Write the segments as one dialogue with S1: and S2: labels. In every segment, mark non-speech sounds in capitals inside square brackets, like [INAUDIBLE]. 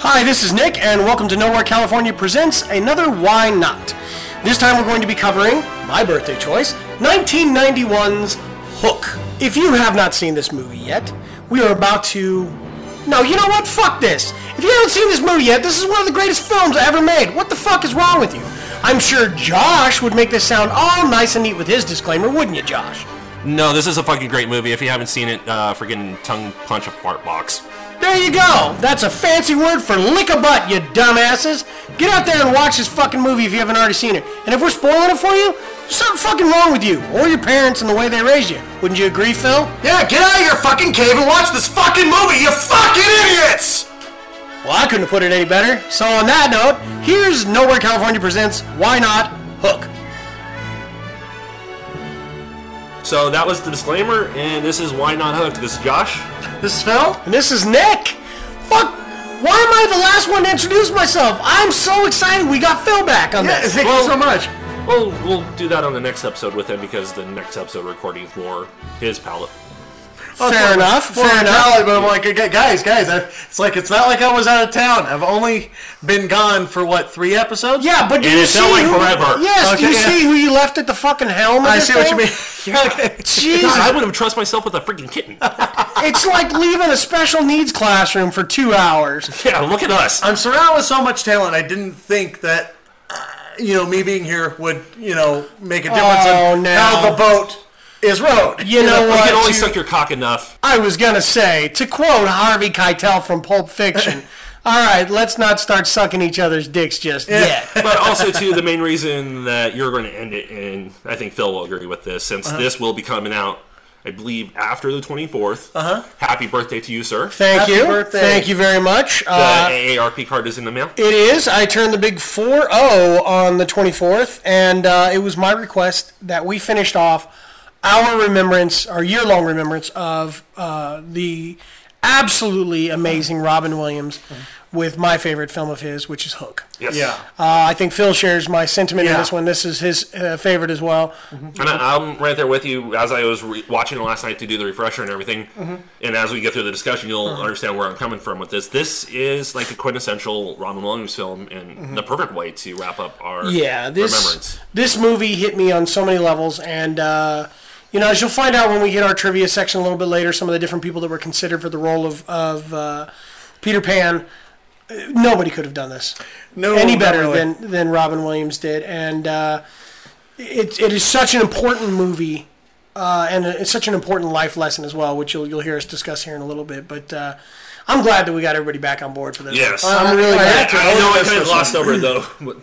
S1: Hi, this is Nick, and welcome to Nowhere California Presents another Why Not. This time we're going to be covering my birthday choice, 1991's Hook. If you have not seen this movie yet, we are about to. No, you know what? Fuck this. If you haven't seen this movie yet, this is one of the greatest films ever made. What the fuck is wrong with you? I'm sure Josh would make this sound all nice and neat with his disclaimer, wouldn't you, Josh?
S2: No, this is a fucking great movie. If you haven't seen it, uh, friggin' tongue punch a fart box.
S1: There you go. That's a fancy word for lick a butt, you dumbasses. Get out there and watch this fucking movie if you haven't already seen it. And if we're spoiling it for you, there's something fucking wrong with you or your parents and the way they raised you. Wouldn't you agree, Phil?
S3: Yeah, get out of your fucking cave and watch this fucking movie, you fucking idiots!
S1: Well, I couldn't have put it any better. So on that note, here's Nowhere California presents Why Not Hook.
S2: So that was the disclaimer, and this is Why Not Hooked. This is Josh.
S3: This is Phil?
S1: And this is Nick. Fuck. Why am I the last one to introduce myself? I'm so excited we got Phil back on
S3: Yeah,
S1: this.
S3: thank
S2: Well-
S3: you so much.
S2: Well, we'll do that on the next episode with him because the next episode recording is more his palette.
S3: Oh,
S1: Fair enough.
S3: Well,
S1: Fair enough.
S3: Probably, but I'm like, "Okay, guys, guys, I, it's like it's not like I was out of town. I've only been gone for what three episodes?
S1: Yeah, but do
S2: And
S1: you
S2: it
S1: see
S2: felt like
S1: who,
S2: forever.
S1: Yes, do
S3: Okay,
S1: you
S3: yeah.
S1: see who you left at the fucking helm? of
S3: I
S1: this
S3: see what you
S1: thing?
S3: mean. [LAUGHS] You're okay.
S2: God, I
S1: Jesus,
S2: wouldn't trust myself with a
S4: [LAUGHS]
S2: freaking kitten.
S1: it's like leaving a special needs classroom for two hours.
S2: yeah, look at us.
S3: I'm surrounded with so much talent. I didn't think that uh, you know me being here would you know make a difference
S1: Oh,
S3: in
S1: no.
S3: how the boat is rowed.
S1: You know
S2: You can
S1: what?
S2: only
S1: you-
S2: suck your cock enough.
S1: I was gonna say to quote Harvey Keitel from Pulp Fiction.
S3: [LAUGHS]
S1: All right, let's not start sucking each other's dicks just yet.
S2: But also, too, the main reason that you're going to end it, and I think Phil will agree with this, since
S4: Uh-huh.
S2: this will be coming out, I believe, after the 24th. Uh-huh. Happy birthday to you, sir.
S1: Thank
S3: Happy
S1: you,
S3: birthday.
S1: thank you very much.
S2: The
S1: Uh,
S2: AARP card is in the mail.
S1: it is. I turned the big 4-0 on the 24th, and uh, it was my request that we finished off our remembrance, our year-long remembrance of uh, the absolutely amazing Robin Williams with my favorite film of his, which is Hook.
S2: Yes.
S3: Yeah.
S1: Uh, I think Phil shares my sentiment in
S3: Yeah.
S1: this one. This is his uh, favorite as well.
S2: And I, I'm right there with you as I was re- watching it last night to do the refresher and everything. And as we get through the discussion, you'll understand where I'm coming from with this. This is like a quintessential Robin Williams film and the perfect way to wrap up our
S1: Yeah, this
S2: remembrance.
S1: this movie hit me on so many levels, and uh, you know, as you'll find out when we hit our trivia section a little bit later, some of the different people that were considered for the role of of uh, Peter Pan. uh, Nobody could have done this
S3: No,
S1: any
S3: Oh, not
S1: better
S3: really.
S1: than than Robin Williams did, and uh, it it is such an important movie. Uh, and it's such an important life lesson as well, which you'll you'll hear us discuss here in a little bit. But uh, I'm glad that we got everybody back on board for this.
S2: Yes.
S1: I'm really
S3: I- I-
S1: glad.
S2: I,
S3: That's
S2: I
S3: right.
S2: know I
S3: That's
S2: kind of
S3: right.
S2: glossed over though. what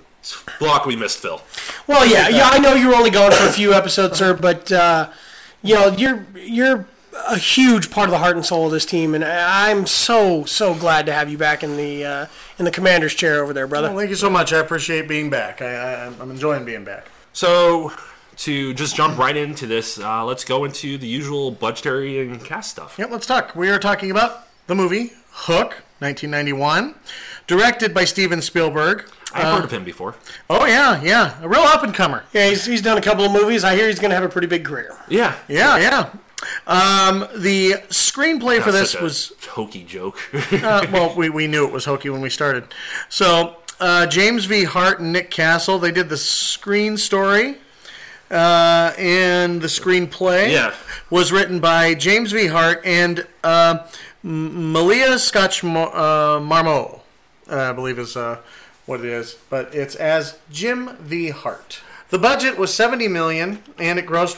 S2: Block we missed Phil.
S1: Well, yeah, yeah, I know you were only gone for a few episodes, sir, but uh, you know you're you're a huge part of the heart and soul of this team, and I- I'm so so glad to have you back in the uh, in the commander's chair over there, brother.
S3: Well, thank you so much. I appreciate being back. I, I, I'm enjoying being back.
S2: So to just jump right into this, uh, let's go into the usual budgetary and cast stuff.
S3: Yep, let's talk. We are talking about the movie Hook, 1991, directed by Steven Spielberg.
S2: I've heard of him before.
S3: Oh yeah, yeah, a real up and comer.
S1: Yeah, he's, he's done a couple of movies. I hear he's going to have a pretty big career.
S2: Yeah.
S3: Yeah, yeah. Um, the screenplay for this
S2: Such a
S3: was
S2: hokey joke.
S3: [LAUGHS] uh, well, we, we knew it was hokey when we started. So uh, James V. Hart and Nick Castle they did the screen story, uh, and the screenplay
S2: Yeah.
S3: was written by James V. Hart and uh, M- Malia Scotch Mo- uh, Marmo, uh, I believe is uh, what it is, but it's as Jim V. Hart. The budget was 70 million and it grossed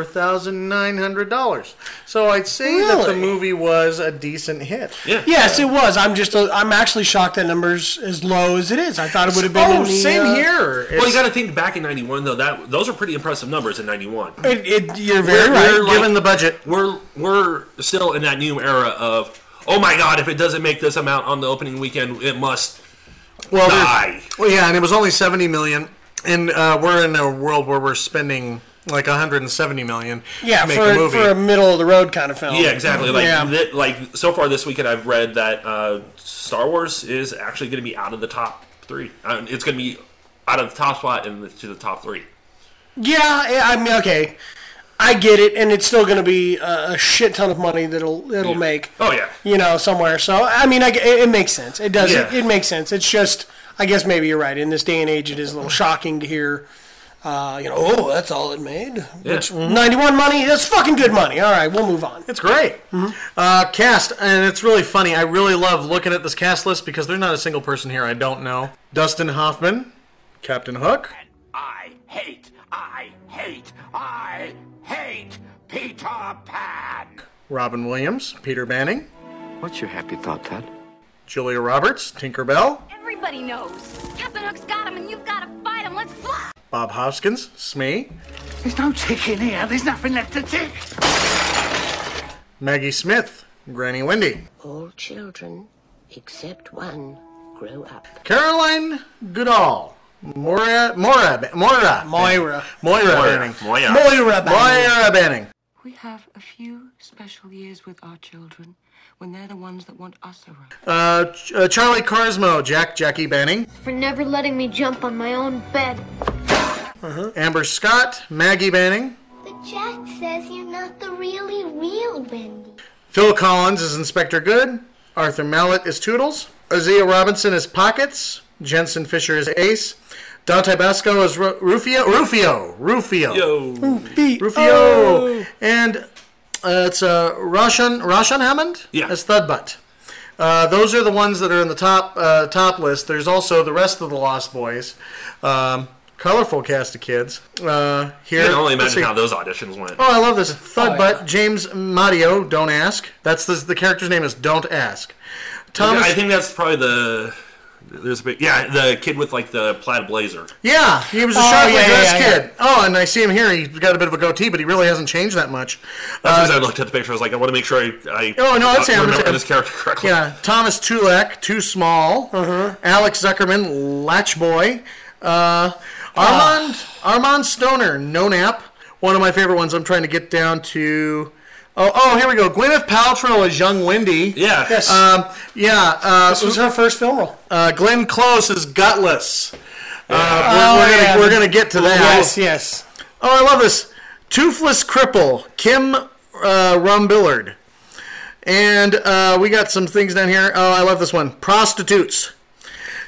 S3: 119,654,900 dollars. So I'd say that the
S1: Really?
S3: movie was a decent hit.
S2: yeah.
S1: Yes, it was. I'm just i I'm actually shocked that numbers as low as it is. I thought it would have been.
S3: Oh,
S1: in the,
S3: same
S1: uh,
S3: here.
S2: Well,
S3: It's-
S2: you got to think back in '91 though. That those are pretty impressive numbers in '91.
S1: It, it, you're
S3: we're,
S1: very
S3: we're
S1: right.
S2: like-
S3: given the budget.
S2: We're we're still in that new era of oh my god, if it doesn't make this amount on the opening weekend, it must
S1: Oh,
S3: Well, there-
S2: die.
S3: Well, yeah, and it was only seventy million, and uh, we're in a world where we're spending like hundred and seventy million.
S1: Yeah,
S3: to make
S1: for
S3: a
S1: a,
S3: movie.
S1: for a middle of the road kind of film.
S2: Yeah, exactly. Like,
S1: Yeah.
S2: thi- like so far this weekend, I've read that uh, Star Wars is actually going to be out of the top three. I mean, it's going to be out of the top spot and to the top three.
S1: Yeah, yeah, I mean, okay, I get it, and it's still going to be a, a shit ton of money that'll it'll make.
S2: Oh yeah,
S1: You know, somewhere. So I mean, I g it, it makes sense. It does.
S2: Yeah.
S1: It, it makes sense. It's just, I guess maybe you're right. In this day and age, it is a little shocking to hear. Uh, you know, oh, that's all it made.
S2: yeah.
S1: Ninety-one money. That's fucking good money. All right, we'll move on.
S3: It's great.
S1: mm-hmm.
S3: Uh, cast, and it's really funny. I really love looking at this cast list because there's not a single person here I don't know. Dustin Hoffman, Captain Hook,
S5: I hate, I hate, I hate Peter Pan.
S3: Robin Williams, Peter Banning,
S6: What's your happy thought, Todd?
S3: Julia Roberts, Tinker Bell,
S7: Everybody knows. Captain Hook's got him, and you've got to fight him. Let's fly.
S3: Bob Hoskins, Smee,
S5: There's no tick in here. There's nothing left to tick.
S3: Maggie Smith, Granny Wendy,
S8: All children, except one, grow up.
S3: Caroline Goodall, Moira, Moira, Moira,
S1: Moira.
S3: Moira
S2: Moira.
S3: Banning,
S2: Moira.
S1: Moira. Banning.
S3: Moira Banning.
S8: We have a few special years with our children when they're the ones that want us around.
S3: Uh, Ch- uh, Charlie Carsmo, Jack Jackie Banning,
S9: for never letting me jump on my own bed.
S3: Amber Scott, Maggie Banning.
S9: But Jack says you're not the really real Wendy.
S3: Phil Collins is Inspector Good. Arthur Mallet is Toodles. Azia Robinson is Pockets. Jensen Fisher is Ace. Dante Basco is Ru- Rufio. Rufio. Rufio.
S2: Yo.
S3: Rufio.
S2: Oh.
S3: And uh, it's uh, Roshan, Roshan Hammond
S2: Yeah.
S3: as Thudbutt. Uh, those are the ones that are in the top uh, top list. There's also the rest of the Lost Boys. Um, colorful cast of kids. Uh, here,
S2: I can only
S3: let's see.
S2: imagine how those auditions went.
S3: Oh, I love this. Thud butt, James Mario, don't ask. That's the, the character's name is Don't Ask. Thomas,
S2: I think that's probably the. There's a big, yeah, the kid with like the plaid blazer.
S3: yeah, he was a
S1: Oh,
S3: sharply
S1: yeah, yeah,
S3: dressed
S1: yeah,
S3: kid. Oh, and I see him here. He's got a bit of a goatee, but he really hasn't changed that much.
S2: That's because I looked at the picture. I was like, I want to make sure I, I
S3: Uh, Oh, no, that's him,
S2: remember
S3: that's him.
S2: this character correctly.
S3: Yeah, Thomas Tulak, too small.
S1: Uh-huh.
S3: Alex Zuckerman, Latchboy. Uh,
S1: Ah.
S3: Armand Armand Stoner, no nap. One of my favorite ones. I'm trying to get down to. Oh, oh, here we go. Gwyneth Paltrow as young Wendy.
S2: yeah.
S1: Yes.
S3: Um, yeah. Uh,
S1: this was her first film role.
S3: Uh, Glenn Close is gutless. Uh, we're, we're
S1: Oh, yeah.
S3: gonna, we're gonna get to that.
S1: yes, yes.
S3: Oh, I love this. Toothless cripple Kim uh, Rumbillard, and uh, we got some things down here. Oh, I love this one. Prostitutes.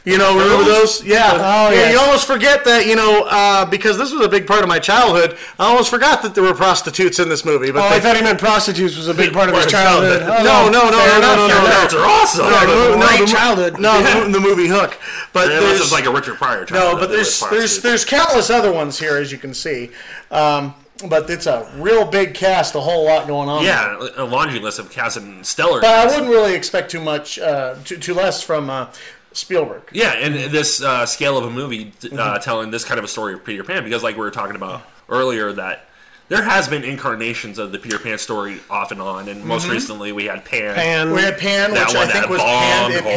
S3: You know, remember
S2: Those?
S3: those? Yeah.
S1: Oh,
S3: yeah.
S1: yes.
S3: You almost forget that. You know, uh, because this was a big part of my childhood. I almost forgot that there were prostitutes in this movie. But
S1: Oh,
S3: they-
S1: I thought he meant prostitutes was a big part of
S3: [LAUGHS]
S1: his
S2: Or
S1: childhood.
S2: childhood.
S1: Oh,
S3: no, no, no, no,
S1: fair
S3: no,
S1: enough,
S3: no,
S1: fair
S3: no.
S1: enough.
S2: Parents are awesome.
S3: No, the mo- no,
S1: Great
S3: the mo-
S1: childhood. [LAUGHS]
S3: No, the, the movie Hook. But
S2: Uh, Unless
S3: there's-
S2: it's like a Richard Pryor.
S3: No,
S2: childhood
S3: but
S2: that was
S3: there's
S2: plaid
S3: there's
S2: suit.
S3: there's countless other ones here, as you can see. Um, but it's a real big cast, a whole lot going on.
S2: yeah, a laundry list of Cass and Stellar.
S3: but I wouldn't really expect too much, uh, too, too less from uh, Spielberg.
S2: Yeah, and this uh, scale of a movie uh,
S3: Mm-hmm.
S2: telling this kind of a story of Peter Pan, because like we were talking about earlier, that there has been incarnations of the Peter Pan story off and on, and most recently we had Pan.
S1: And
S3: We had Mm-hmm. Pan,
S2: That
S3: which I
S2: one
S3: think
S2: had
S3: was
S2: long
S3: panned. It
S2: horn.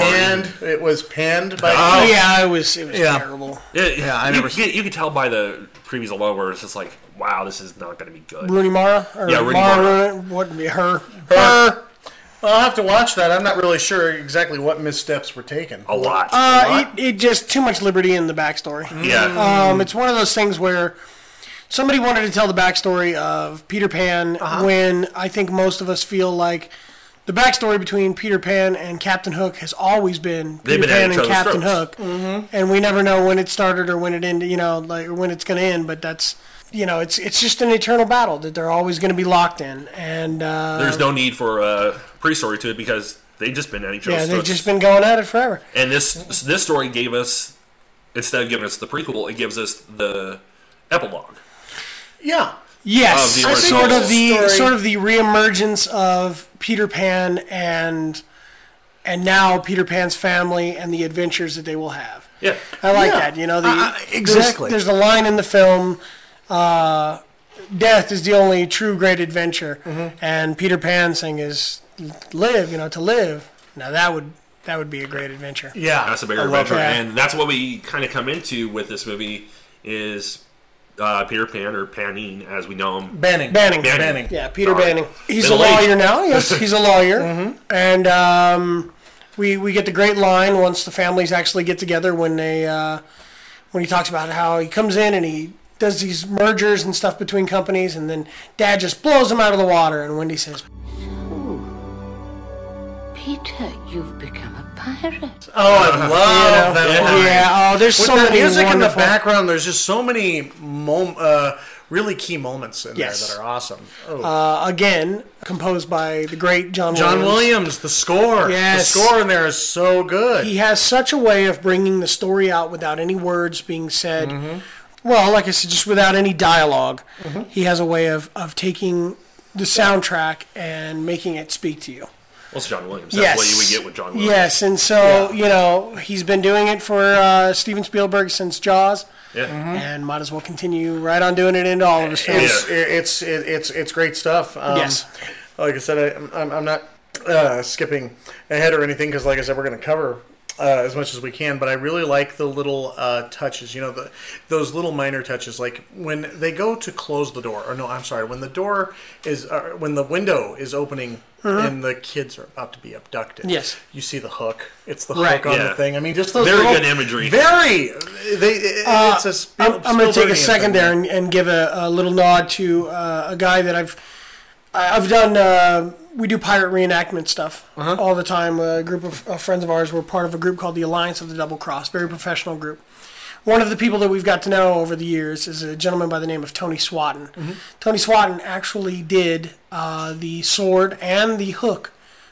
S3: panned. It was panned by.
S1: yeah, it was it was
S3: Yeah.
S1: terrible.
S2: It-
S3: Yeah, I
S2: you,
S3: never-
S2: you, you could tell by the previews alone where it's just like, wow, this is not going to be good.
S1: Rooney Mara or
S2: Yeah, Rooney
S1: Mara, What her?
S3: Her. I'll have to watch that. I'm not really sure exactly what missteps were taken.
S2: A lot.
S3: Um,
S1: Uh, it, it just too much liberty in the backstory.
S2: yeah.
S1: Um, it's one of those things where somebody wanted to tell the backstory of Peter Pan
S2: Uh-huh.
S1: when I think most of us feel like the backstory between Peter Pan and Captain Hook has always been Peter
S2: They've been at
S1: Pan
S2: each
S1: and
S2: other's
S1: Captain
S2: throats.
S1: Hook, and we never know when it started or when it ended. You know, like or when it's going to end, but that's. You know, it's it's just an eternal battle that they're always going to be locked in, and uh,
S2: There's no need for a pre-story to it because they've just been at each other's
S1: yeah, they've
S2: throats.
S1: just been going at it forever.
S2: And this this story gave us instead of giving us the prequel, it gives us the epilogue.
S3: Yeah.
S1: Yes,
S2: of the
S1: I
S2: original
S1: sort of the
S3: story.
S1: sort of the reemergence of Peter Pan and and now Peter Pan's family and the adventures that they will have.
S2: Yeah.
S1: I like
S3: Yeah.
S1: that. You know, the,
S3: Uh, uh, exactly.
S1: There's, there's a line in the film. Uh, death is the only true great adventure, and Peter Pan saying is live, you know, to live. Now that would that would be a great adventure.
S3: Yeah,
S2: That's a bigger
S3: I love
S2: adventure,
S1: that.
S2: and that's what we kind of come into with this movie is uh, Peter Pan or Panin as we know him.
S3: Banning.
S1: Banning.
S2: Banning.
S3: Banning.
S1: Yeah, Peter
S2: Sorry.
S1: Banning. He's a
S2: Middle
S1: lawyer
S2: age.
S1: now. Yes, he's a lawyer. And um, we we get the great line once the families actually get together when they uh, when he talks about how he comes in and he does these mergers and stuff between companies, and then Dad just blows him out of the water. And Wendy says,
S8: Peter, you've become a pirate.
S3: Oh, I love that line.
S1: "Yeah, oh, there's
S3: With
S1: so
S3: the
S1: many
S3: music in the
S1: wonderful-
S3: background, there's just so many mom- uh, really key moments in
S1: Yes.
S3: there that are awesome. Oh.
S1: Uh, again, composed by the great John
S3: John Williams, the score.
S1: Yes.
S3: The score in there is so good.
S1: he has such a way of bringing the story out without any words being said. Well, like I said, just without any dialog He has a way of, of taking the soundtrack and making it speak to you.
S2: Well, it's John Williams. That's what you would get with John Williams.
S1: Yes, and so, you know, he's been doing it for uh, Steven Spielberg since Jaws
S2: Yeah.
S1: and might as well continue right on doing it into all of his films.
S3: it's it- it's it- it's it's great stuff. Um,
S1: Yes.
S3: Like I said, I, I'm- I'm I'm not uh, skipping ahead or anything because, like I said, we're going to cover. Uh, as much as we can, but I really like the little uh, touches. You know, the, those little minor touches, like when they go to close the door, or no, I'm sorry, when the door is, uh, when the window is opening and the kids are about to be abducted.
S1: Uh-huh. Yes.
S3: you see the hook. It's the
S1: Right.
S3: hook on
S2: Yeah.
S3: the thing. I mean, just those
S2: Very
S3: little-
S2: good imagery.
S3: Very. They. it's a. Spiel,
S1: Uh, I'm, I'm going to take
S3: Spielbergian
S1: a second
S3: thing.
S1: there and, and give a, a little nod to uh, a guy that I've I- I've done. Uh, we do pirate reenactment stuff all the time. A group of uh, friends of ours were part of a group called the Alliance of the Double Cross, very professional group. One of the people that we've got to know over the years is a gentleman by the name of Tony Swatton. Tony Swatton actually did uh, the sword and the hook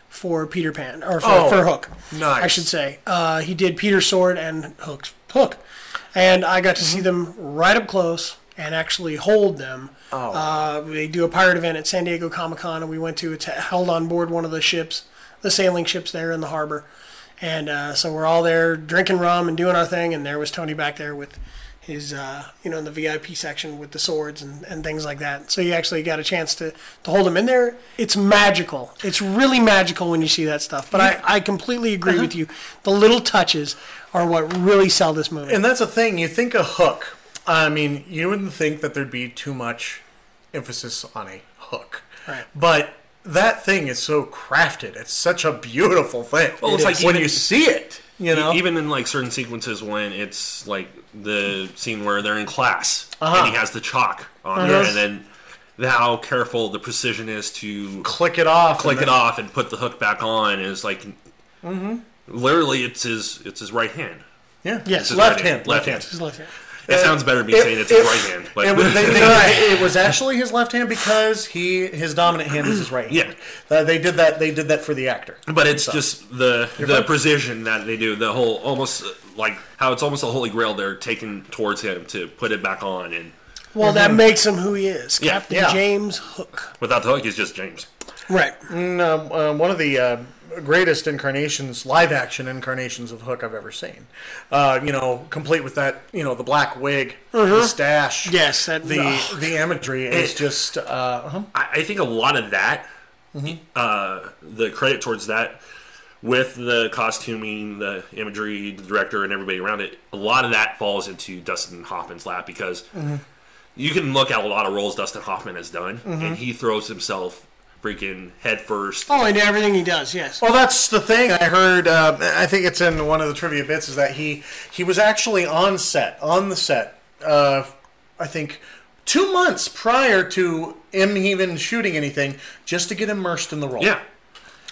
S1: for Peter Pan, or for,
S3: Oh,
S1: for Hook.
S3: nice.
S1: I should say. Uh, he did Peter's sword and Hook's Hook. And I got to see them right up close and actually hold them. Oh. Uh, they do a pirate event at San Diego Comic Con, and we went to. It's held on board one of the ships, the sailing ships there in the harbor. And uh, so we're all there drinking rum and doing our thing, and there was Tony back there with his, uh, you know, in the VIP section with the swords and, and things like that. So you actually got a chance to, to hold him in there. It's magical. It's really magical when you see that stuff. But I, I completely agree with you. The little touches are what really sell this movie.
S3: And that's the thing. You think a hook. I mean, you wouldn't think that there'd be too much emphasis on a hook.
S1: Right.
S3: But that thing is so crafted. It's such a beautiful thing.
S2: Well, it's
S3: It
S2: like
S3: is. when
S2: even- e-
S3: you see it, you know.
S2: Even in like certain sequences when it's like the scene where they're in class
S3: Uh-huh.
S2: and he has the chalk on there, and then the- how careful the precision is to
S3: click it off.
S2: click
S3: and
S2: it
S3: then- Mm-hmm.
S2: off and put the hook back on is like literally it's his it's his right hand.
S3: Yeah.
S1: Yes.
S3: Left
S2: Right
S3: hand. Left hand.
S1: Just like that.
S2: It sounds better me saying it's his right hand, but
S3: Uh,
S2: [LAUGHS]
S3: it, was, they- they- it was actually his left hand because he his dominant hand is his right hand.
S2: Yeah.
S3: Uh, they did that. They did that for the actor.
S2: But it's just the the precision that they do, the whole almost uh, like how it's almost a holy grail they're taking towards him to put it back on, and
S1: Well, that makes him who he is
S2: Yeah,
S1: Captain
S3: yeah.
S1: James Hook.
S2: without the hook, he's just James.
S1: Right.
S3: um, um, one of the uh, greatest incarnations, live action incarnations of Hook I've ever seen. Uh, you know, complete with that, you know, the black wig, the stash.
S1: Yes, that-
S3: the
S1: ugh.
S3: the imagery is
S2: It-
S3: just. Uh, uh-huh.
S2: I, I think a lot of that, uh, the credit towards that, with the costuming, the imagery, the director, and everybody around it, a lot of that falls into Dustin Hoffman's lap because you can look at a lot of roles Dustin Hoffman has done, and he throws himself freaking head first.
S1: Oh, and everything he does, yes.
S3: Well, that's the thing I heard. Uh, I think it's in one of the trivia bits is that he he was actually on set on the set. Uh, I think two months prior to him even shooting anything, just to get immersed in the role.
S2: Yeah.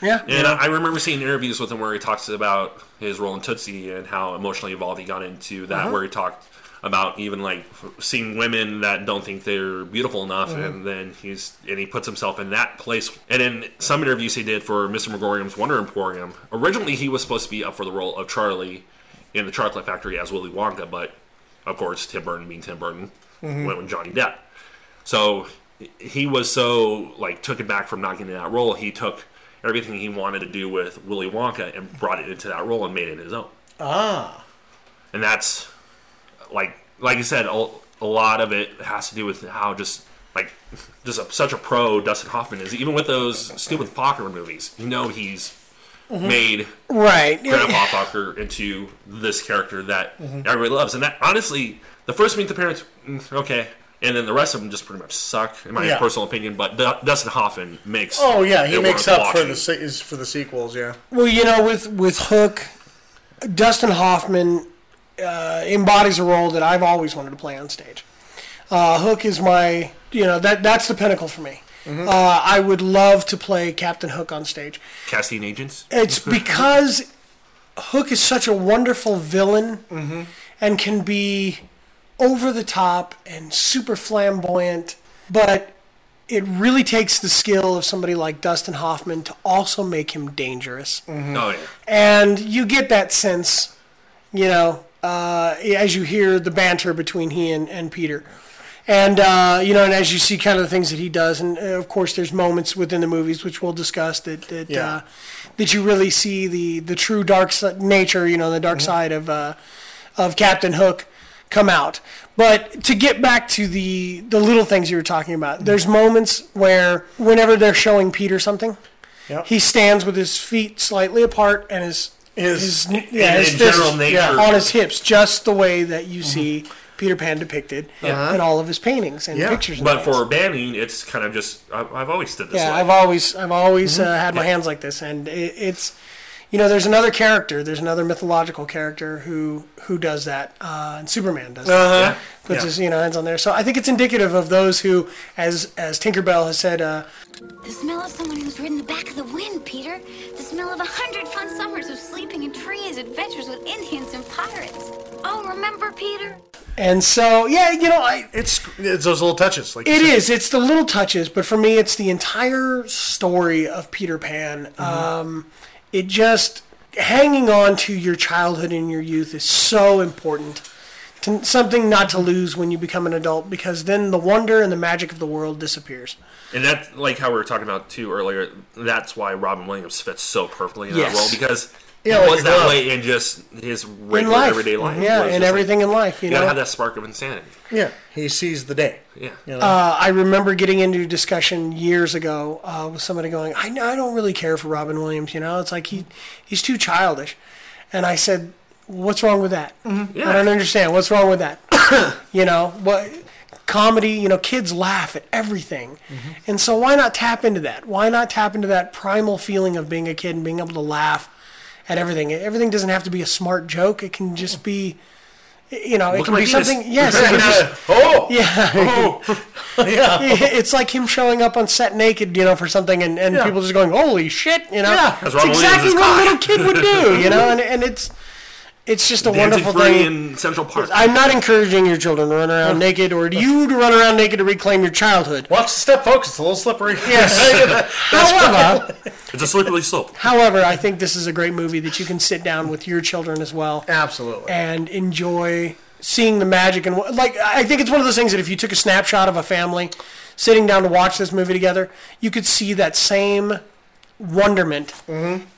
S1: Yeah.
S2: And I I remember seeing interviews with him where he talks about his role in Tootsie and how emotionally involved he got into that, where he talked about even like seeing women that don't think they're beautiful enough, and then he's and he puts himself in that place. And in some interviews he did for Mr. Megorium's Wonder Emporium, originally he was supposed to be up for the role of Charlie in the Chocolate Factory as Willy Wonka, but of course Tim Burton, being Tim Burton, went with Johnny Depp. So he was so like took it back from not getting that role. He took everything he wanted to do with Willy Wonka and brought it into that role and made it his own. Ah. And that's like like you said, a, a lot of it has to do with how just like just a, such a pro Dustin Hoffman is. Even with those stupid Fokker movies, you know he's made
S1: Right.
S2: Grandpa Fokker into this character that
S1: Mm-hmm.
S2: everybody loves. And that honestly, the first Meet the Parents, mm, okay. And then the rest of them just pretty much suck, in my
S3: Yeah.
S2: personal opinion. But Du- Dustin Hoffman makes.
S3: Oh yeah, he
S2: it
S3: makes
S2: worth
S3: up for
S2: watching.
S3: the se- is for the sequels. Yeah,
S1: Well, you know, with with Hook, Dustin Hoffman uh, embodies a role that I've always wanted to play on stage. Uh, Hook is my, you know, that that's the pinnacle for me. Uh, I would love to play Captain Hook on stage.
S2: casting agents.
S1: It's because Hook is such a wonderful villain and can be over the top and super flamboyant, but it really takes the skill of somebody like Dustin Hoffman to also make him dangerous
S2: Oh yeah.
S1: and you get that sense, you know, uh, as you hear the banter between he and, and Peter, and uh, you know, and as you see kind of the things that he does, and uh, of course, there's moments within the movies which we'll discuss that that
S3: Yeah.
S1: uh, that you really see the the true dark si- nature, you know, the dark side of uh, of Captain Hook come out. But to get back to the the little things you were talking about, there's moments where whenever they're showing Peter something,
S3: Yep.
S1: he stands with his feet slightly apart and his
S3: His-
S1: yeah,
S2: in-
S1: his
S2: in
S1: fist,
S2: general nature.
S1: yeah, on his hips, just the way that you see Peter Pan depicted
S2: Uh-huh.
S1: in all of his paintings and
S3: Yeah.
S1: pictures. and
S2: But
S1: things.
S2: for Banning, it's kind of just I, I've always stood this
S1: yeah,
S2: way.
S1: I've uh, always I've always
S2: Mm-hmm.
S1: uh, had my hands like this, and it, it's you know there's another character, there's another mythological character who who does that, uh, and Superman does. that.
S2: yeah.
S1: Puts his you know hands on there, so I think it's indicative of those who, as as Tinkerbell has said, uh,
S7: The smell of someone who's ridden the back of the wind, Peter. The smell of a hundred fun summers of sleeping in trees, adventures with Indians and pirates. Oh, remember, Peter?
S1: and so yeah, you know I,
S3: it's it's those little touches. Like you
S1: It
S3: said.
S1: is. It's the little touches, but for me, it's the entire story of Peter Pan.
S2: Mm-hmm.
S1: Um, it just hanging on to your childhood and your youth is so important. To, something not to lose when you become an adult, because then the wonder and the magic of the world disappears.
S2: And that, like how we were talking about too earlier, that's why Robin Williams fits so perfectly in
S1: Yes.
S2: that role because
S3: Yeah,
S2: he
S3: like
S2: was
S3: a
S2: that
S3: glove.
S2: way in just his
S1: In
S2: regular
S1: life,
S2: everyday life.
S1: yeah,
S2: was just
S1: and
S2: like,
S1: everything in life, you,
S2: you gotta
S1: know.
S2: have that spark of insanity.
S3: Yeah, he sees the day.
S2: Yeah.
S1: Uh, I remember getting into a discussion years ago uh, with somebody going, I, I don't really care for Robin Williams, you know? It's like he he's too childish. And I said, What's wrong with that?
S2: Yeah.
S1: I don't understand. What's wrong with that? [COUGHS] you know, what comedy, you know, kids laugh at everything. And so why not tap into that? Why not tap into that primal feeling of being a kid and being able to laugh at everything? Everything doesn't have to be a smart joke. It can just be you know, it
S2: Look
S1: can
S2: at
S1: be
S2: my penis.
S1: something. Yes,
S2: [LAUGHS]
S1: it can be- [LAUGHS]
S3: Oh
S2: Oh!
S1: it's like him showing up on set naked, you know, for something, and, and
S3: Yeah.
S1: people just going, "Holy shit!" You know,
S3: Yeah.
S1: it's
S2: That's Robin
S1: exactly
S2: Williams'
S1: what a
S2: cock.
S1: little kid would do, you know, and, and it's it's just a
S2: Dancing
S1: wonderful
S2: free
S1: thing.
S2: in Central Park.
S1: I'm not encouraging your children to run around naked or you to run around naked to reclaim your childhood.
S3: watch the step, folks. It's a little slippery.
S1: However,
S2: [LAUGHS] it's a slippery slope.
S1: however, I think this is a great movie that you can sit down with your children as well.
S3: absolutely.
S1: and enjoy seeing the magic and what- like I think it's one of those things that if you took a snapshot of a family sitting down to watch this movie together, you could see that same wonderment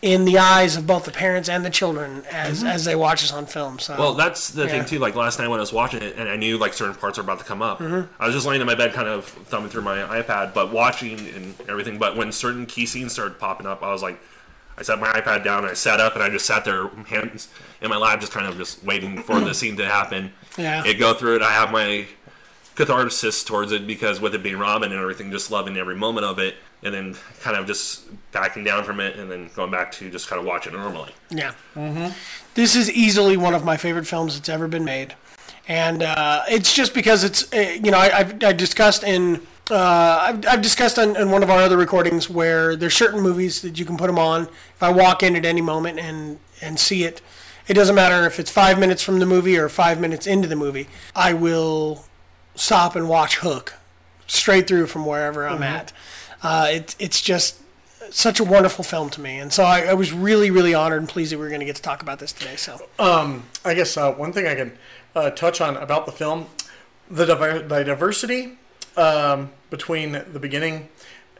S1: in the eyes of both the parents and the children as as they watch this on film. So
S2: Well, that's the
S1: Yeah.
S2: thing too. Like last night when I was watching it, and I knew like certain parts are about to come up.
S1: Mm-hmm.
S2: I was just laying in my bed, kind of thumbing through my iPad, but watching and everything. But when certain key scenes started popping up, I was like, I set my iPad down, and I sat up, and I just sat there, hands in my lap, just kind of just waiting for the scene to happen.
S1: Yeah.
S2: it go through it. I have my catharsis towards it because with it being Robin and everything, just loving every moment of it, and then kind of just backing down from it, and then going back to just kind of watching it normally.
S1: yeah, Mm-hmm. this is easily one of my favorite films that's ever been made, and uh, it's just because it's uh, you know I, I've, I've discussed in. Uh, I've, I've discussed on, on one of our other recordings where there's certain movies that you can put them on. If I walk in at any moment and and see it, it doesn't matter if it's five minutes from the movie or five minutes into the movie. I will stop and watch Hook straight through from wherever I'm at. Uh, it, it's just such a wonderful film to me, and so I, I was really really honored and pleased that we were going to get to talk about this today. So
S3: I guess uh, one thing I can uh, touch on about the film, the, diver- the diversity um, between the beginning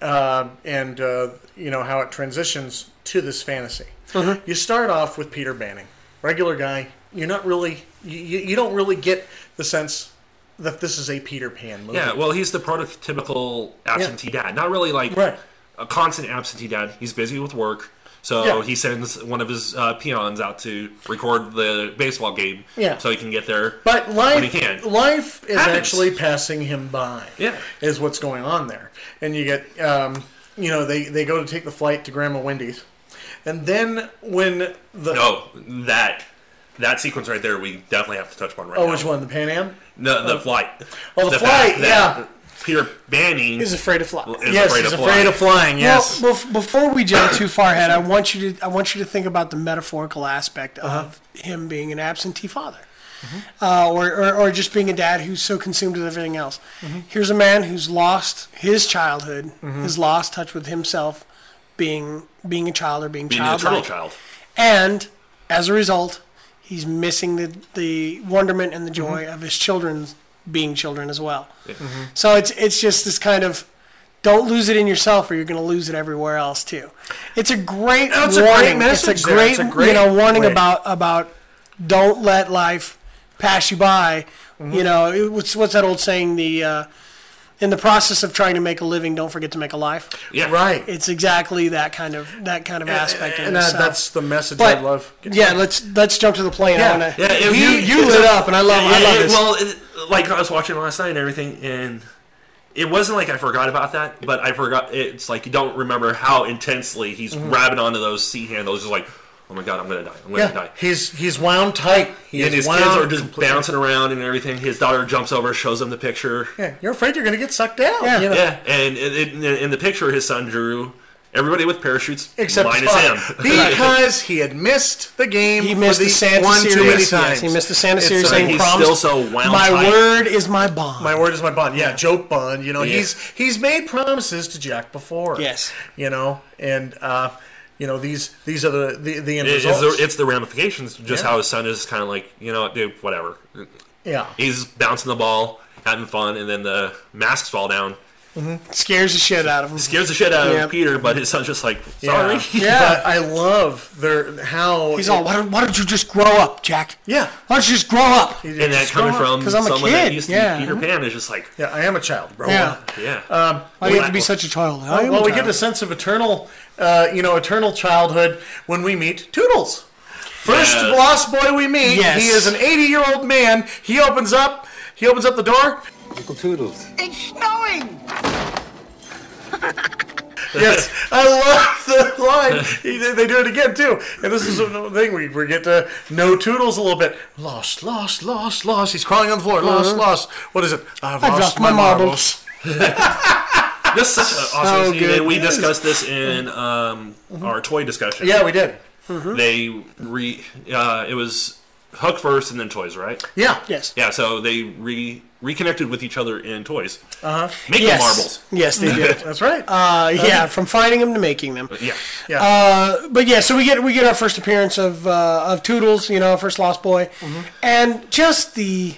S3: uh, and uh, you know how it transitions to this fantasy.
S1: Mm-hmm.
S3: You start off with Peter Banning, regular guy. You're not really you, you you don't really get the sense that this is a Peter Pan movie.
S2: Yeah, well, he's the prototypical absentee dad. Not really like
S3: Right.
S2: a constant absentee dad. He's busy with work, so
S3: Yeah.
S2: he sends one of his uh, peons out to record the baseball game.
S3: Yeah.
S2: so he can get there.
S3: But
S2: when he
S3: life,
S2: can.
S3: life is
S2: Happens.
S3: actually passing him by.
S2: Yeah.
S3: is what's going on there. And you get, um, you know, they they go to take the flight to Grandma Wendy's, and then when the
S2: no, that that sequence right there, we definitely have to touch upon right
S3: oh,
S2: now.
S3: which one? The Pan Am.
S2: No, the flight.
S3: Oh, the
S2: fact
S3: flight,
S2: that Peter Banning
S1: He's afraid of fly.
S2: is
S3: yes,
S2: afraid
S3: he's
S2: of
S3: afraid
S2: flying.
S3: of flying. Yes.
S1: Well, bef- before we jump too far ahead, I want you to I want you to think about the metaphorical aspect of
S2: Uh-huh.
S1: him being an absentee father, uh, or, or or just being a dad who's so consumed with everything else.
S2: Mm-hmm.
S1: Here's a man who's lost his childhood, has lost touch with himself, being being a child or being,
S2: being an
S1: childlike,
S2: eternal child.
S1: and as a result, he's missing the the wonderment and the
S3: Mm-hmm.
S1: joy of his children being children as well. So it's it's just this kind of don't lose it in yourself, or you're going to lose it everywhere else too. It's a great
S3: That's a great
S1: warning.
S3: message
S1: it's a
S3: there.
S1: great,
S3: It's a great
S1: you know warning
S3: way.
S1: about about don't let life pass you by.
S3: Mm-hmm.
S1: You know it- what's what's that old saying? The uh, in the process of trying to make a living, don't forget to make a life.
S2: Yeah,
S3: right.
S1: It's exactly that kind of that kind of aspect. in
S3: and that,
S1: itself.
S3: that's the message I
S1: But
S3: love.
S1: yeah, let's let's jump to the plane.
S3: Yeah.
S1: I wanna,
S2: Yeah, it-
S1: you
S2: he-
S1: you lit up, and I love I
S2: Yeah,
S1: love
S2: it-
S1: this.
S2: Well, it, like I was watching last night and everything, and it wasn't like I forgot about that, but I forgot. It's like you don't remember how intensely he's grabbing onto those seat handles, just like, oh my god, I'm gonna die, I'm gonna
S3: Yeah,
S2: die.
S3: he's he's wound tight. He
S2: And
S3: is
S2: his
S3: wound
S2: kids are just
S3: completely-
S2: bouncing around and everything. His daughter jumps over, shows him the picture. Yeah,
S3: Yeah, you're afraid you're going to get sucked out. Yeah, you know?
S2: and it, it, in the picture, his son drew everybody with parachutes,
S3: Except
S2: minus
S3: Spud,
S2: him.
S3: [LAUGHS] because he had missed the game.
S1: he missed
S3: for
S1: the Santa
S3: one
S1: series.
S3: too many
S1: Yes,
S3: times.
S1: he missed the Santa
S3: It's
S1: series.
S3: like
S1: saying
S2: he's
S1: promise,
S2: still so wound
S1: My
S2: tight."
S1: word is my bond.
S3: My word is my bond. Yeah, joke bond. You know,
S2: Yeah.
S3: he's he's made promises to Jack before.
S1: Yes.
S3: You know, and uh, you know these these are the the, the end
S2: [LAUGHS] It- it's,
S3: results.
S2: the, it's the ramifications, just
S3: Yeah.
S2: how his son is kind of like, you know, what, dude, whatever.
S3: yeah.
S2: He's bouncing the ball, having fun, and then the masks fall down.
S1: Scares the shit out of him.
S2: Scares the shit out
S1: Yeah.
S2: of Peter, but his son's just like, sorry.
S3: Yeah.
S1: [LAUGHS] Yeah.
S3: But I love their how
S1: He's all, why don't, why don't you just grow up, Jack?
S3: Yeah.
S1: Why don't you just grow up?
S2: And that coming from
S1: 'cause I'm a
S2: someone
S1: kid,
S2: that used to
S1: yeah.
S2: be Peter Pan is just like,
S3: Yeah, I am a child, bro.
S1: Yeah.
S2: yeah.
S1: Why do you have to be such a child? I am a
S3: Well, we
S1: child.
S3: get a sense of eternal, uh, you know, eternal childhood when we meet Toodles. First
S2: Yes.
S3: lost boy we meet.
S1: Yes.
S3: He is an 80 year old man. He opens up. He opens up the door.
S6: Uncle Toodles.
S5: It's snowing!
S3: [LAUGHS] Yes, I love the line. He- they- They do it again too, and this is a thing we, we get to know Toodles a little bit. Lost, lost, lost, lost. He's crawling on the floor. Lost, lost. What is it? I've,
S1: Uh-huh. I've lost my marbles.
S2: That's such an awesome scene.
S3: good.
S2: And we discussed this in um,
S1: Mm-hmm.
S2: our toy discussion.
S3: Yeah, we did.
S2: They re. Uh, it was Hook first and then toys, right?
S3: Yeah,
S1: yes.
S2: Yeah, so they re reconnected with each other in toys. Uh huh. Making
S1: Uh-huh. Yes.
S2: marbles.
S1: Yes, they
S3: [LAUGHS]
S1: did.
S3: that's right.
S1: Uh, yeah, from finding them to making them.
S2: [LAUGHS] Yeah.
S3: yeah,
S1: Uh, but yeah, so we get we get our first appearance of uh, of Toodles, you know, first Lost Boy,
S2: Mm-hmm.
S1: and just the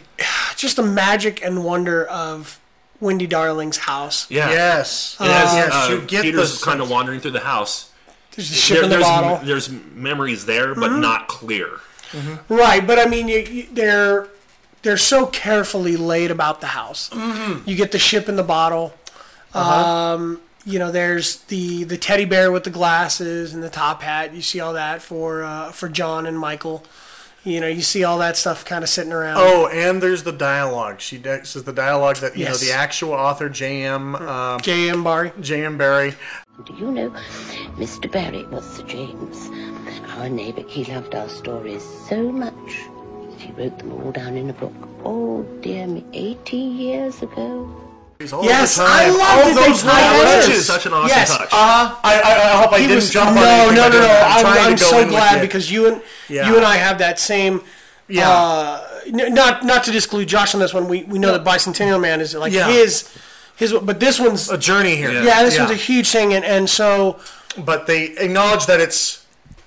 S1: just the magic and wonder of Wendy Darling's house.
S2: Yeah.
S3: yes,
S2: And as,
S3: yes.
S2: uh,
S3: you get
S2: Peter's
S3: the
S2: kind of wandering through the house.
S1: There's the ship in the
S2: there's,
S1: bottle, Mm-hmm.
S2: there's memories there, but not clear.
S1: right? But I mean, you, you, they're they're so carefully laid about the house.
S2: Mm-hmm.
S1: You get the ship in the bottle.
S2: Uh-huh.
S1: Um, you know, there's the the teddy bear with the glasses and the top hat. You see all that for uh, for John and Michael. You know, you see all that stuff kind of sitting around.
S3: Oh, and there's the dialogue. She de- says the dialogue that you
S1: Yes.
S3: know the actual author J.M. Um,
S1: J.M. Barry.
S3: J.M. Barry.
S10: Do you know, Mr. Barry was Sir James, our neighbour. He loved our stories so much that he wrote them all down in a book. Oh, dear me, 80 years ago.
S3: He's all
S1: Yes,
S3: the time.
S1: I love
S3: all
S1: that they
S3: those
S1: tie
S3: little
S1: that in.
S3: touches.
S2: Such an awesome
S1: Yes, Uh-huh.
S2: touch.
S3: Uh, I, I, I hope I
S1: He
S3: didn't
S1: was
S3: jump
S1: no,
S3: on anything.
S1: no,
S3: I
S1: no,
S3: didn't.
S1: no.
S3: I'm
S1: I'm,
S3: trying
S1: I'm
S3: to go in
S1: so
S3: with
S1: glad
S3: it.
S1: because you and
S3: Yeah.
S1: you and I have that same. uh,
S3: yeah,
S1: N- not not to disclude Josh on this one. We we know that Bicentennial Man is like
S3: Yeah.
S1: his his, but this one's
S3: a journey here.
S1: yeah, this one's a huge thing, and and so
S3: But they acknowledge that it's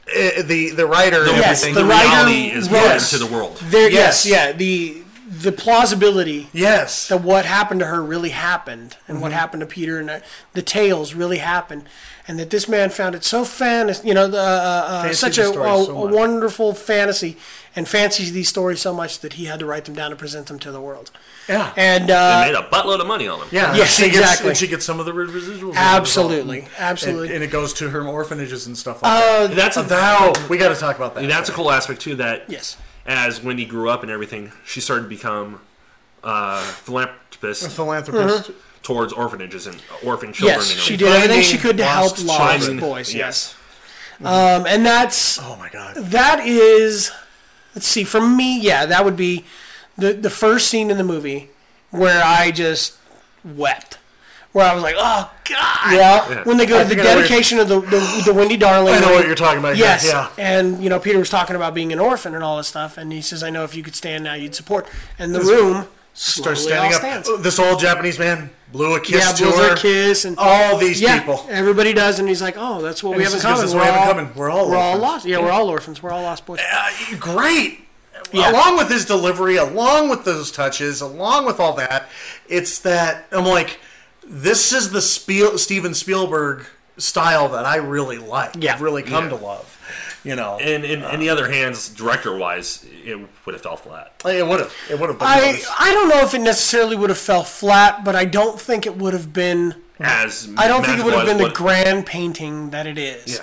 S3: uh, the the writer. and
S1: Yes,
S3: everything.
S2: Everything,
S1: the
S2: the
S1: writer
S2: reality is brought
S1: wrote-
S2: into the world.
S1: there yes,
S3: Yes.
S1: yeah the the plausibility
S3: Yes.
S1: that what happened to her really happened and what
S3: Mm-hmm.
S1: happened to Peter and the, the tales really happened and that this man found it so fan you know the, uh, uh,
S3: Fancied
S1: such
S3: the
S1: a,
S3: story
S1: a,
S3: so
S1: a
S3: much.
S1: wonderful fantasy and fancies these stories so much that he had to write them down and present them to the world
S3: Yeah.
S1: and
S2: They
S1: uh,
S2: made a buttload of money on them.
S3: yeah.
S1: Yes,
S3: she gets-
S1: exactly.
S3: and she gets some of the re- residuals.
S1: absolutely
S3: And,
S1: absolutely Uh,
S3: and it goes to her orphanages and stuff like that.
S2: And that's a
S3: Wow, we got to talk about that.
S2: and that's a cool aspect too. That
S1: Yes.
S2: as Wendy grew up and everything, she started to become uh, philanthropist
S3: philanthropist.
S1: Mm-hmm.
S2: towards orphanages and orphan children.
S1: yes
S2: and
S1: she
S2: everything.
S1: did everything she
S3: Finding
S1: could to help
S3: lost
S1: lost
S2: children.
S1: boys yes
S2: Yes.
S1: um, and that's
S3: Oh my god.
S1: that is let's see for me yeah that would be the the first scene in the movie where i just wept where i was like oh god
S3: Yeah.
S1: when they go
S3: I
S1: to the
S3: think I know what
S1: dedication of the the, the wendy darling
S3: I know what you're talking about. yeah,
S1: yes
S3: Yeah.
S1: and you know peter was talking about being an orphan and all this stuff and he says i know if you could stand now you'd support and the room
S3: Start
S1: starts
S3: standing up.
S1: stands.
S3: Oh, This old Japanese man blew a kiss
S1: yeah
S3: to
S1: blows
S3: her.
S1: her kiss and
S3: All these
S1: yeah,
S3: people.
S1: everybody does, and he's like, "Oh, that's what we
S3: he
S1: have in
S3: says, 'Cause
S1: common.
S3: that's what we have in common. We're all
S1: we're all
S3: orphans."
S1: lost. Yeah, we're all orphans. We're all lost boys."
S3: Uh, great.
S1: Yeah.
S3: Along with his delivery, along with those touches, along with all that, it's that I'm like, this is the Spiel- Steven Spielberg style that I really like.
S1: Yeah.
S3: I've really come to love. You know,
S2: And in any
S1: Uh.
S2: other hands, director wise, it would have fell flat.
S3: it would have, it would have.
S1: I I don't know if it necessarily would have fell flat, but I don't think it would have been.
S2: As
S1: Mm. I don't think it would have been the
S2: great.
S1: grand painting that it is.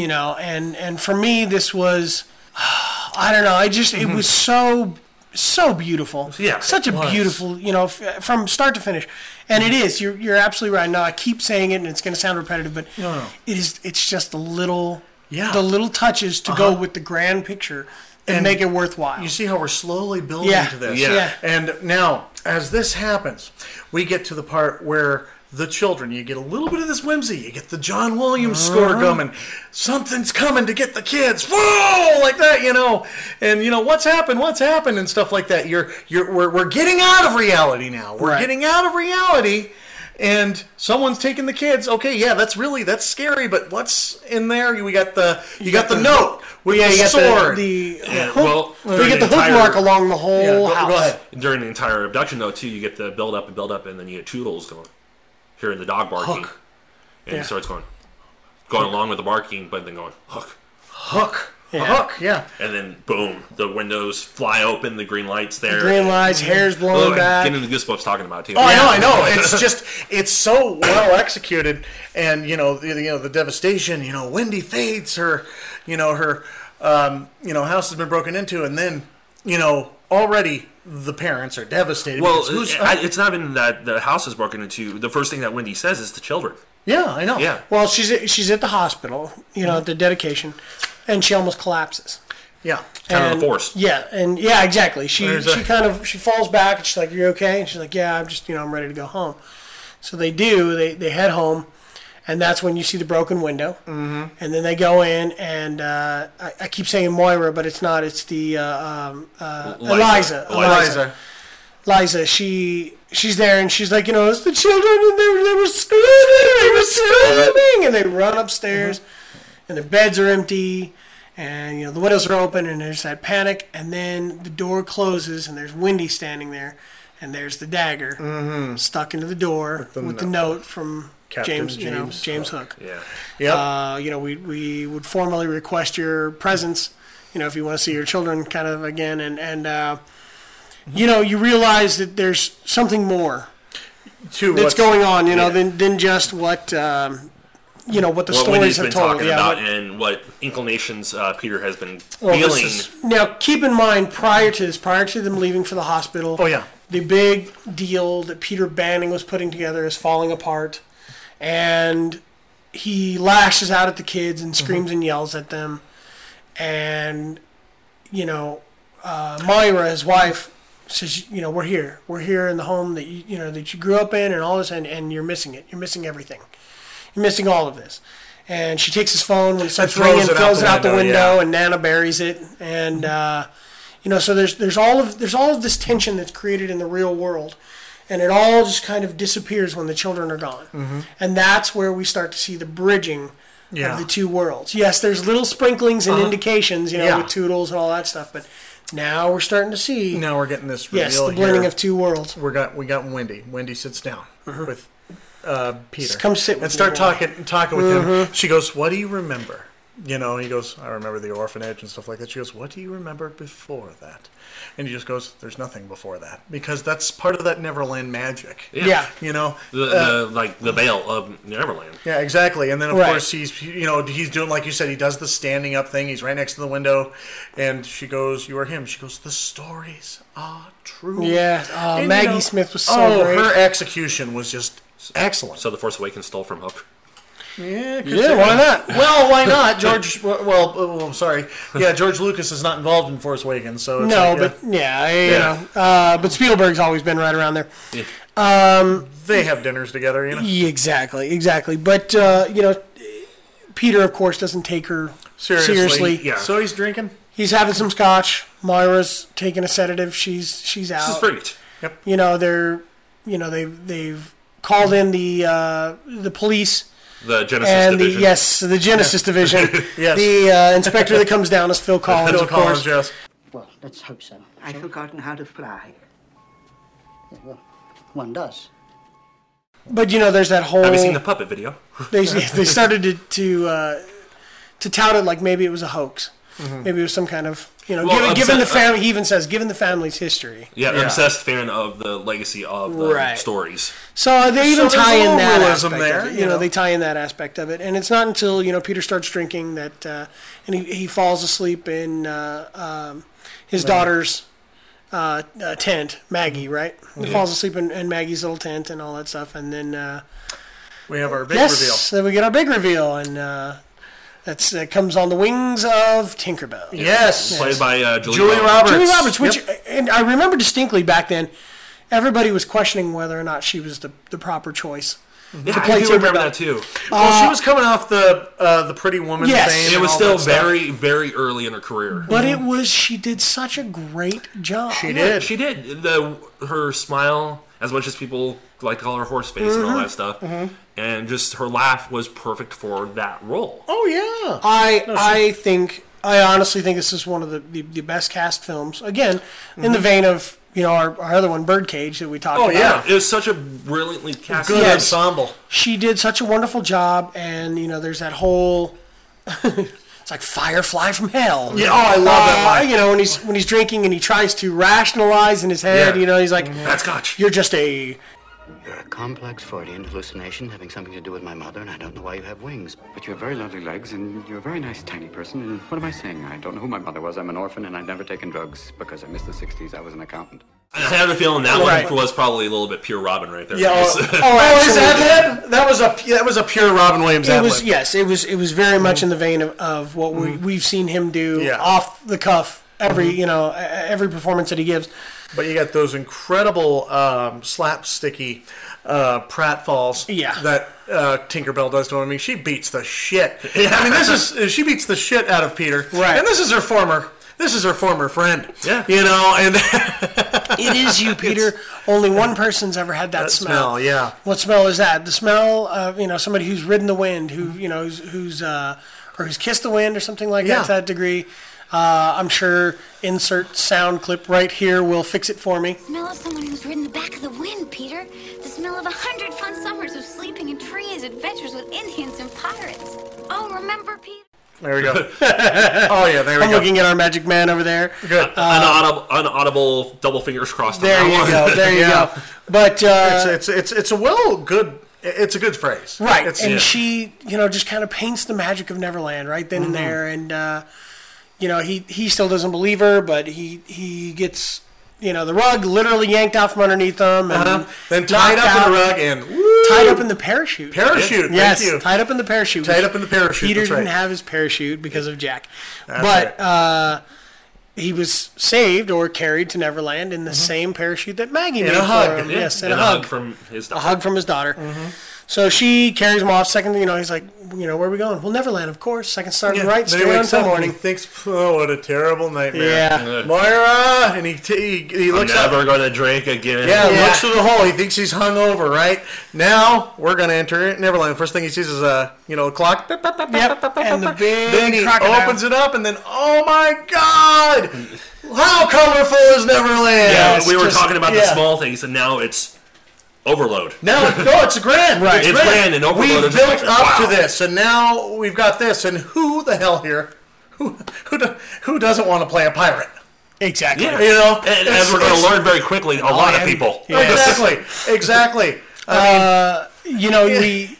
S1: You know, and and for me, this was. [SIGHS] I don't know. I just it was so so beautiful.
S2: Yeah,
S1: such a beautiful, you know, f- from start to finish. And it is. You're you're absolutely right. Now I keep saying it, and it's going to sound repetitive, but it is. It's just the little.
S3: Yeah.
S1: The little touches to go with the grand picture and,
S3: And
S1: make it worthwhile.
S3: You see how we're slowly building
S1: Yeah.
S3: to this.
S2: Yeah.
S1: Yeah.
S3: And now, as this happens, we get to the part where the children, you get a little bit of this whimsy, you get the John Williams score
S1: Uh-huh.
S3: going, something's coming to get the kids, whoa, like that, you know, and you know what's happened, what's happened, and stuff like that. You're, you're, we're, we're getting out of reality now. We're
S1: Right.
S3: getting out of reality, and someone's taking the kids. Okay, yeah, that's really that's scary, but what's in there? We got the, you, got, the, note with
S1: yeah,
S3: the
S1: you got
S3: sword.
S1: the, the
S2: Yeah,
S1: hook.
S2: well,
S1: you
S2: during
S1: get the
S2: the
S1: hook
S2: entire-
S1: mark along the whole
S3: Yeah, go-
S1: house.
S3: go ahead.
S2: during the entire abduction though too you get the build up and build up and then you get toodles going hearing the dog barking
S3: Hook.
S2: and he starts going going along with the barking but then going hook
S3: hook. Hook, yeah.
S2: and then boom the windows fly open the green lights there
S1: Green lights, hair's blowing
S2: oh,
S1: back.
S2: getting the goosebumps talking about it, too
S3: Oh, I know, I know. It's just, it's so well executed, and you know, the, you know, the devastation. You know, Wendy fades her, you know, her, um, you know, house has been broken into, and then, you know, already the parents are devastated.
S2: well
S3: because who's-
S2: I, it's not even that the house is broken into the first thing that wendy says is the children
S3: yeah, I know.
S2: yeah
S1: Well, she's at, she's at the hospital, you know, at the dedication, and she almost collapses.
S3: yeah.
S2: kind of
S1: And-
S2: forced
S1: Yeah, and yeah, exactly. She
S3: There's a-
S1: she kind of she falls back and she's like, "You're okay," and she's like, "Yeah, I'm just you know I'm ready to go home." So they do. They they head home, and that's when you see the broken window. Mm-hmm. And then they go in, and uh, I, I keep saying Moira, but it's not. It's the uh, um, uh, Eliza.
S2: Eliza.
S1: Eliza. Liza, she she's there and she's like, you know, it's the children and they, were- they were screaming, they were screaming, and they run upstairs, and the beds are empty, and you know the windows are open, and there's that panic, and then the door closes, and there's Wendy standing there, and there's the dagger stuck into the door Mm-hmm. with the, note from
S3: Captain
S1: James, you know,
S3: James
S1: James Hook.
S2: yeah
S3: Yep.
S1: Uh, you know, we, we would formally request your presence, you know, if you want to see your children kind of again. And, and uh,
S2: Mm-hmm.
S1: you know, you realize that there's something more
S3: to
S1: that's
S3: what's-
S1: going on, you know, than, than just what, um, you know, what the
S2: what
S1: stories
S2: wendy's
S1: have
S2: been
S1: told.
S2: talking about
S1: what-
S2: and what inclinations uh, peter has been
S1: well, this
S2: feeling
S1: is- now, keep in mind, prior to this, prior to them leaving for the hospital,
S3: Oh, yeah.
S1: the big deal that Peter Banning was putting together is falling apart. And he lashes out at the kids and screams
S3: Mm-hmm.
S1: and yells at them. And, you know, uh, Moira, his wife, says, you know, we're here. We're here in the home that you, you know, that you grew up in and all this, and, and you're missing it. You're missing everything. You're missing all of this. And she takes his phone when it starts
S3: throws
S1: ringing,
S3: it out
S1: throws
S3: the
S1: it out the window,
S3: window, yeah.
S1: and Nana buries it. And, uh, you know, so there's there's all of there's all of this tension that's created in the real world, and it all just kind of disappears when the children are gone, and that's where we start to see the bridging
S3: Mm-hmm. Yeah. Uh-huh.
S1: of the two worlds. Yes, there's little sprinklings and indications, you know,
S3: Yeah.
S1: with Toodles and all that stuff, but Now we're starting to see.
S3: Now we're getting this.
S1: Yes,
S3: reveal
S1: the blending
S3: here.
S1: of two worlds.
S3: We got we got Wendy. Wendy sits down with uh, Peter.
S1: Uh-huh. come sit with
S3: and
S1: me, Mm-hmm.
S3: start
S1: boy.
S3: talking talking with him. She goes, "What do you remember?" You know, he goes, "I remember the orphanage and stuff like that." She goes, "What do you remember before that?" And he just goes, "There's nothing before that because that's part of that Neverland magic."
S1: Yeah.
S3: You know,
S2: The, the like the veil of Neverland.
S3: yeah, exactly. And then of
S1: Right.
S3: course he's you know he's doing like you said he does the standing up thing. He's right next to the window, and she goes, "You are him." She goes, "The stories are true."
S1: Yeah. Oh,
S3: And, you
S1: Maggie
S3: know,
S1: Smith was so
S3: oh,
S1: great.
S3: her execution was just excellent.
S2: So the Force Awakens stole from Hook.
S3: yeah,
S1: yeah, why not?
S3: well, why not? George, well, well, oh, I'm sorry. Yeah, George Lucas is not involved in Force Awakens, so
S1: [LAUGHS]
S3: it's
S1: No,
S3: like,
S1: but
S3: yeah,
S1: yeah, I- you know. Uh, but Spielberg's always been right around there.
S3: they have dinners together, you
S1: [LAUGHS]
S3: know.
S1: Yeah, exactly, exactly. But uh, you know, Peter, of course, doesn't take her seriously.
S2: yeah.
S3: So he's drinking.
S1: He's having some scotch. Myra's taking a sedative. She's she's out.
S2: This is freaked.
S1: you know they're you know they've they've called in the uh, the police
S2: The Genesis
S1: and
S2: division.
S1: the yes the Genesis division.
S2: [LAUGHS]
S3: Yes.
S1: The uh, inspector that comes down is Phil Collins,
S3: Phil
S1: Oh, of
S3: Collins,
S1: course.
S3: yes.
S10: Well, let's hope so.
S5: I've forgotten how to fly.
S10: Yeah, well, one does.
S1: But you know there's that whole
S2: Have you seen the puppet video? [LAUGHS]
S1: they [LAUGHS] they started to to, uh, to tout it like maybe it was a hoax. Maybe it was some kind of you know
S2: Mm-hmm. Well,
S1: given,
S2: I'm
S1: given
S2: sa-
S1: the family he even says given the family's history.
S2: Yeah,
S3: Yeah.
S2: an obsessed fan of the legacy of the
S1: Right.
S2: stories.
S1: So they even
S3: there's
S1: tie
S3: a
S1: in
S3: little
S1: that
S3: realism
S1: aspect
S3: there,
S1: Of it. You,
S3: you
S1: know,
S3: know.
S1: they tie in that aspect of it, and it's not until you know Peter starts drinking that, uh, and he, he falls asleep in uh, um, his daughter's uh, uh, tent, Maggie, right? He falls asleep in, in Maggie's little tent and all that stuff, and then uh,
S3: We have our big
S1: yes, then we get our big reveal, and uh, that's that comes on the wings of Tinkerbell.
S3: reveal. Yes.
S2: Played by uh, Julie,
S3: Julie Roberts.
S2: Roberts.
S1: Julie Roberts, which uh,
S3: Yep.
S1: and I remember distinctly back then, everybody was questioning whether or not she was the, the proper choice.
S2: Mm-hmm. Yeah, I
S1: play
S2: do remember
S1: Tinkerbell.
S2: that too.
S3: well, she was coming off the uh, the Pretty Woman
S1: uh, Yes.
S3: fame.
S1: It
S2: It
S3: and
S2: was
S3: Oh, all
S2: still
S3: that stuff.
S2: very, very early in her career.
S1: But it was she did such a great job.
S3: She did.
S2: She did the her smile, as much as people like to call her horse face and all that stuff, and just her laugh was perfect for that role.
S3: oh yeah.
S1: I I think I honestly think this is one of the, the, the best cast films. Again, in the vein of you know our, our other one, Birdcage, that we talked about.
S3: Mm-hmm. Oh, yeah.
S2: Uh, it was such a brilliantly cast.
S3: Good
S1: Yes.
S3: ensemble.
S1: She did such a wonderful job, and you know there's that whole. [LAUGHS] it's like Firefly from Hell. Uh,
S3: Yeah, oh, I love that line.
S1: You know when he's when he's drinking and he tries to rationalize in his head.
S2: Yeah.
S1: You know he's like,
S2: That's scotch.
S1: "You're just a
S6: You're a complex Freudian hallucination having something to do with my mother, and I don't know why you have wings.
S5: But you have very lovely legs, and you're a very nice tiny person. And what am I saying? I don't know who my mother was. I'm an orphan, and I've never taken drugs because I missed the 60s. I was an accountant.
S2: I have a feeling that
S1: Right.
S2: one was probably a little bit pure Robin right there.
S3: Yeah. Oh,
S2: Because-
S3: oh, his ad lib. That was a that was a pure Robin Williams
S1: It
S3: ad
S1: was
S3: lib.
S1: yes, it was it was very much in the vein of, of what we we've seen him do
S3: Mm. Yeah. Mm-hmm.
S1: off the cuff every you know e- every performance that he gives.
S3: But you got those incredible um, slapsticky uh, pratfalls
S1: Yeah.
S3: that uh, Tinkerbell does to him. I mean, she beats the shit. I mean, this is she beats the shit out of Peter.
S1: Right.
S3: And this is her former. This is her former friend.
S2: Yeah.
S3: You know, and
S1: It is
S3: [LAUGHS]
S1: you, Peter. Only one person's ever had that, smell.
S3: smell, yeah.
S1: What smell is that? The smell of you know somebody who's ridden the wind, who
S3: Mm-hmm.
S1: you know who's, who's uh, or who's kissed the wind or something like that
S3: Yeah.
S1: to that degree. Uh, I'm sure insert sound clip right here will fix it for me.
S7: smell of someone who's ridden the back of the wind, Peter. The smell of a hundred fun summers of sleeping in trees, adventures with Indians and pirates. Oh, remember, Peter?
S3: there we go. [LAUGHS] Oh yeah, there we
S1: I'm
S3: go.
S1: looking at our magic man over there.
S3: Good.
S2: an audible, an audible double fingers crossed.
S1: There
S2: on
S1: you
S2: that [LAUGHS] one.
S1: go. There you
S3: [LAUGHS] Yeah.
S1: go. But uh,
S3: it's, it's it's it's a well good. It's a good phrase.
S1: Right,
S3: It's,
S1: and
S2: Yeah.
S1: she, you know, just kind of paints the magic of Neverland right then
S3: Mm-hmm.
S1: and there, and uh, you know, he he still doesn't believe her, but he he gets you know the rug literally yanked out from underneath him, and
S3: uh, then tied
S1: knocked
S3: up in
S1: out-
S3: the rug and woo,
S1: tied up in the parachute.
S3: parachute.
S1: Yes,
S3: Thank you.
S1: tied up in the parachute.
S3: Tied up in the parachute,
S1: Peter
S3: that's
S1: didn't
S3: right.
S1: have his parachute because of Jack, but uh, he was saved or carried to Neverland in the same parachute that Maggie made
S3: Mm-hmm. a
S1: for
S3: hug,
S1: him.
S2: Yeah.
S1: Yes,
S2: and a hug from his
S1: a hug from his daughter. So she carries him off. Second, you know, he's like, you know, where are we going? Well, Neverland, of course. Second start
S3: Yeah,
S1: right,
S3: then
S1: straight
S3: he
S1: on
S3: wakes
S1: till
S3: up and
S1: morning.
S3: He thinks, oh, what a terrible nightmare.
S1: Yeah.
S3: Moira, and he t- he, he
S2: I'm
S3: looks up.
S2: never going to drink again.
S3: Yeah,
S1: Yeah.
S3: looks through the hole. He thinks he's hung over. Right now, we're gonna enter it. Neverland. The first thing he sees is a you know a clock. Beep, beep, beep, beep,
S1: Yep,
S3: beep, beep,
S1: and the
S3: beep.
S1: big
S3: Then he
S1: crocodile.
S3: opens it up, and then oh my god, How colorful is Neverland?
S2: yeah,
S3: It's
S2: we were
S3: just-
S2: talking about the
S3: yeah.
S2: small things, and now it's overload.
S3: No, no, it's grand.
S2: Right. It's grand and overloaded.
S3: We've built up
S2: Wow.
S3: to this, and now we've got this. And who the hell here? Who who do, who doesn't want to play a pirate?
S1: Exactly.
S2: Yeah,
S3: You know,
S2: and
S3: it's-
S2: as we're going
S3: it's-
S2: to learn very quickly, a lot of people.
S3: Exactly. Exactly.
S1: you know, we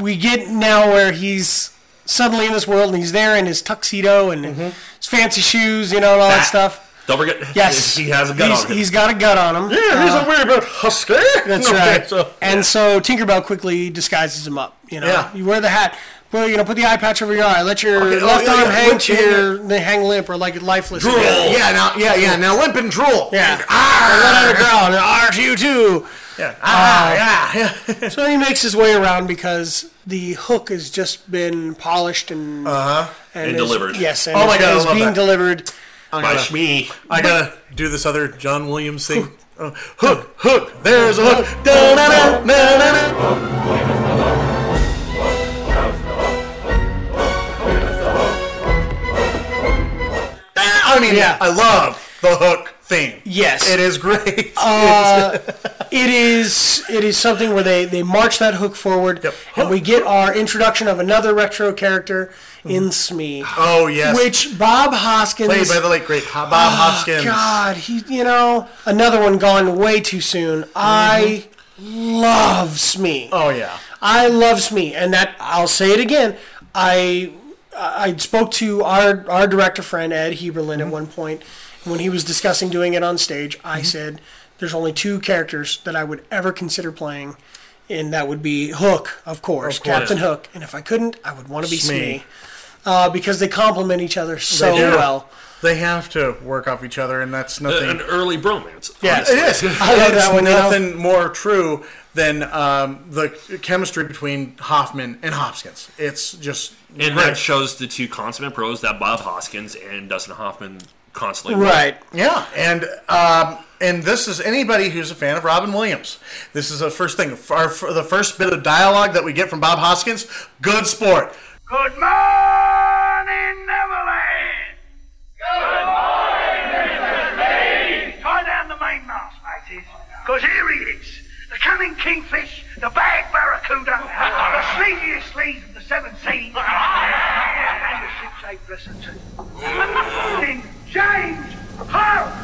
S1: we get now where he's suddenly in this world and he's there in his tuxedo and
S3: Mm-hmm.
S1: his fancy shoes, you know, and all that,
S2: That-
S1: stuff.
S2: Don't forget,
S1: Yes,
S2: [LAUGHS] he has a gun
S1: he's,
S2: on him.
S1: He's got a gun on him. Uh,
S3: Yeah, he's a weird about husky.
S1: That's
S3: Okay,
S1: right.
S3: [LAUGHS] so-
S1: and so Tinkerbell quickly disguises him up. You know,
S3: Yeah.
S1: you wear the hat. Well, you know, put the eye patch over your eye. Let your
S3: Okay, oh,
S1: left
S3: yeah,
S1: arm
S3: yeah,
S1: hang
S3: yeah,
S1: to
S3: yeah,
S1: your they hang limp or like lifeless.
S2: Drool.
S3: yeah, now, yeah, yeah. Now limp and drool. [LAUGHS]
S1: Yeah.
S3: Arr!
S1: Let out a growl. and R to you too.
S3: Yeah. Ah, yeah.
S1: [LAUGHS] So he makes his way around because the hook has just been polished and and,
S2: And
S1: is-
S2: delivered.
S1: Yes, and
S3: Uh-huh. Oh my God, I
S1: is
S3: love
S1: being
S3: that.
S1: delivered.
S2: By Shmi.
S3: I gotta do this other John Williams thing. Uh, hook, hook, there's a hook. Da-na-na-na-na-na. Ah, I mean,
S1: Yeah.
S3: I love the hook theme.
S1: Yes.
S3: It is great. [LAUGHS] Uh,
S1: It is it is something where they they march that hook forward,
S3: Yep.
S1: and we get our introduction of another retro character in Smee,
S3: oh, yes.
S1: which Bob Hoskins
S3: Played by the late, great Bob Hoskins.
S1: God, he you know another one gone way too soon. I love Smee.
S3: Mm-hmm. Oh, yeah.
S1: I love Smee, and that I'll say it again. I I spoke to our our director friend Ed Heberlin at one point when he was discussing doing it on stage. I said, "There's only two characters that I would ever consider playing." And that would be Hook, of course, Captain Hook. And if I couldn't, I would want to be Smee,
S3: Smee.
S1: Uh, because they complement each other so
S3: do.
S1: well.
S3: They have to work off each other, Uh, and that's nothing.
S2: An early bromance.
S1: Yeah.
S2: honestly. [LAUGHS]
S3: It
S1: [LAUGHS]
S3: is.
S1: I love
S3: It's
S1: that one, you know?
S3: Nothing more true than um, the chemistry between Hoffman and Hopkins. It's just
S2: And
S3: great.
S2: that shows the two consummate pros that Bob Hoskins and Dustin Hoffman constantly were.
S1: Right.
S3: Yeah, and um, and this is anybody who's a fan of Robin Williams. This is the first thing. Our, the first bit of dialogue that we get from Bob Hoskins. Good sport.
S11: Good morning, Neverland. Good morning, Neverland. Tie down the mainmast, matey, 'cause here he is. The cunning kingfish, the bag barracuda, the sleaziest sleaze of the seven seas, and the ship's eight blessed. Morning, James Hope.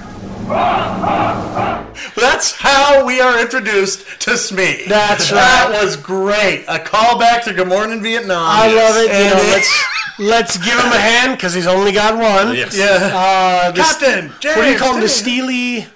S3: That's how we are introduced to Smee.
S1: That's
S3: That was great. A callback to Good Morning Vietnam.
S1: I love it. You
S3: And
S1: know, [LAUGHS] let's let's give him a hand because he's only got one.
S3: [LAUGHS]
S2: Yes.
S3: yeah.
S1: [LAUGHS] Uh, the-
S3: Captain. James,
S1: what do you call him? The
S3: James.
S1: Steely.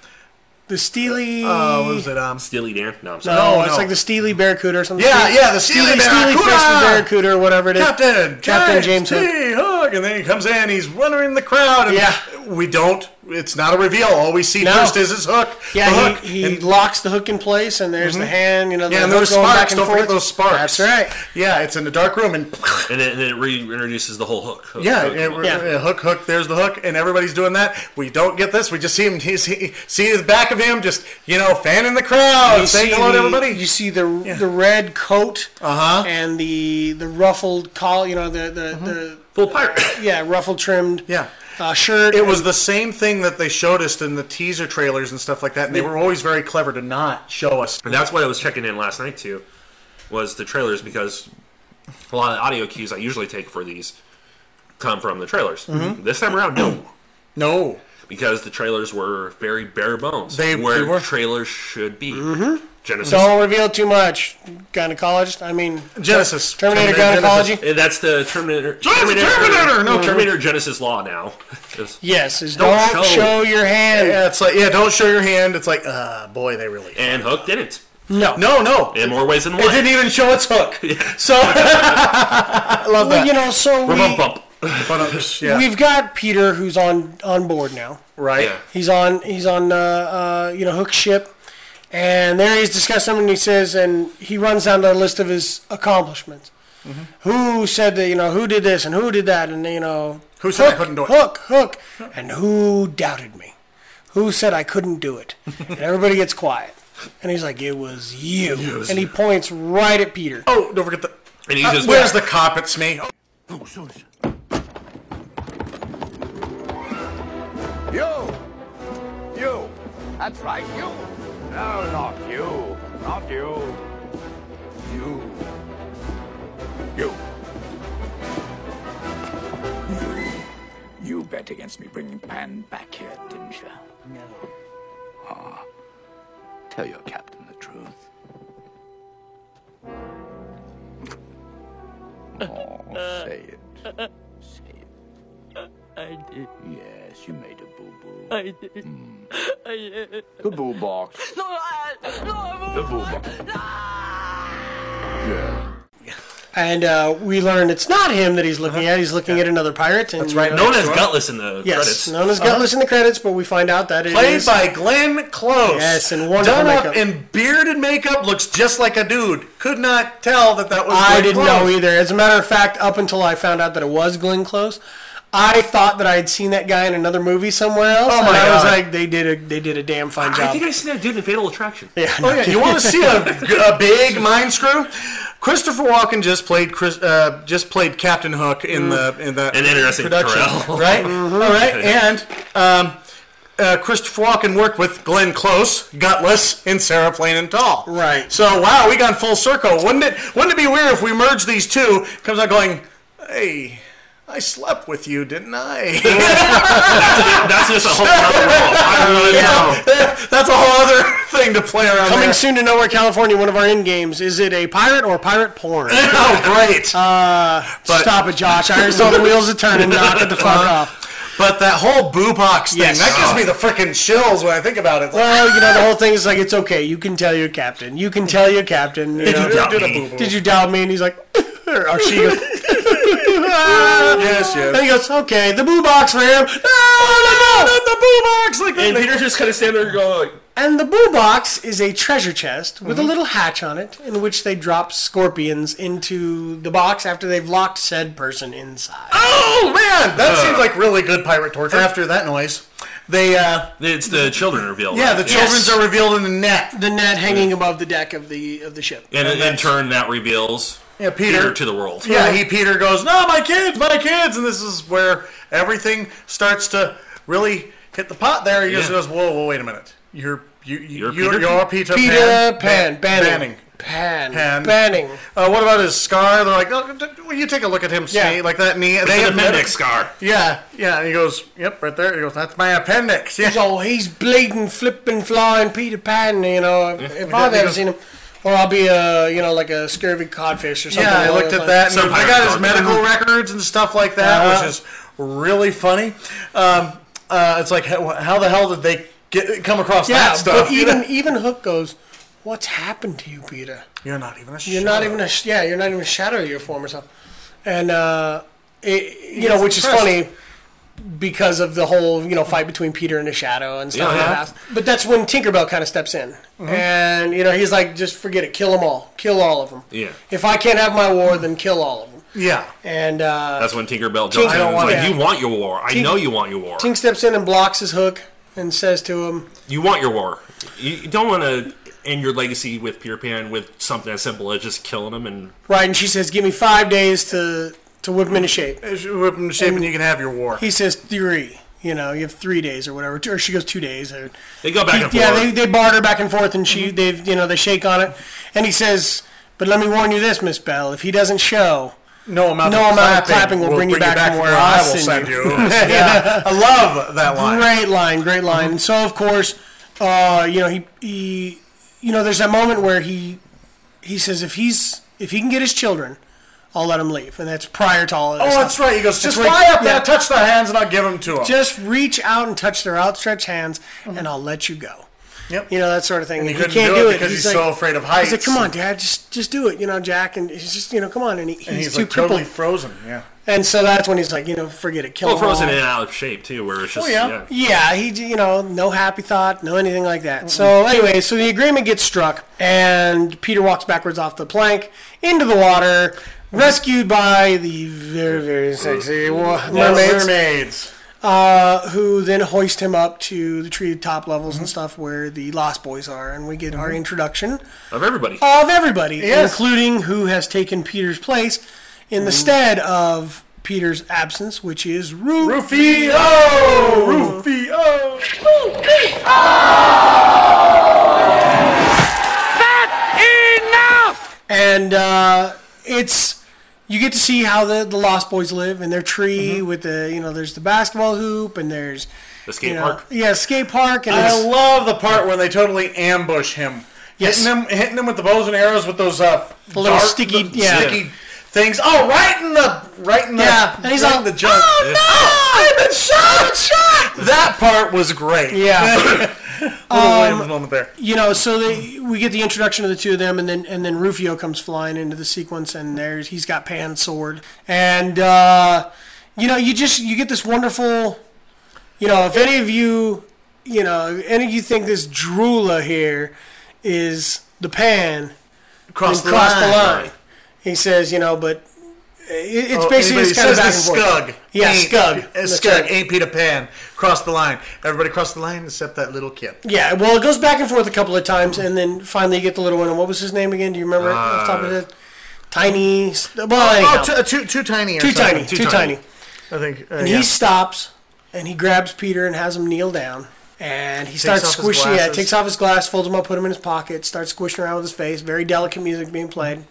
S1: The Steely.
S3: Oh, what was it? Um,
S2: Steely Dan. No, I'm sorry.
S1: no,
S3: no,
S1: it's
S3: Oh, no.
S1: like the Steely Barracuda or something.
S3: Yeah, yeah, the Steely
S1: Steely
S3: Barracuda.
S1: Fist and Barracuda or whatever it is.
S3: Captain,
S1: Captain James
S3: T.
S1: Hook.
S3: Hook, and then he comes in. He's running in the crowd. And
S1: Yeah.
S3: we don't. It's not a reveal. All we see
S1: No.
S3: first is his hook. the
S1: Yeah,
S3: hook.
S1: he, he
S3: and, Mm-hmm.
S1: locks the hook in place, and there's the hand. You know, the
S3: yeah, and
S1: hook
S3: those
S1: going back
S3: sparks.
S1: and
S3: Don't forget
S1: forth.
S3: those sparks.
S1: That's right.
S3: Yeah, it's in the dark room, and
S2: And it, and it reintroduces the whole hook. hook
S3: yeah,
S2: hook.
S3: it-
S1: Yeah.
S3: uh, hook, hook. There's the hook, and everybody's doing that. We don't get this. We just see him. [LAUGHS] He see, see the back of him, just you know, fanning the crowd, saying hello
S1: the,
S3: to everybody.
S1: You see the the red coat uh-huh. and the the ruffled collar. You know, the the, the
S2: Full pirate.
S1: yeah ruffle trimmed
S3: Mm-hmm. [COUGHS] yeah.
S1: uh, shirt.
S3: It was the same thing that they showed us in the teaser trailers and stuff like that, and they were always very clever to not show us.
S2: And that's what I was checking in last night too, was the trailers because a lot of the audio cues I usually take for these come from the trailers.
S3: Mm-hmm.
S2: This time around, no,
S3: No.
S2: because the trailers were very bare bones.
S3: They-
S2: where
S3: they were. Mm-hmm.
S2: trailers should be. Genesis.
S1: Don't reveal too much. Gynecologist. I mean,
S3: Genesis.
S1: Terminator,
S3: Terminator
S1: gynecology.
S2: And That's the Terminator.
S3: Terminator! No,
S2: Terminator Genesis law now. [LAUGHS]
S1: Yes, is
S2: Don't
S1: don't,
S2: show.
S1: show. your hand.
S3: Yeah, it's like, yeah, don't show your hand. It's like, uh, boy, they really.
S2: and Hook didn't
S1: No,
S3: No, no.
S2: in more ways than one.
S3: It didn't even show its hook. [LAUGHS] So, I love
S1: Well,
S3: that.
S1: you know, so we,
S2: Bump, bump.
S3: But, uh, yeah.
S1: we've got Peter who's on on board now.
S3: Right?
S2: Yeah.
S1: He's on he's on uh, uh, you know Hook ship, and there he's discussing and he says, and he runs down the list of his accomplishments.
S3: Mm-hmm.
S1: Who said that? You know, who did this and who did that, and you know,
S3: Who said I couldn't do it?
S1: Hook, hook, and who doubted me? Who said I couldn't do it? and everybody gets quiet, and he's like, "It was you," and he points right at Peter.
S3: Oh, don't forget the.
S2: And he
S3: Uh,
S2: just
S3: where's the cop? It's me. Oh,
S11: Yo,
S12: That's right, you. No, not you. Not you. You. You. You. You bet against me bringing Pan back here, didn't you? No. Ah. Tell your captain the truth. Oh, say it.
S13: I did.
S12: Yes, you made a boo-boo.
S13: I did. I did.
S12: The boo box.
S13: No, I, no, I'm
S12: The boo box. Yeah.
S1: And uh, we learned it's not him that he's looking
S3: Uh-huh.
S1: at. He's looking at another pirate. And,
S4: That's right.
S1: uh,
S4: Known as Gutless in the
S1: yes,
S4: credits.
S1: known as Gutless in the credits, but we find out that it
S3: Uh-huh. Played
S1: is-
S3: by Glenn Close.
S1: Yes, and wonderful
S3: Done
S1: makeup.
S3: up in beard and makeup, looks just like a dude. Could not tell that that was.
S1: I
S3: Glenn
S1: didn't
S3: Close.
S1: know either. As a matter of fact, up until I found out that it was Glenn Close, I thought that I had seen that guy in another movie somewhere else.
S3: Oh
S1: and
S3: my
S1: I was
S3: God.
S1: like, they did a they did a damn fine job.
S2: I think I seen that dude in Fatal Attraction.
S1: Yeah.
S3: Oh yeah, you want to see a, a big mind screw? Christopher Walken just played Chris, uh, just played Captain Hook in the in that
S2: An interesting
S3: production, [LAUGHS]
S2: Carell.
S3: right?
S2: Mhm.
S3: All right, and um, uh, Christopher Walken worked with Glenn Close, Gutless, and Sarah Plain and Tall. Right. So wow, we gone full circle. Wouldn't it? Wouldn't it be weird if we merged these two? Comes out going, hey. I slept with you, didn't I?
S2: [LAUGHS]
S3: [LAUGHS]
S2: that's, just a whole other world. I really
S3: know. [LAUGHS] That's a whole other thing to play
S1: [LAUGHS]
S3: around.
S1: Coming
S3: there.
S1: soon to Nowhere, California, one of our end games. Is it a pirate or pirate porn?
S3: [LAUGHS] oh, great.
S1: Uh, stop it, Josh. I already saw the wheels a turning. Knock it the fuck off.
S3: But that whole boo box thing,
S1: Yes.
S3: that gives me the freaking chills when I think about it. It's like,
S1: Well, you know, the whole thing is like, it's okay. You can tell your captain. You can tell your captain. You
S3: Did
S1: know,
S3: you doubt [LAUGHS] me?
S1: Did you doubt me? And he's like, [LAUGHS] or she
S3: [LAUGHS]
S1: goes, [LAUGHS]
S3: yes, yes.
S1: And he goes, okay, the boo box for him. [LAUGHS]
S3: Oh, no, no, not the boo box. Like,
S2: And Peter's just kind of standing there going, like,
S1: And the boo box is a treasure chest with
S3: Mm-hmm.
S1: a little hatch on it in which they drop scorpions into the box after they've locked said person inside.
S3: oh, man, that seems like really good pirate torture. After that noise, they, uh,
S2: it's the children reveal.
S3: yeah,
S2: right?
S3: the children's are revealed in the net.
S1: The net hanging above the deck of the of the ship.
S2: And in- in turn, that reveals
S3: Yeah, Peter.
S2: to the world.
S3: Yeah, he, Peter goes, no, my kids, my kids. And this is where everything starts to really hit the pot there. He just
S2: Yeah.
S3: goes, whoa, whoa, wait a minute. You're, you, you,
S2: You're
S3: you're, you're,
S2: Peter?
S3: Peter,
S1: Peter
S3: Pan.
S1: Pan, Banning.
S3: Banning.
S1: Pan.
S3: Pan.
S1: Banning.
S3: Uh, what about his scar? They're like, oh, d- will you take a look at him,
S1: Yeah.
S3: yeah. like that knee.
S2: It's an appendix scar.
S3: Yeah, yeah. And he goes, yep, right there. He goes, that's my appendix. [LAUGHS] Yeah.
S1: He's all, he's bleeding, flipping, flying Peter Pan, you know. If, if I've ever seen him, or I'll be a, you know, like a scurvy codfish or something.
S3: yeah, I
S1: along
S3: looked
S1: those
S3: at that.
S1: lines.
S3: And
S2: Some
S3: I got his
S2: pirate
S3: medical
S2: dog.
S3: records and stuff like that,
S1: Uh-huh.
S3: which is really funny. Um, uh, it's like, how, how the hell did they get come across
S1: Yeah,
S3: that stuff?
S1: but
S3: you
S1: even
S3: know?
S1: even Hook goes, "What's happened to you, Peter?
S3: you're not even a.
S1: You're not even a sh- yeah, you're not even a shadow of your former self." And uh, it, you know,
S3: gets
S1: which is
S3: impressed.
S1: funny because of the whole you know fight between Peter and the Shadow and stuff
S2: Yeah,
S1: like
S2: yeah. Mm-hmm.
S1: that. But that's when Tinkerbell kind of steps in, and you know he's like, "Just forget it, kill them all, kill all of them.
S2: Yeah.
S1: If I can't have my war, then kill all of them."
S3: Yeah.
S1: And uh,
S2: That's when Tinkerbell jumps in
S1: I
S2: and
S1: don't
S2: is
S1: want
S2: like,
S1: that.
S2: you want your war. I know you want your war.
S1: Tink steps in and blocks his hook and says to him,
S2: you want your war. You you don't want to end your legacy with Peter Pan with something as simple as just killing him and
S1: "Right," and she says, "Give me five days to to whip him into shape."
S3: Whip him to shape, and you can have your war.
S1: He says three. You know, you have three days or whatever. Or she goes two days. Or,
S2: they go back and forth.
S1: yeah, they, they barter back and forth, and she they you know they shake on it, and he says, "But let me warn you this, Miss Bell. If he doesn't show,
S3: No amount,
S1: No
S3: of,
S1: amount of clapping
S3: clapping
S1: will bring you back from where I
S3: will
S1: send
S3: send
S1: you.
S3: you. [LAUGHS] yeah, I love that line.
S1: great line, great line." And so of course, uh, you know he he you know there's that moment where he he says if he's if he can get his children, I'll let him leave, and that's prior to all of
S3: Oh,
S1: this
S3: that's
S1: stuff.
S3: right. He goes, just
S1: right.
S3: fly up
S1: Yeah.
S3: there, touch their hands, and I'll give them to him.
S1: Just reach out and touch their outstretched hands, and I'll let you go.
S3: Mm-hmm. Yep.
S1: You know that sort of thing.
S3: And he
S1: If
S3: couldn't do it because he's so afraid of
S1: He's
S3: heights.
S1: like, "Come on, Dad, just just do it." You know, Jack, and he's just, you know, come on, and, he, he's,
S3: and he's,
S1: too
S3: like
S1: crippled.
S3: totally frozen. Yeah.
S1: And so that's when he's like, you know, forget it, kill
S2: well,
S1: him
S2: Oh, frozen in
S1: all.
S2: and out of shape too, where it's just
S3: yeah.
S2: yeah.
S1: Oh. Yeah, he, you know, no happy thought, no anything like that. So anyway, so the agreement gets struck, and Peter walks backwards off the plank into the water, rescued by the very very sexy wa- mermaids.
S3: Mermaids.
S1: uh, who then hoist him up to the tree top levels and stuff where the Lost Boys are, and we get our introduction
S2: of everybody.
S1: Oh, of everybody,
S3: Mm-hmm. Yes. Mm-hmm.
S1: including who has taken Peter's place in the stead of Peter's absence, which is
S3: Rufio!
S1: Rufio! and uh, it's you get to see how the, the Lost Boys live in their tree
S3: Mm-hmm.
S1: with the you know there's the basketball hoop and there's
S2: The skate
S1: you know,
S2: park.
S1: yeah skate park and
S3: I
S1: it's-
S3: love the part when they totally ambush him.
S1: Yes.
S3: Hitting him, hitting him with the bows and arrows with those uh,
S1: The little sticky-
S3: the
S1: yeah.
S3: sticky things. Oh, right in the, right in the,
S1: Yeah, and he's
S3: right
S1: all,
S3: in the junk.
S1: Oh no! I've been shot! Shot!
S3: That part was great.
S1: Yeah.
S3: [LAUGHS] Little
S1: Um,
S3: Williams moment there.
S1: you know, so they we get the introduction of the two of them, and then and then Rufio comes flying into the sequence, and there's he's got Pan's sword, and uh, you know, you just you get this wonderful, you know, if any of you, you know, if any of you think this Drula here is the Pan,
S3: Cross
S1: then
S3: the line.
S1: He says, you know, but it, it's
S3: Oh,
S1: basically
S3: anybody
S1: it's kind of
S3: says
S1: back
S3: it's
S1: and forth.
S3: Scug.
S1: Yeah,
S3: Ain't-
S1: Scug.
S3: uh,
S1: That's
S3: Scug
S1: right.
S3: ain't Peter Pan. Cross the line. Everybody cross the line except that little kid.
S1: Yeah, well, it goes back and forth a couple of times, and then finally you get the little one. And what was his name again? Do you remember it off the top of his head? Tiny. s- Well, anyhow.
S3: Uh, Oh, too, uh, too, too tiny. or
S1: Too
S3: something.
S1: tiny, too tiny.
S3: I think. uh,
S1: and
S3: yeah.
S1: he stops, and he grabs Peter and has him kneel down, and he
S3: Takes
S1: starts
S3: off his
S1: squishing. Yeah,
S3: glasses.
S1: takes off his glass, folds them up, put them in his pocket, starts squishing around with his face. Very delicate music being played.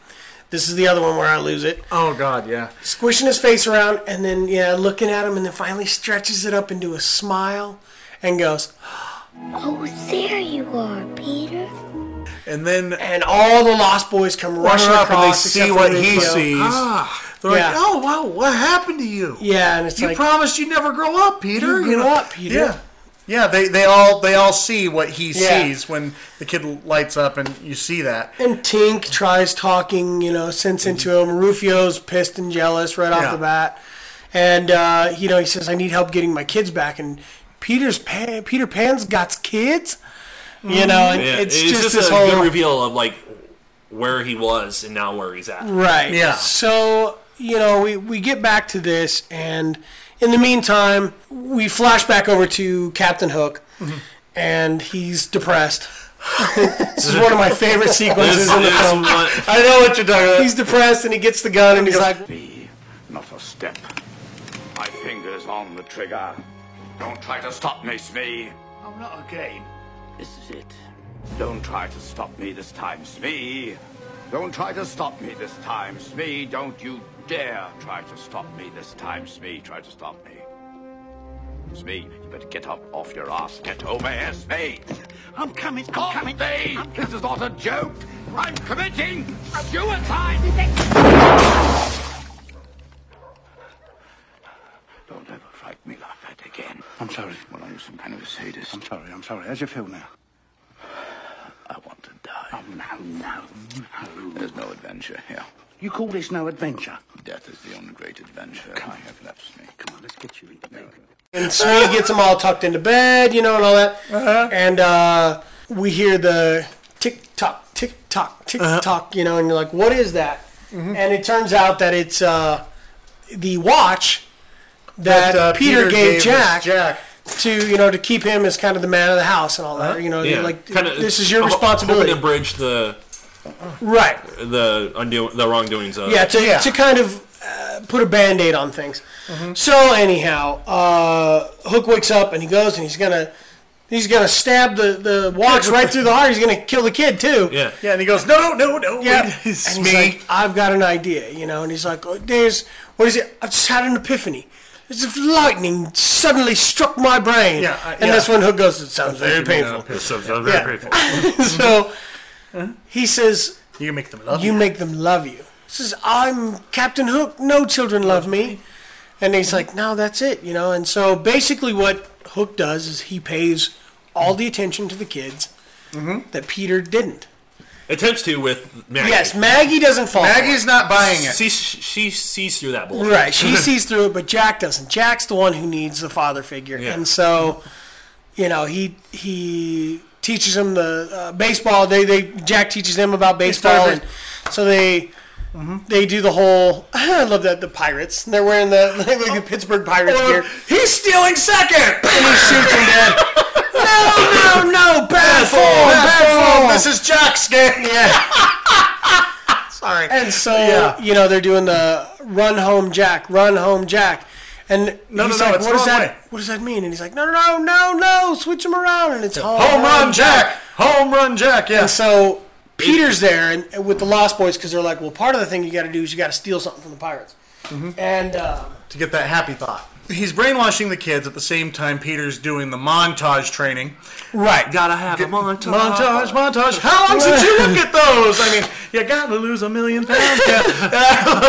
S1: This is the other one where I lose it.
S3: Oh God, yeah.
S1: Squishing his face around, and then yeah, looking at him, and then finally stretches it up into a smile, and goes.
S9: Oh, there you are, Peter.
S3: And then
S1: and all the Lost Boys come rushing
S3: up and they
S1: across.
S3: see
S1: except for
S3: what
S1: Rufio.
S3: he sees. They're
S1: Yeah.
S3: like, oh wow, what happened to you?
S1: Yeah, and it's
S3: you
S1: like-
S3: promised you'd never grow up, Peter.
S1: You grew
S3: know?
S1: up, Peter.
S3: Yeah, yeah. They they all they all see what he
S1: Yeah.
S3: sees when the kid lights up and you see that.
S1: And Tink tries talking, you know, sense into him. Rufio's pissed and jealous right off
S3: Yeah.
S1: the bat, and uh, you know he says, "I need help getting my kids back." And Peter's Pan, Peter Pan's got kids,
S3: Mm-hmm.
S1: you know, and
S2: Yeah,
S1: it's, just,
S2: just
S1: this
S2: a
S1: whole
S2: good reveal of like where he was and now where he's at.
S1: Right. So, you know, we, we get back to this, and in the meantime, we flash back over to Captain Hook, and he's depressed. [LAUGHS] this is one of my [LAUGHS] favorite sequences in the
S2: This is
S1: film.
S2: what-
S3: I know what you're talking about.
S1: He's depressed, and he gets the gun, and he's like,
S12: Be not a step. My finger's on the trigger. Don't try to stop me, Smee. Oh, not again. This is it. Don't try to stop me this time, Smee. Don't try to stop me this time, Smee. Don't you dare try to stop me this time, Smee. Try to stop me. Smee, you better get up off your ass. Get over here, Smee. I'm coming. I'm coming. Smee. This is not a joke. I'm committing suicide. Don't ever frighten me like that again. I'm sorry. Well, I'm some kind of a sadist. I'm sorry, I'm sorry. How's you feel now? I want to die. Oh, no, no, no. There's no adventure here.
S6: You call this no adventure?
S12: Death is the only great adventure I have left me. Come on, let's get you into bed.
S1: and Smee gets them all tucked into bed, you know, and all that. And uh, we hear the tick tock, tick tock, tick tock, you know, and you're like, what is that? And it turns out that it's uh, the watch that,
S3: uh,
S1: Peter, gave,
S3: us
S1: Jack,
S3: Jack.
S1: to, you know, to keep him as kind of the man of the house and all that. You know, like this is your
S2: I'm
S1: responsibility,
S2: Hoping to bridge the
S1: right?
S2: the undo the wrongdoings of
S1: yeah, to, to kind of uh, put a band aid on things.
S3: Mm-hmm.
S1: So anyhow, uh, Hook wakes up and he goes and he's gonna he's gonna stab the the watch right through the heart. He's gonna kill the kid too.
S2: yeah.
S3: Yeah, and he goes, no, no, no.
S1: Yeah,
S3: wait,
S1: and
S3: it's
S1: he's
S3: me.
S1: like, I've got an idea, you know, and he's like, oh, "There's what is it? I just had an epiphany. As if lightning suddenly struck my brain."
S3: Yeah, I-
S1: and
S3: yeah.
S1: that's when Hook goes, "It sounds very painful."
S2: It's so- so very
S1: Yeah.
S2: grateful.
S1: [LAUGHS] so
S3: Mm-hmm.
S1: he says,
S3: you can make them love
S1: you make them love you. Says I'm Captain Hook. No children love me. And he's like, no, that's it, you know. And so basically, what Hook does is he pays all the attention to the kids that Peter didn't.
S2: Attempts to with Maggie.
S1: Yes, Maggie doesn't fall. for it.
S3: Maggie's not buying it.
S2: She, she sees through that bullshit.
S1: Right, [LAUGHS] she sees through it, but Jack doesn't. Jack's the one who needs the father figure,
S2: Yeah.
S1: and so, you know, he he teaches him the uh, baseball. They they Jack teaches him about baseball,
S3: started-
S1: and so they they do the whole. [LAUGHS] I love that the pirates. They're wearing the [LAUGHS] like, the Pittsburgh Pirates gear.
S3: He's stealing second.
S1: And he shoots him
S3: [LAUGHS]
S1: dead. [LAUGHS] no, no, no! Bad form,
S3: Bad form.
S1: bad form.
S3: This is Jack's game.
S1: Yeah.
S3: [LAUGHS] Sorry.
S1: And so
S3: [LAUGHS] Yeah.
S1: you know they're doing the run home Jack, run home Jack, and
S3: No, no,
S1: he's
S3: no,
S1: like,
S3: it's
S1: what does
S3: wrong
S1: that?
S3: way.
S1: What does that mean? And he's like, no, no, no, no, no, switch him around, and it's home,
S3: Home run, Jack. Home run, Jack. Yeah.
S1: And so Peter's there and, and with the Lost Boys because they're like, well, part of the thing you got to do is you got to steal something from the pirates,
S3: Mm-hmm.
S1: and
S3: [LAUGHS]
S1: uh,
S3: to get that happy thought. He's brainwashing the kids at the same time Peter's doing the montage training.
S1: Right.
S2: Gotta have a montage.
S3: Montage, montage. How long since you look at those? I mean, you gotta lose a million [LAUGHS] pounds. Yeah.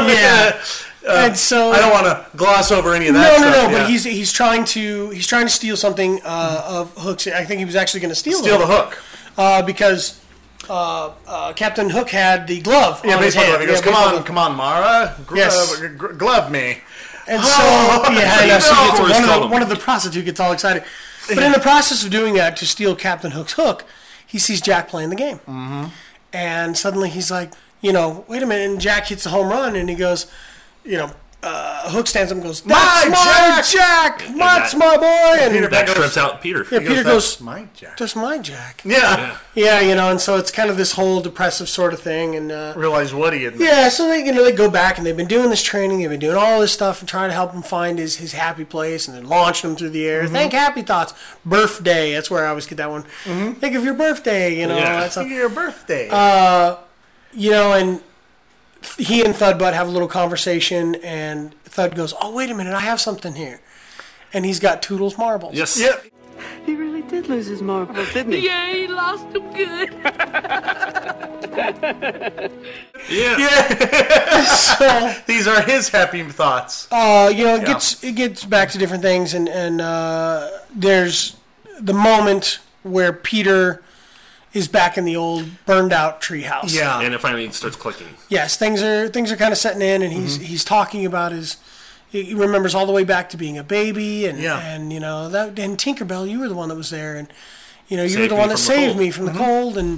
S1: Yeah.
S3: Uh,
S1: And so-
S3: I don't want to gloss over any of
S1: no,
S3: that.
S1: no, no,
S3: stuff. Yeah.
S1: but he's he's trying to he's trying to steal something uh, of Hook's. I think he was actually going to steal
S3: Steal the
S1: uh, because uh, uh, Captain Hook had the glove.
S3: Yeah,
S1: on his hand.
S3: baseball glove. He goes,
S1: Yeah,
S3: "Come
S1: baseball
S3: on,
S1: glove."
S3: come on, Mara, gr-
S1: Yes.
S3: uh, gr- glove me."
S1: And so,
S3: [LAUGHS] Oh,
S1: yeah, I
S3: you
S1: know, so
S3: know.
S1: he gets-
S3: Always
S1: one, of
S3: told
S1: the,
S3: him.
S1: one of the prostitutes gets all excited. But in the process of doing that, to steal Captain Hook's hook, he sees Jack playing the game. Mm-hmm. And suddenly he's like, you know, wait a minute. And Jack hits the home run and he goes, you know, uh, Hook stands up and goes,
S3: My
S1: That's my, Jack!
S3: Jack!"
S1: That's
S2: that-
S1: my boy! And
S2: Peter that trips out Peter. [LAUGHS]
S1: Yeah,
S2: He
S1: Peter
S3: "That's
S1: goes,
S3: my Jack.
S1: That's my Jack.
S3: Yeah.
S1: Yeah, you know, and so it's kind of this whole depressive sort of thing. And uh,
S3: Realize what he had.
S1: yeah, so they you know they go back and they've been doing this training, they've been doing all this stuff and trying to help him find his, his happy place and then launching him through the air.
S3: Mhm.
S1: Think happy thoughts. Birthday, that's where I always get that one. Think of your birthday, you know, all that stuff.
S3: your birthday.
S1: Uh, you know, and th- he and Thudbutt have a little conversation and Thud goes, Oh wait a minute, I have something here. And he's got Toodles marbles.
S2: Yes.
S3: Yep.
S13: He really did lose his marbles, didn't he? Yeah, he lost them good.
S2: Yeah.
S1: so,
S3: These are his happy thoughts.
S1: Uh, you know, it
S3: Yeah.
S1: gets it gets back to different things, and and uh, there's the moment where Peter is back in the old burned out treehouse.
S2: And it finally starts clicking.
S1: Yes, things are things are kind of setting in, and he's
S3: Mm-hmm.
S1: he's talking about his. He he remembers all the way back to being a baby, and
S3: Yeah.
S1: and you know that and Tinkerbell, you were the one that was there, and you know you were
S3: Saved
S1: the
S3: me
S1: one that
S3: from the
S1: saved
S3: cold. Mm-hmm.
S1: me from the cold, and,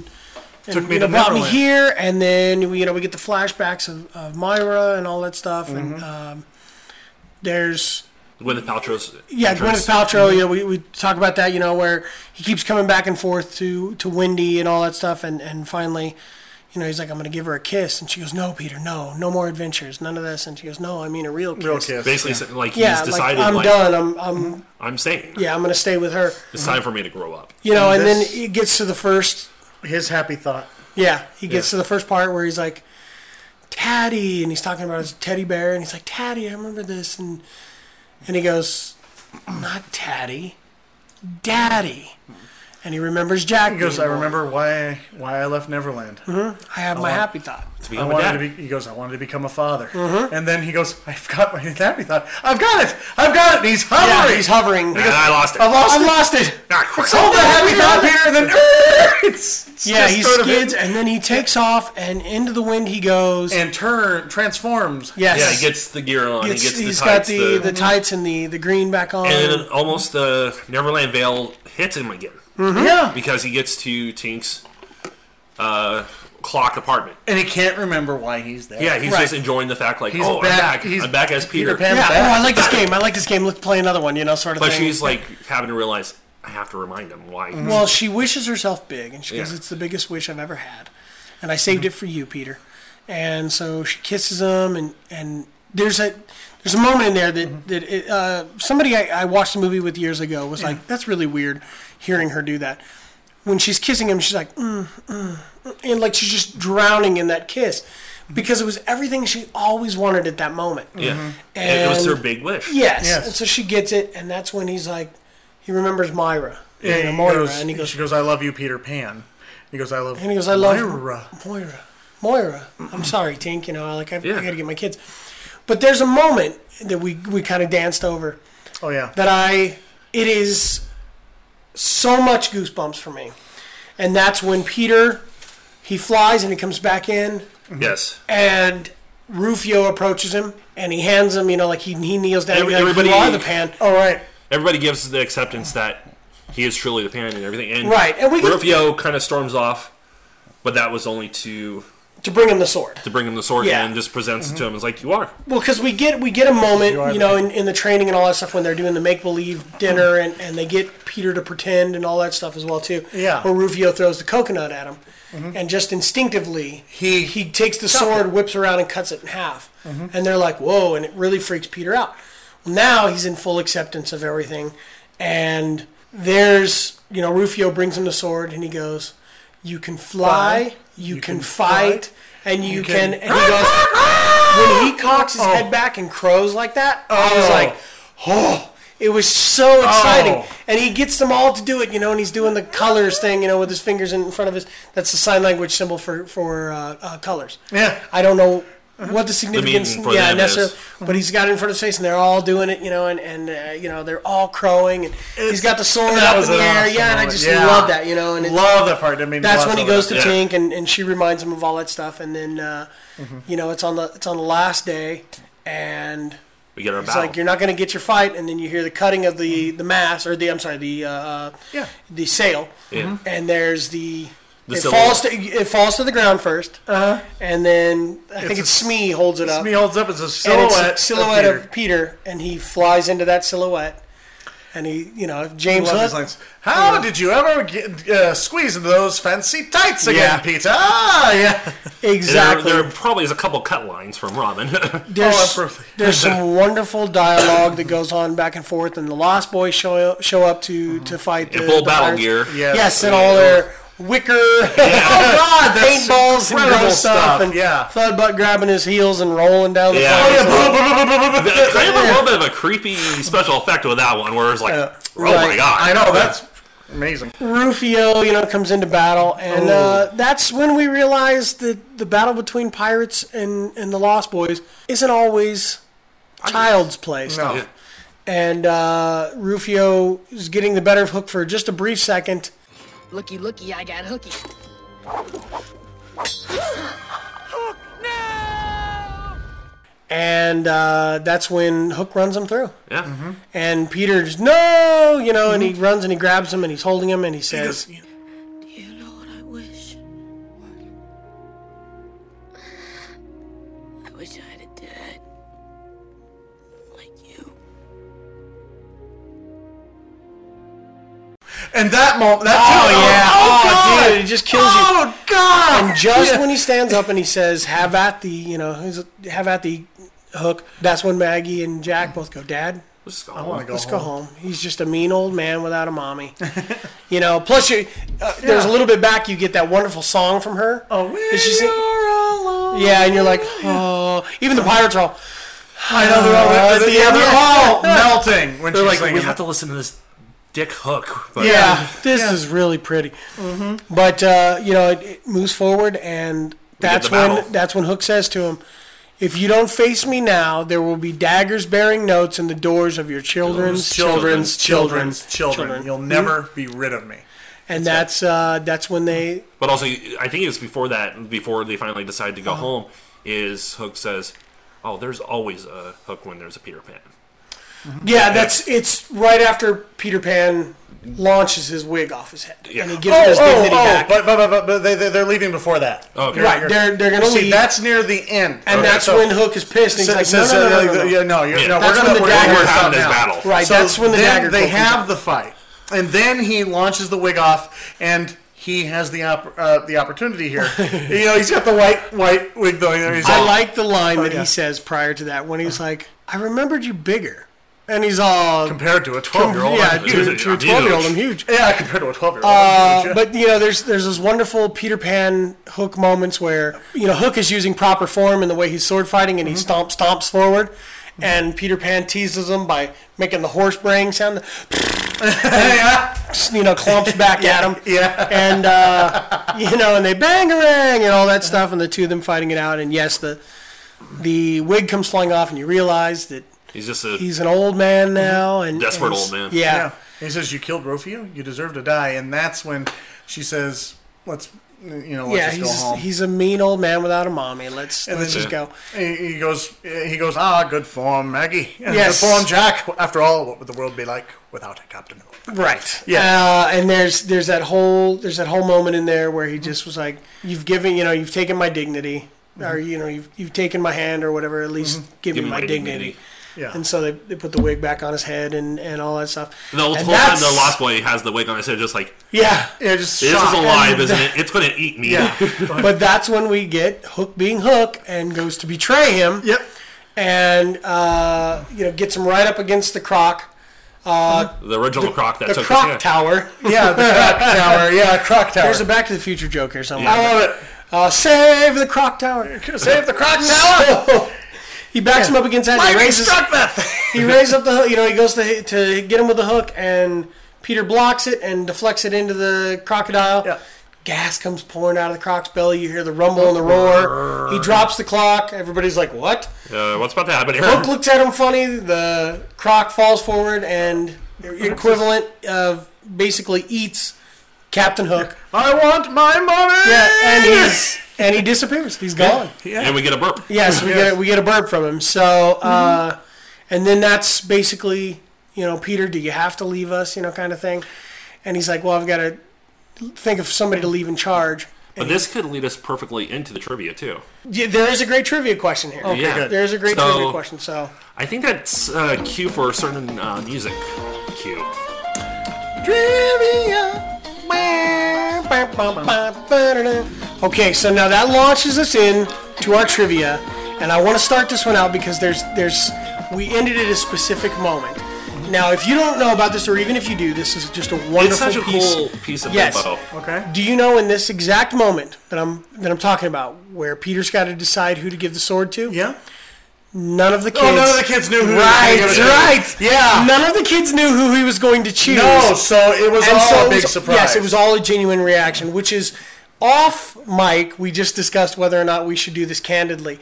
S1: and
S3: Took me
S1: you know,
S3: to
S1: brought me
S3: Neverland.
S1: here, and then we, you know we get the flashbacks of, of Myra and all that stuff,
S3: Mm-hmm.
S1: and um, there's
S2: Gwyneth Paltrow's.
S1: yeah, Gwyneth
S2: entrance.
S1: Paltrow. Yeah, we, we talk about that. You know, where he keeps coming back and forth to to Wendy and all that stuff, and and finally, you know, he's like, "I'm going to give her a kiss," and she goes, "No, Peter, no, no more adventures, none of this." And she goes, "No, I mean a real kiss."
S2: Basically, so- like he's
S1: yeah,
S2: decided.
S1: like, I'm
S2: like,
S1: done. I'm I'm
S2: I'm staying.
S1: yeah, I'm going to stay with her.
S2: It's time for me to grow up.
S1: You know, and,
S3: This-
S1: then it gets to the first.
S3: His happy thought.
S1: Yeah, he gets
S3: Yeah.
S1: to the first part where he's like, "Taddy," and he's talking about his teddy bear, and he's like, "Taddy, I remember this," and and he goes, "Not Taddy, Daddy," and he remembers Jack.
S3: He goes,
S1: being
S3: "I
S1: born.
S3: remember why why I left Neverland."
S1: Mhm. I have
S3: I
S1: my
S3: want-
S1: happy thought.
S3: I
S2: become a
S3: wanted
S2: dad.
S3: to be, he goes, I wanted to become a father.
S1: Uh-huh.
S3: And then he goes, I've got my happy thought. I've got it. I've got it. And he's hovering.
S1: he's hovering.
S3: He goes,
S2: I lost it. Ah,
S3: I've lost
S1: I
S3: it.
S1: lost it.
S3: It's all the happy thought here. And then [LAUGHS] it's, it's
S1: yeah,
S3: just
S1: he
S3: sort of
S1: skids,
S3: it.
S1: and then he takes off, and into the wind he goes.
S3: and turn transforms.
S1: Yes.
S2: Yeah, he gets the gear on.
S1: Gets-
S2: he gets the
S1: he's got
S2: tights.
S1: the, the,
S3: Mhm.
S1: tights and the, the green back on.
S2: and then almost the Neverland veil hits him again
S1: Mhm.
S3: Yeah.
S2: because he gets to Tink's uh, clock apartment.
S3: And he can't remember why he's there.
S2: Yeah, he's just enjoying the fact like,
S3: He's
S2: oh,
S3: back-
S2: I'm back.
S3: he's
S2: I'm back as
S3: Peter
S2: Peter.
S3: Pan.
S1: yeah,
S3: back.
S1: oh, I like this game. I like this game. Let's play another one, you know, sort of
S2: But
S1: thing. Mm-hmm.
S2: she's like having to realize I have to remind him why. he's-
S1: Well, she wishes herself big, and she goes,
S2: Yeah. Mm-hmm.
S1: "It's the biggest wish I've ever had, and I saved it for you, Peter." And so she kisses him, and and there's a there's a moment in there that
S2: Mm-hmm.
S1: that it, uh, somebody I, I watched a movie with years ago was like, "That's really weird," hearing her do that. When she's kissing him, she's like, mm, mm, mm," and like she's just drowning in that kiss because it was everything she always wanted at that moment.
S2: yeah, And it was
S1: And-
S2: her big wish.
S1: Yes. And so she gets it, and that's when he's like, he remembers Myra.
S3: Yeah,
S1: you know,
S3: he
S1: Moira,
S3: goes-
S1: and he goes,
S3: she goes, I love you, Peter Pan. He goes, I love
S1: and he goes, I love
S3: Myra.
S1: Moira. Moira. I'm sorry, Tink. You know, like I've,
S3: Yeah.
S1: I got to get my kids. But there's a moment that we we kind of danced over
S3: Oh, yeah.
S1: that I it is so much goosebumps for me, and that's when Peter he flies and he comes back in
S2: Yes.
S1: and Rufio approaches him and he hands him you know like he, he kneels down
S2: Every-
S1: and he's like, you
S2: everybody-
S1: are the pan all right
S2: Everybody gives the acceptance that he is truly the pan and everything. And
S1: Right, and we can-
S2: Rufio kind of storms off, but that was only to
S1: to bring him the sword.
S2: to bring him the sword
S1: Yeah.
S2: and just presents it to him. It's like you are.
S1: Well, because we get we get a moment, you, know, in, in the training and all that stuff when they're doing the make believe dinner and, and they get Peter to pretend and all that stuff as well too.
S3: Yeah.
S1: Where Rufio throws the coconut at him, and just instinctively Mm-hmm. he Mm-hmm. he takes the sword, whips around, and cuts it in half.
S3: Mhm.
S1: And they're like, "Whoa!" And it really freaks Peter out. Well, now he's in full acceptance of everything, and there's you know Rufio brings him the sword, and he goes, "You can fly,
S3: Fly.
S1: you, can, fight, and you, can, And he [LAUGHS] goes when he cocks his head back and crows like that, I was
S3: Oh.
S1: like, oh, it was so exciting.
S3: Oh.
S1: And he gets them all to do it, you know, and he's doing the colors thing, you know, with his fingers in front of his. That's the sign language symbol for for uh, uh, colors.
S3: Yeah.
S1: I don't know what the significance,
S3: meaning for
S1: yeah,
S3: them
S1: necessarily.
S3: is-
S1: But he's got it in front of his face, and they're all doing it, you know, and and uh, you know they're all crowing, and he's got the sword
S3: That
S1: up
S3: was
S1: in the
S3: an
S1: air,
S3: awesome
S1: yeah, and I
S3: moment.
S1: just
S3: Yeah.
S1: love that, you know, and it's-
S3: Love that part. I mean,
S1: that's
S3: lots
S1: when he
S3: of
S1: goes to
S3: it. Yeah. Mm-hmm.
S1: Tink, and and she reminds him of all that stuff, and then. Uh, you know, it's on the it's on the last day, and
S2: We get our
S1: it's
S2: battle.
S1: like you're not going to get your fight, and then you hear the cutting of the the mass or the I'm sorry the uh, yeah the sail, Mm-hmm.
S2: Yeah.
S1: and there's the,
S2: The
S1: it
S2: silhouette.
S1: falls to it falls to the ground 1st uh-huh. and then I think it's Smee holds it up.
S3: Smee holds up as a
S1: And it's
S3: silhouette of
S1: silhouette of Peter, and he flies into that silhouette, and he you know if James
S3: Love
S1: Hood.
S3: these lines. How did you ever get, uh, squeeze into those fancy tights again,
S2: Yeah.
S3: Peter? Ah, yeah.
S1: Exactly.
S2: There, there probably is a couple cut lines from Robin. [LAUGHS]
S1: There's, there's some wonderful dialogue that goes on back and forth, and the Lost Boys show show up to to fight
S2: In
S1: the,
S2: full
S1: the
S2: battle
S1: pirates.
S2: gear.
S1: Yes,
S2: Yes.
S1: and all their wicker. [LAUGHS]
S2: [LAUGHS]
S1: oh God,
S3: that's
S1: paintballs and
S3: incredible
S1: gross stuff,
S3: stuff,
S1: and
S3: yeah.
S1: Thud butt grabbing his heels and rolling down the.
S2: Yeah.
S1: floor.
S3: [LAUGHS]
S2: kind of a little bit of a creepy special effect with that one, where it's like, oh my
S1: right.
S2: god,
S1: I know, that's-
S3: Amazing.
S1: Rufio, you know, comes into battle, and uh, that's when we realize that the battle between pirates and, and the Lost Boys isn't always child's play stuff.
S3: Yeah.
S1: And uh, Rufio is getting the better of Hook for just a brief second.
S14: Looky, looky, I got hooky.
S1: And uh, that's when Hook runs him through.
S2: Yeah.
S1: And Peter's, no, you know, and he runs and he grabs him and he's holding him and he says,
S14: I wish I had a dad. Like you.
S3: And that moment, that
S1: Oh,
S3: too.
S1: yeah.
S3: Oh,
S1: Oh,
S3: God.
S1: dude, it just kills you.
S3: Oh God.
S1: And just
S3: Yeah.
S1: when he stands up and he says, "Have at the," you know, he's- "Have at the hook." That's when Maggie and Jack both go, "Dad,
S2: let's go.
S1: I
S3: wanna go
S1: Let's go
S3: home."
S1: home." He's just a mean old man without a mommy. [LAUGHS] you know. Plus, you uh, there's a little bit back. You get that wonderful song from her. Oh, Yeah, and you're like, oh. Even the pirates are all.
S3: I know they're all,
S1: "Oh,
S3: they're,
S1: yeah,
S3: they're
S1: yeah."
S3: all melting when
S2: They're
S3: she's
S2: like,
S3: singing.
S2: we have to listen to this dick hook. but-
S1: yeah, this is really pretty. But uh, you know, it, it moves forward, and
S2: get
S1: that's
S2: the
S1: when
S2: battle.
S1: that's when Hook says to him, "If you don't face me now, there will be daggers bearing notes in the doors of your children's children's children's children's."
S3: children's, children. You'll never be rid of me.
S1: And that's uh, that's when they
S2: But also, I think it's before that, before they finally decide to go home, is Hook says, "Oh, there's always a Hook when there's a Peter Pan."
S1: yeah that's it's right after Peter Pan launches his wig off his head and he gives
S3: oh,
S1: it his
S3: oh,
S1: dignity
S3: oh,
S1: back.
S3: But, but, but, but they, they- they're leaving before that.
S1: Okay. Right, they're- they're gonna
S3: See,
S1: leave.
S3: That's near the end.
S1: And that's when Hook is pissed, and he's like, "No, no, no, no, no, no."
S3: yeah, no, you're,
S1: Yeah.
S3: no
S1: That's
S3: we're gonna,
S1: when the
S3: we're gonna
S1: dagger
S3: work
S1: comes
S3: out
S1: out
S3: now.
S1: battle. Right, that's when the
S3: then
S1: dagger
S3: They
S1: comes
S3: have
S1: out.
S3: the fight, and then he launches the wig off, and he has the op- uh, the
S1: [LAUGHS]
S3: opportunity here. you know, he's got the white white wig going there. He's
S1: I
S3: all-
S1: like the line
S3: Oh,
S1: that
S3: yeah.
S1: he says prior to that when he's like, "I remembered you bigger," and he's all
S3: compared to a 12-year-old,
S1: Yeah,
S3: I'm
S1: to,
S3: huge.
S1: to a
S3: I'm
S1: twelve year old,
S3: huge.
S1: I'm huge.
S3: Yeah, compared to a 12-year-old, I'm
S1: Uh,
S3: huge, [LAUGHS] yeah.
S1: but you know, there's there's those wonderful Peter Pan Hook moments where you know Hook is using proper form in the way he's sword fighting, and he
S3: Mm-hmm.
S1: stomps stomps forward, and Peter Pan teases him by making the horse braying sound. you know, clumps back at him.
S3: [LAUGHS] Yeah.
S1: And, uh, [LAUGHS] you know, and they bang a rang and all that stuff, and the two of them fighting it out. And yes, the the wig comes flying off, and you realize that
S2: He's just a
S1: he's an old
S3: Mm-hmm.
S1: man now. and
S2: Desperate
S1: and
S2: old man.
S1: Yeah.
S3: He says, You killed Rufio? You deserve to die. And that's when she says, let's you know, let's
S1: yeah,
S3: just go home.
S1: he's he's a mean old man without a mommy. Let's
S3: And
S1: let's
S3: then-
S1: just go.
S3: He he goes. He goes. Ah, good form, Maggie. [LAUGHS] And
S1: Yes.
S3: Good form, Jack. After all, what would the world be like without a Captain Hook?
S1: Right. Yeah. Uh, and there's there's that whole there's that whole moment in there where he just was like, "You've given, you know, you've taken my dignity, or
S3: Mhm.
S1: you know, you've you've taken my hand, or whatever. At least
S3: Mm-hmm.
S1: give, me my dignity."
S3: Yeah.
S1: And so they, they put the wig back on his head and, and all that stuff.
S2: The whole
S1: And
S2: whole time
S1: that's-
S2: the Lost Boy has the wig on his head, just like
S1: Yeah.
S3: Yeah, just
S2: this is alive, isn't it? It's going to eat me.
S1: Yeah. but that's when we get Hook being Hook and goes to betray him.
S3: Yep.
S1: And uh, you know gets him right up against the croc. Uh,
S2: [LAUGHS] The original croc that
S1: the
S2: took his
S1: croc
S2: hand.
S1: tower.
S3: [LAUGHS] Yeah, the croc tower. Yeah, croc
S1: [LAUGHS]
S3: tower.
S1: There's a Back to the Future joke here somewhere.
S3: I love
S1: it. Uh, save the croc tower.
S3: [LAUGHS] Save the croc tower!
S1: [LAUGHS] he backs him up against that. He
S3: Lightning
S1: raises,
S3: struck that
S1: he raises up the hook. You know, he goes to to get him with the hook, and Peter blocks it and deflects it into the crocodile. Gas comes pouring out of the croc's belly. You hear the rumble and the roar. He drops the clock. Everybody's like, "What?"
S2: Uh, what's about to happen here?
S1: Hook looks at him funny. The croc falls forward and equivalent of basically eats Captain Hook.
S3: [LAUGHS] I want my money.
S1: Yeah, and he's and he disappears. He's gone.
S2: And we get a burp.
S1: Yes, we get a, we get a burp from him. So, uh, and then that's basically you know, Peter, do you have to leave us? You know, kind of thing. And he's like, well, I've got to think of somebody to leave in charge.
S2: But this could lead us perfectly into the trivia too.
S1: Yeah, there is a great trivia question here.
S2: Okay, Yeah. good.
S1: There is a great
S2: So-
S1: trivia question. So,
S2: I think that's uh, cue for a certain uh, music cue.
S1: trivia. Okay, so now that launches us in to our trivia, and I want to start this one out because there's there's we ended at a specific moment. Now, if you don't know about this, or even if you do, this is just a wonderful
S2: It's such a
S1: piece.
S2: cool piece of
S1: yes.
S2: info.
S3: Okay.
S1: Do you know in this exact moment that I'm that I'm talking about, where Peter's got to decide who to give the sword to?
S3: Yeah.
S1: None of the
S3: Oh,
S1: kids.
S3: none of the kids knew who he was
S1: Right,
S3: gonna give it to.
S1: right.
S3: Yeah.
S1: None of the kids knew who he was going to choose.
S3: No, so it was all a
S1: it
S3: big
S1: was-
S3: surprise.
S1: Yes, it was all a genuine reaction, which is off mic. We just discussed whether or not we should do this candidly,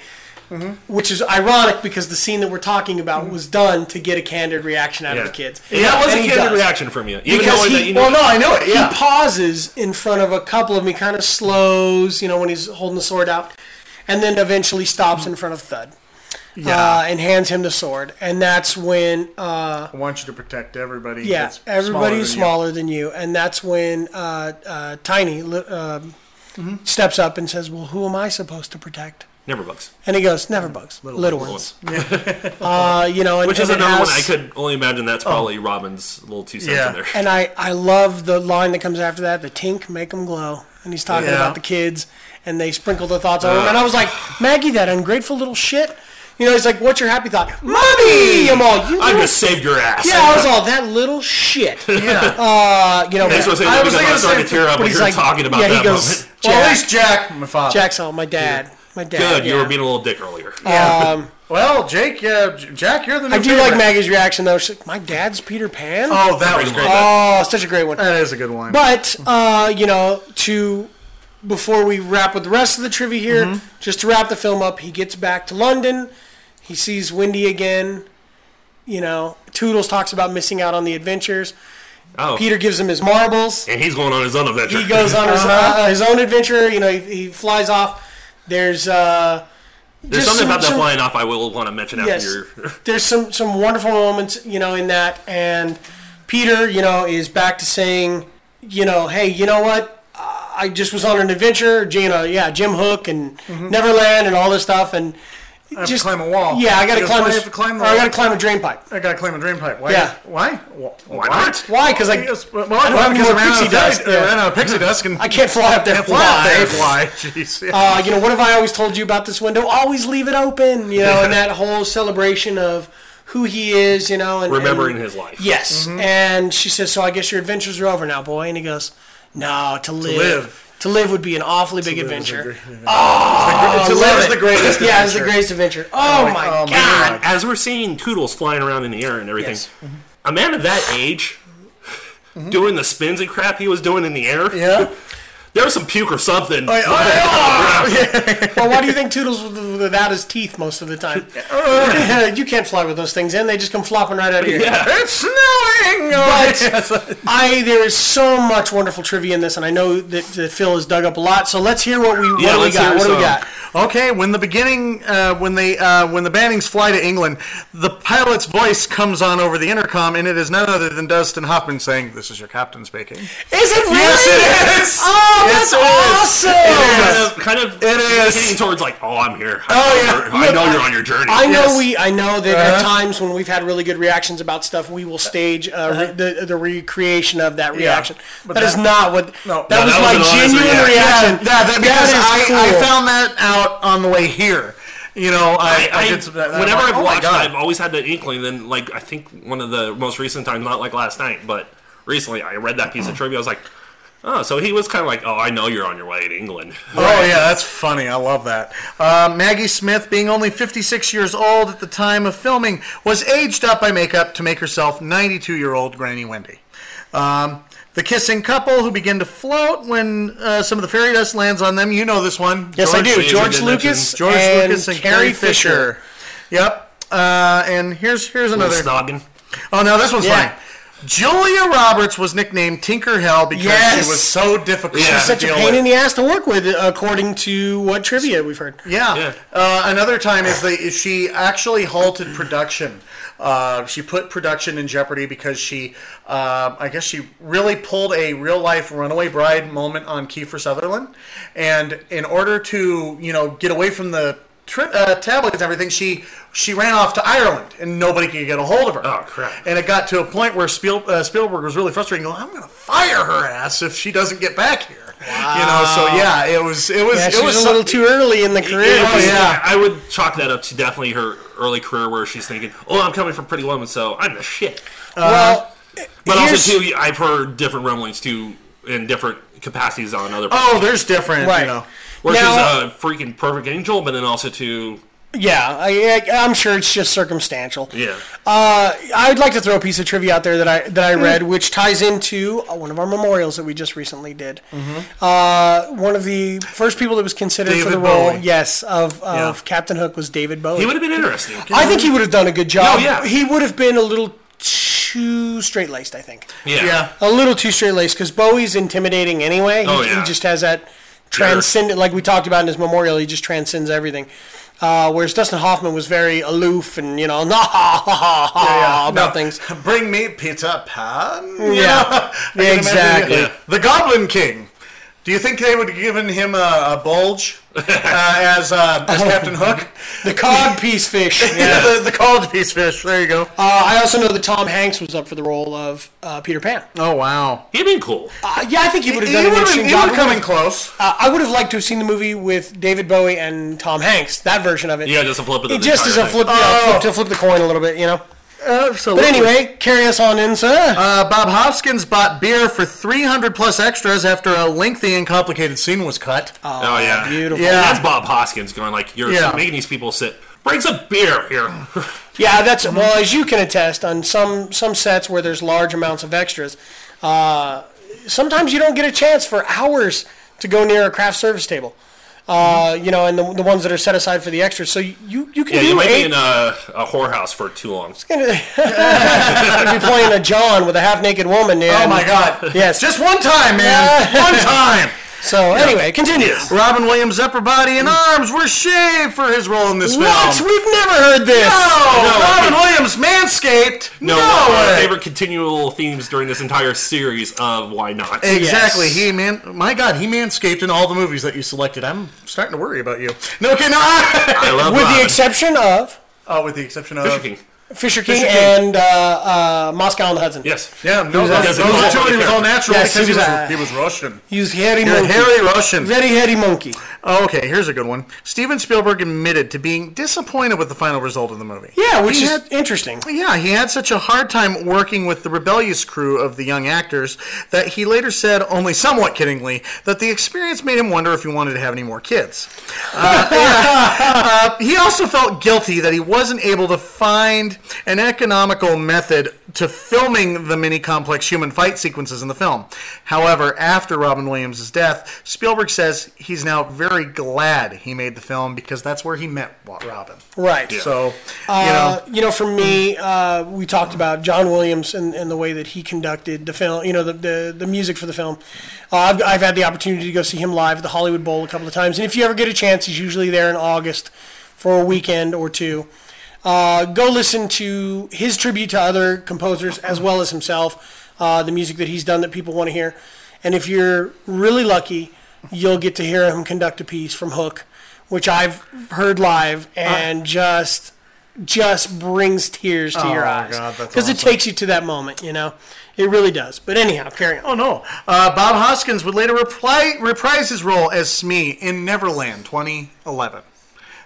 S1: which is ironic because the scene that we're talking about was done to get a candid reaction out
S2: Yeah.
S1: of the kids.
S2: And that was
S1: And
S2: a
S1: he
S2: candid
S1: does.
S2: reaction from you, even
S1: Because
S2: knowing
S1: he-
S2: that you know.
S1: He pauses in front of a couple of them. He kind of slows, you know, when he's holding the sword out, and then eventually stops in front of Thud.
S3: Yeah.
S1: uh, and hands him the sword, and that's when uh,
S3: I want you to protect everybody.
S1: yeah,
S3: that's smaller
S1: everybody's
S3: than you.
S1: smaller than you, and that's when uh, uh, Tiny li- um,
S2: Mm-hmm.
S1: steps up and says, "Well, who am I supposed to protect?"
S2: Never bugs.
S1: And he goes, "Never bugs, little,
S2: [LAUGHS]
S1: ones." uh, you know, and,
S2: Which is
S1: and it
S2: another
S1: has-
S2: one I could only imagine.
S1: Oh.
S2: That's probably Robin's little two cents in there.
S1: And I, I love the line that comes after that, the tink make 'em glow. And he's talking
S2: Yeah. Uh.
S1: about the kids and they sprinkle the thoughts over him.
S2: Ugh.
S1: And I was like, Maggie, that ungrateful little shit. You know, he's like, what's your happy thought? Mommy! I'm all, you
S2: I
S1: little-
S2: just saved your ass.
S1: Yeah, I was all, that little shit.
S2: Yeah.
S1: Uh, you know,
S2: That's what I'm saying,
S1: I
S2: because I
S1: thinking
S2: started
S1: the
S2: to
S1: same
S2: tear
S1: thing,
S2: up when
S1: but
S2: you
S1: he's
S2: were
S1: like-
S2: talking about
S1: yeah, he
S2: that
S1: goes,
S2: moment.
S3: Well, at least
S1: "Jack."
S3: Jack, my father.
S1: Jack's all, my dad. My dad.
S2: Good, you
S1: yeah.
S2: were being a little dick earlier.
S1: Yeah. Um,
S3: well, Jake, yeah, J- Jack, you're the new
S1: I do
S3: favorite.
S1: like Maggie's reaction though. She's like, my dad's Peter Pan.
S2: Uh,
S3: Oh, that was great.
S1: Oh, such a great one.
S3: That is a good one.
S1: But uh, you know, to before we wrap with the rest of the trivia here,
S2: Mm-hmm.
S3: Mhm.
S1: just to wrap the film up, he gets back to London. He sees Wendy again. You know, Toodles talks about missing out on the adventures.
S2: Oh.
S1: Peter gives him his marbles.
S2: And he's going on his own adventure.
S1: He goes on his,
S2: Uh-huh.
S1: uh, his own adventure. You know, he, he flies off. There's uh,
S2: There's
S1: just
S2: something
S1: some-
S2: about that
S1: some-
S2: flying off I will want to mention after
S1: Yes.
S2: your.
S1: there's some some wonderful moments, you know, in that. And Peter, you know, is back to saying, you know, hey, you know what? I just was on an adventure, you know, yeah, Jim Hook and Neverland and all this stuff, and
S3: Mm-hmm. I have to climb a wall.
S1: Yeah, I got to
S3: Because
S1: climb.
S3: why
S1: a-
S3: I have to climb the
S1: or I got to
S3: wall?
S1: climb a drain pipe.
S3: I gotta climb a drain pipe. Why?
S1: Yeah.
S3: Why? Why,
S1: Why not? Why? 'Cause I-
S3: Yes, well,
S1: I don't have
S3: because
S1: more
S3: I ran out
S1: pixie
S3: of dust.
S1: dust, yeah.
S3: I ran out of pixie dust, and
S1: I can't fly up there
S3: Can't
S1: for
S3: [LAUGHS] fly up there.
S1: life.
S3: Fly. Jeez.
S1: Uh, you know, what have I always told you about this window? Always leave it open, you
S3: [LAUGHS]
S1: know, and that whole celebration of who he is, you know, and
S2: [LAUGHS] Remembering
S1: and-
S2: his life.
S1: Yes,
S3: Mm-hmm.
S2: Mhm.
S1: and she says, "So I guess your adventures are over now, boy." And he goes, "No, to live, to live,
S3: live.
S1: would be an awfully big
S3: live is a
S1: adventure."
S3: great-
S1: Oh,
S3: It's the
S1: I
S3: gr- [LAUGHS] to live
S1: love
S3: is
S1: it.
S3: the
S1: [LAUGHS]
S3: greatest
S1: yeah, it's the
S3: adventure.
S1: greatest adventure. Oh, my, god.
S2: As we're seeing Toodles flying around in the air and everything,
S1: Mm-hmm.
S2: a [LAUGHS] man of that age doing the spins and crap he was doing in the air.
S3: Yeah.
S2: there was some puke or something.
S1: uh, well, why do you think Toodles was without his teeth most of the
S3: [LAUGHS]
S1: time? [LAUGHS] you can't fly with those things in; they just come flopping right out
S3: [LAUGHS]
S1: of your
S3: Yeah.
S1: [LAUGHS] head.
S3: It's snowing! [LAUGHS] Oh,
S1: But I, there is so much wonderful trivia in this, and I know that, that Phil has dug up a lot. So let's hear what we what do we got. What do we got?
S3: Okay, when the beginning, uh, when they, uh, when the Bannings fly to England, the pilot's voice comes on over the intercom, and it is none other than Dustin Hoffman saying, "This is your captain speaking."
S1: Is it really?
S3: Yes, it is.
S1: Oh,
S3: Yes,
S1: that's
S3: it is.
S1: awesome!
S2: It is kind of, kind of it
S3: is.
S2: Hitting towards like, oh, I'm here. I
S1: Oh,
S2: know
S1: yeah.
S2: you're- I
S1: Look,
S2: know you're on your journey.
S1: I know we. I know that at
S2: Uh-huh.
S1: times when we've had really good reactions about stuff, we will stage uh, re- the the recreation of that
S3: Uh-huh. Yeah.
S1: reaction.
S3: But
S1: that is
S3: that-
S1: not what.
S3: No.
S1: that
S3: No,
S1: was
S3: that
S1: my
S3: wasn't
S1: genuine
S3: honest reaction.
S1: reaction.
S3: Yeah, that- that- because
S1: is
S3: I-
S1: cool.
S3: I found that out on the way here. You know, I, I,
S2: I,
S3: did some, that, that-
S2: whenever
S3: I'm like,
S2: I've
S3: "Oh my
S2: watched it,
S3: God."
S2: I've always had that inkling. Then, like, I think one of the most recent times, not like last night, but recently, I read that piece of trivia. I was like, oh, so he was kind of like, oh, I know you're on your way to England. [LAUGHS]
S3: Oh yeah, that's funny. I love that. Uh, Maggie Smith, being only 56 years old at the time of filming, was aged up by makeup to make herself 92-year-old Granny Wendy. Um, the kissing couple who begin to float when uh, some of the fairy dust lands on them. You know this one.
S1: Yes, I do. George Lucas
S3: George
S1: and
S3: Lucas and
S1: Carrie
S3: Carrie Fisher. Yep. Uh, and here's here's
S2: Little
S3: another.
S2: snogging.
S3: Oh no, this one's
S1: Yeah.
S3: fine. Julia Roberts was nicknamed Tinker Hell because
S1: Yes.
S3: she was so difficult.
S1: She's
S3: to
S1: such a
S3: deal
S1: pain
S3: with.
S1: in the ass to work with, according to what trivia we've heard.
S3: Yeah. Uh, another time is the is she actually halted production. Uh, she put production in jeopardy because she, uh, I guess she really pulled a real life runaway bride moment on Kiefer Sutherland, and in order to you know get away from the tri- uh, tabloids and everything, she she ran off to Ireland and nobody could get a hold of her. Oh crap! And it got to a point where Spiel, uh, Spielberg was really frustrated, going, "I'm going to fire her ass if she doesn't get back here." You know, so yeah, it was it was
S1: Yeah,
S3: it
S1: she was a
S3: some-
S1: little too early in the career.
S3: Oh,
S2: It was- I would chalk that up to definitely her early career where she's thinking, oh, I'm coming from Pretty Woman, so I'm the shit.
S3: Uh,
S1: Well,
S2: but
S1: here's-
S2: also, too, I've heard different rumblings, too, in different capacities on other
S3: Oh, there's different,
S1: Right.
S3: you know.
S2: Where
S1: Now-
S2: she's a freaking perfect angel, but then also, too,
S1: Yeah, I, I, I'm sure it's just circumstantial.
S2: yeah.
S1: Uh, I'd like to throw a piece of trivia out there that I that I read,
S2: Hmm.
S1: which ties into uh, one of our memorials that we just recently did. Uh, one of the first people that was considered for the
S2: Mm-hmm. David
S1: role,
S2: Bowie.
S1: yes, of, of
S2: Yeah.
S1: Captain Hook was David Bowie.
S2: He would have been interesting.
S1: I think he would have done a good job.
S2: No, yeah.
S1: He would have been a little too straight laced. I think.
S2: Yeah.
S1: A little too straight laced because Bowie's intimidating anyway. He,
S2: Oh, yeah.
S1: he just has that transcendent, like we talked about in his memorial. He just transcends everything. Uh, whereas Dustin Hoffman was very aloof and you know, [LAUGHS] nah, ha, ha, ha, ha, about
S3: No,
S1: things.
S3: [LAUGHS] Bring me Peter Pan. [LAUGHS]
S1: Yeah.
S3: you know? I can imagine
S1: Exactly.
S3: the-
S1: Yeah.
S3: The Goblin King. Do you think they would have given him a, a
S1: [LAUGHS]
S3: bulge uh, as, uh, as Captain Hook?
S1: The cod piece fish.
S3: [LAUGHS] the, the cod piece fish. There you go.
S1: Uh, I also know that Tom Hanks was up for the role of uh, Peter Pan.
S3: Oh wow,
S2: he'd been cool.
S1: Uh, yeah, I think he would have
S3: He
S1: done an
S3: would've-
S1: interesting
S3: he
S1: job.
S3: would've come in
S1: Would've-
S3: close.
S1: Uh, I would have liked to have seen the movie with David Bowie and Tom Hanks. That version of it.
S2: Yeah, just a flip of the
S1: It just
S2: entire
S1: is a
S2: thing.
S1: flip, yeah, flip to flip the coin a little bit, you know.
S3: Absolutely.
S1: But anyway, carry us on in, sir.
S3: Uh, Bob Hoskins bought beer for 300 plus extras after a lengthy and complicated scene was cut.
S2: Oh, yeah,
S1: beautiful.
S2: Yeah,
S3: Yeah.
S2: that's Bob Hoskins going like, "You're
S3: Yeah.
S2: making these people sit. Bring some beer here."
S1: Yeah, that's well as you can attest on some some sets where there's large amounts of extras. Uh, sometimes you don't get a chance for hours to go near a craft service table. Uh, You know, and the, the ones that are set aside for the extras. So you you can
S2: yeah,
S1: do
S2: you might
S1: eight.
S2: be in a, a whorehouse for too long.
S1: [LAUGHS] You'd be playing a John with a half naked woman.
S3: Oh
S1: and-
S3: my God!
S1: Yes,
S3: just one time, man.
S1: Yeah.
S3: one time.
S1: So anyway, continue.
S3: Robin Williams' upper body and arms were shaved for his role in this
S1: What?
S3: film.
S1: We've never heard this.
S3: Um, No,
S2: No,
S3: Robin
S2: okay.
S3: Williams manscaped.
S2: No, uh,
S3: No,
S2: one of my
S3: way.
S2: favorite continual themes during this entire series of why not?
S3: Exactly. He man. My God, he manscaped in all the movies that you selected. I'm starting to worry about you. No, okay, no. [LAUGHS] I
S2: love
S1: With the
S2: Robin.
S1: exception of
S3: Oh, with the exception of
S2: Fisher King.
S1: Fisher King,
S3: Fisher King.
S1: and uh, uh, Moscow on the Hudson.
S2: Yes.
S3: Yeah, no,
S1: Who's
S3: those,
S1: that?
S3: those
S1: Doesn't
S3: two.
S2: qualify
S3: He was all natural
S1: Yes,
S3: because
S1: he
S3: he
S1: was
S3: was,
S1: a-
S3: he was Russian.
S1: He's hairy
S3: You're a
S1: monkey.
S3: hairy Russian. Oh,
S1: Very hairy monkey.
S3: Okay, here's a good one. Steven Spielberg admitted to being disappointed with the final result of the movie.
S1: Yeah, which
S3: He
S1: is
S3: had-
S1: interesting.
S3: Yeah, he had such a hard time working with the rebellious crew of the young actors that he later said, only somewhat kiddingly, that the experience made him wonder if he wanted to have any more kids. Uh, yeah. Uh, he also felt guilty that he wasn't able to find find an economical method to filming the many complex human fight sequences in the film. However, after Robin Williams' death, Spielberg says he's now very glad he made the film because that's where he met Wa- Robin.
S1: Right.
S3: So, you
S1: Uh,
S3: know,
S1: you know, for me, uh, we talked about John Williams and, and the way that he conducted the film. You know, the the, the music for the film. Uh, I've, I've had the opportunity to go see him live at the Hollywood Bowl a couple of times, and if you ever get a chance, he's usually there in August for a weekend or two. Uh, go listen to his tribute to other composers as well as himself, uh, the music that he's done that people want to hear. And if you're really lucky, you'll get to hear him conduct a piece from Hook, which I've heard live
S3: Uh.
S1: and just just brings tears to
S3: Oh
S1: your
S3: my
S1: eyes
S3: God, that's
S1: it takes you to that moment, you know. It really does. But anyhow, carry on.
S3: Oh no, uh, Bob Hoskins would later reply, reprise his role as Smee in Neverland 2011,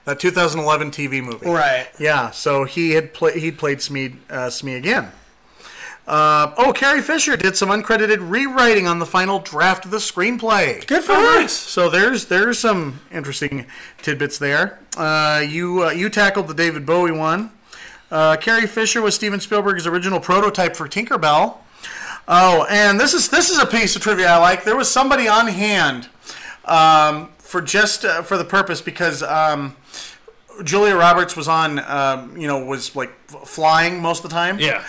S3: that 2011 TV movie.
S1: Right.
S3: Yeah, so he had play, he played Smee uh, Smee again. Uh, oh, Carrie Fisher did some uncredited rewriting on the final draft of the screenplay.
S1: Good for her.
S3: So there's there's some interesting tidbits there. Uh, you uh, you tackled the David Bowie one. Uh, Carrie Fisher was Steven Spielberg's original prototype for Tinkerbell. Oh, and this is this is a piece of trivia I like. There was somebody on hand um, for just uh, for the purpose because um, Julia Roberts was on, um, you know, was like f- flying most of the time.
S2: Yeah.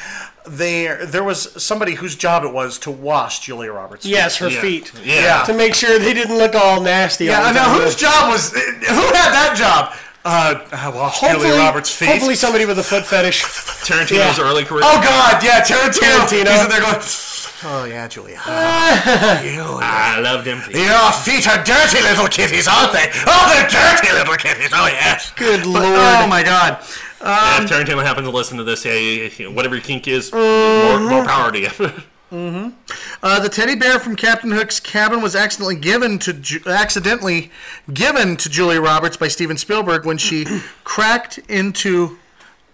S3: There, there was somebody whose job it was to wash Julia Roberts.
S1: Yes, her feet.
S3: Yeah.
S1: To make sure they didn't look all nasty.
S3: Yeah,
S1: all the
S3: I know
S1: time.
S3: whose job was eh, who had that job? Uh, I washed
S1: Hopefully,
S3: Julia Roberts' feet.
S1: hopefully somebody with a foot fetish.
S2: Tarantino's early career.
S3: Oh God, yeah, Tarantino.
S1: Tarantino.
S3: He's in there going, oh yeah, Julia.
S2: I loved him.
S3: [LAUGHS] Your feet are dirty little kitties, aren't they? Oh, they're dirty little kitties. Oh yes. Good lord. Oh my God.
S2: Yeah, if Tarantino happens to listen to this, hey, you know, whatever your kink is, more, more power to you. [LAUGHS]
S3: Mm-hmm. Uh, the teddy bear from Captain Hook's cabin was accidentally given to Ju- accidentally given to Julia Roberts by Steven Spielberg when [CLEARS THROAT] she cracked into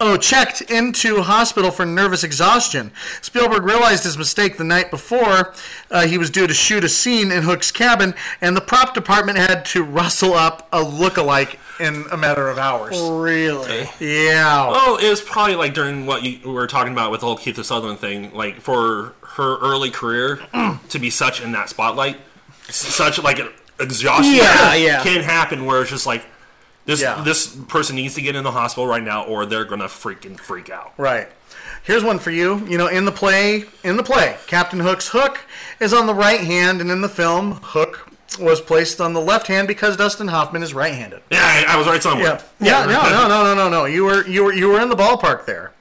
S3: oh checked into hospital for nervous exhaustion. Spielberg realized his mistake the night before. Uh, he was due to shoot a scene in Hook's cabin, and the prop department had to rustle up a lookalike in a matter of hours.
S1: Really?
S3: Yeah.
S2: Well, Oh, it was probably like during what you were talking about with the whole Keith Sutherland thing, like for her early
S1: [CLEARS THROAT]
S2: career to be such in that spotlight, s- such like an exhaustion
S1: Yeah, yeah.
S2: can happen where it's just like this this person needs to get in the hospital right now or they're gonna freaking freak out.
S3: Right. Here's one for you. You know, in the play, in the play, Captain Hook's hook is on the right hand, and in the film, Hook was placed on the left hand because Dustin Hoffman is right-handed.
S2: Yeah, I, I was right somewhere.
S3: Yeah, no, no, no, no, no, no. You were, you were, you were in the ballpark there.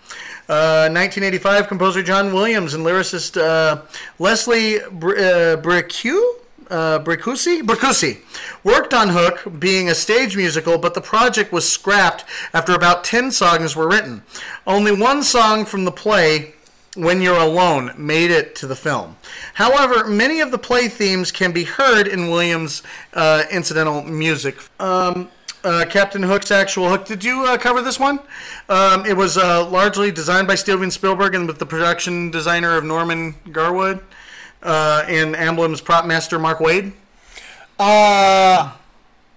S3: Uh, 1985, composer John Williams and lyricist uh, Leslie Br- uh, Bricu. Uh, Bricusi? Bricusi worked on Hook being a stage musical, but the project was scrapped after about 10 songs were written. Only one song from the play, When You're Alone, made it to the film. However, many of the play themes can be heard in Williams' uh, incidental music. Um, uh, Captain Hook's actual hook. Did you uh, cover this one? Um, it was uh, largely designed by Steven Spielberg and with the production designer of Norman Garwood uh, and Amblem's prop master Mark Wade.
S1: Uh,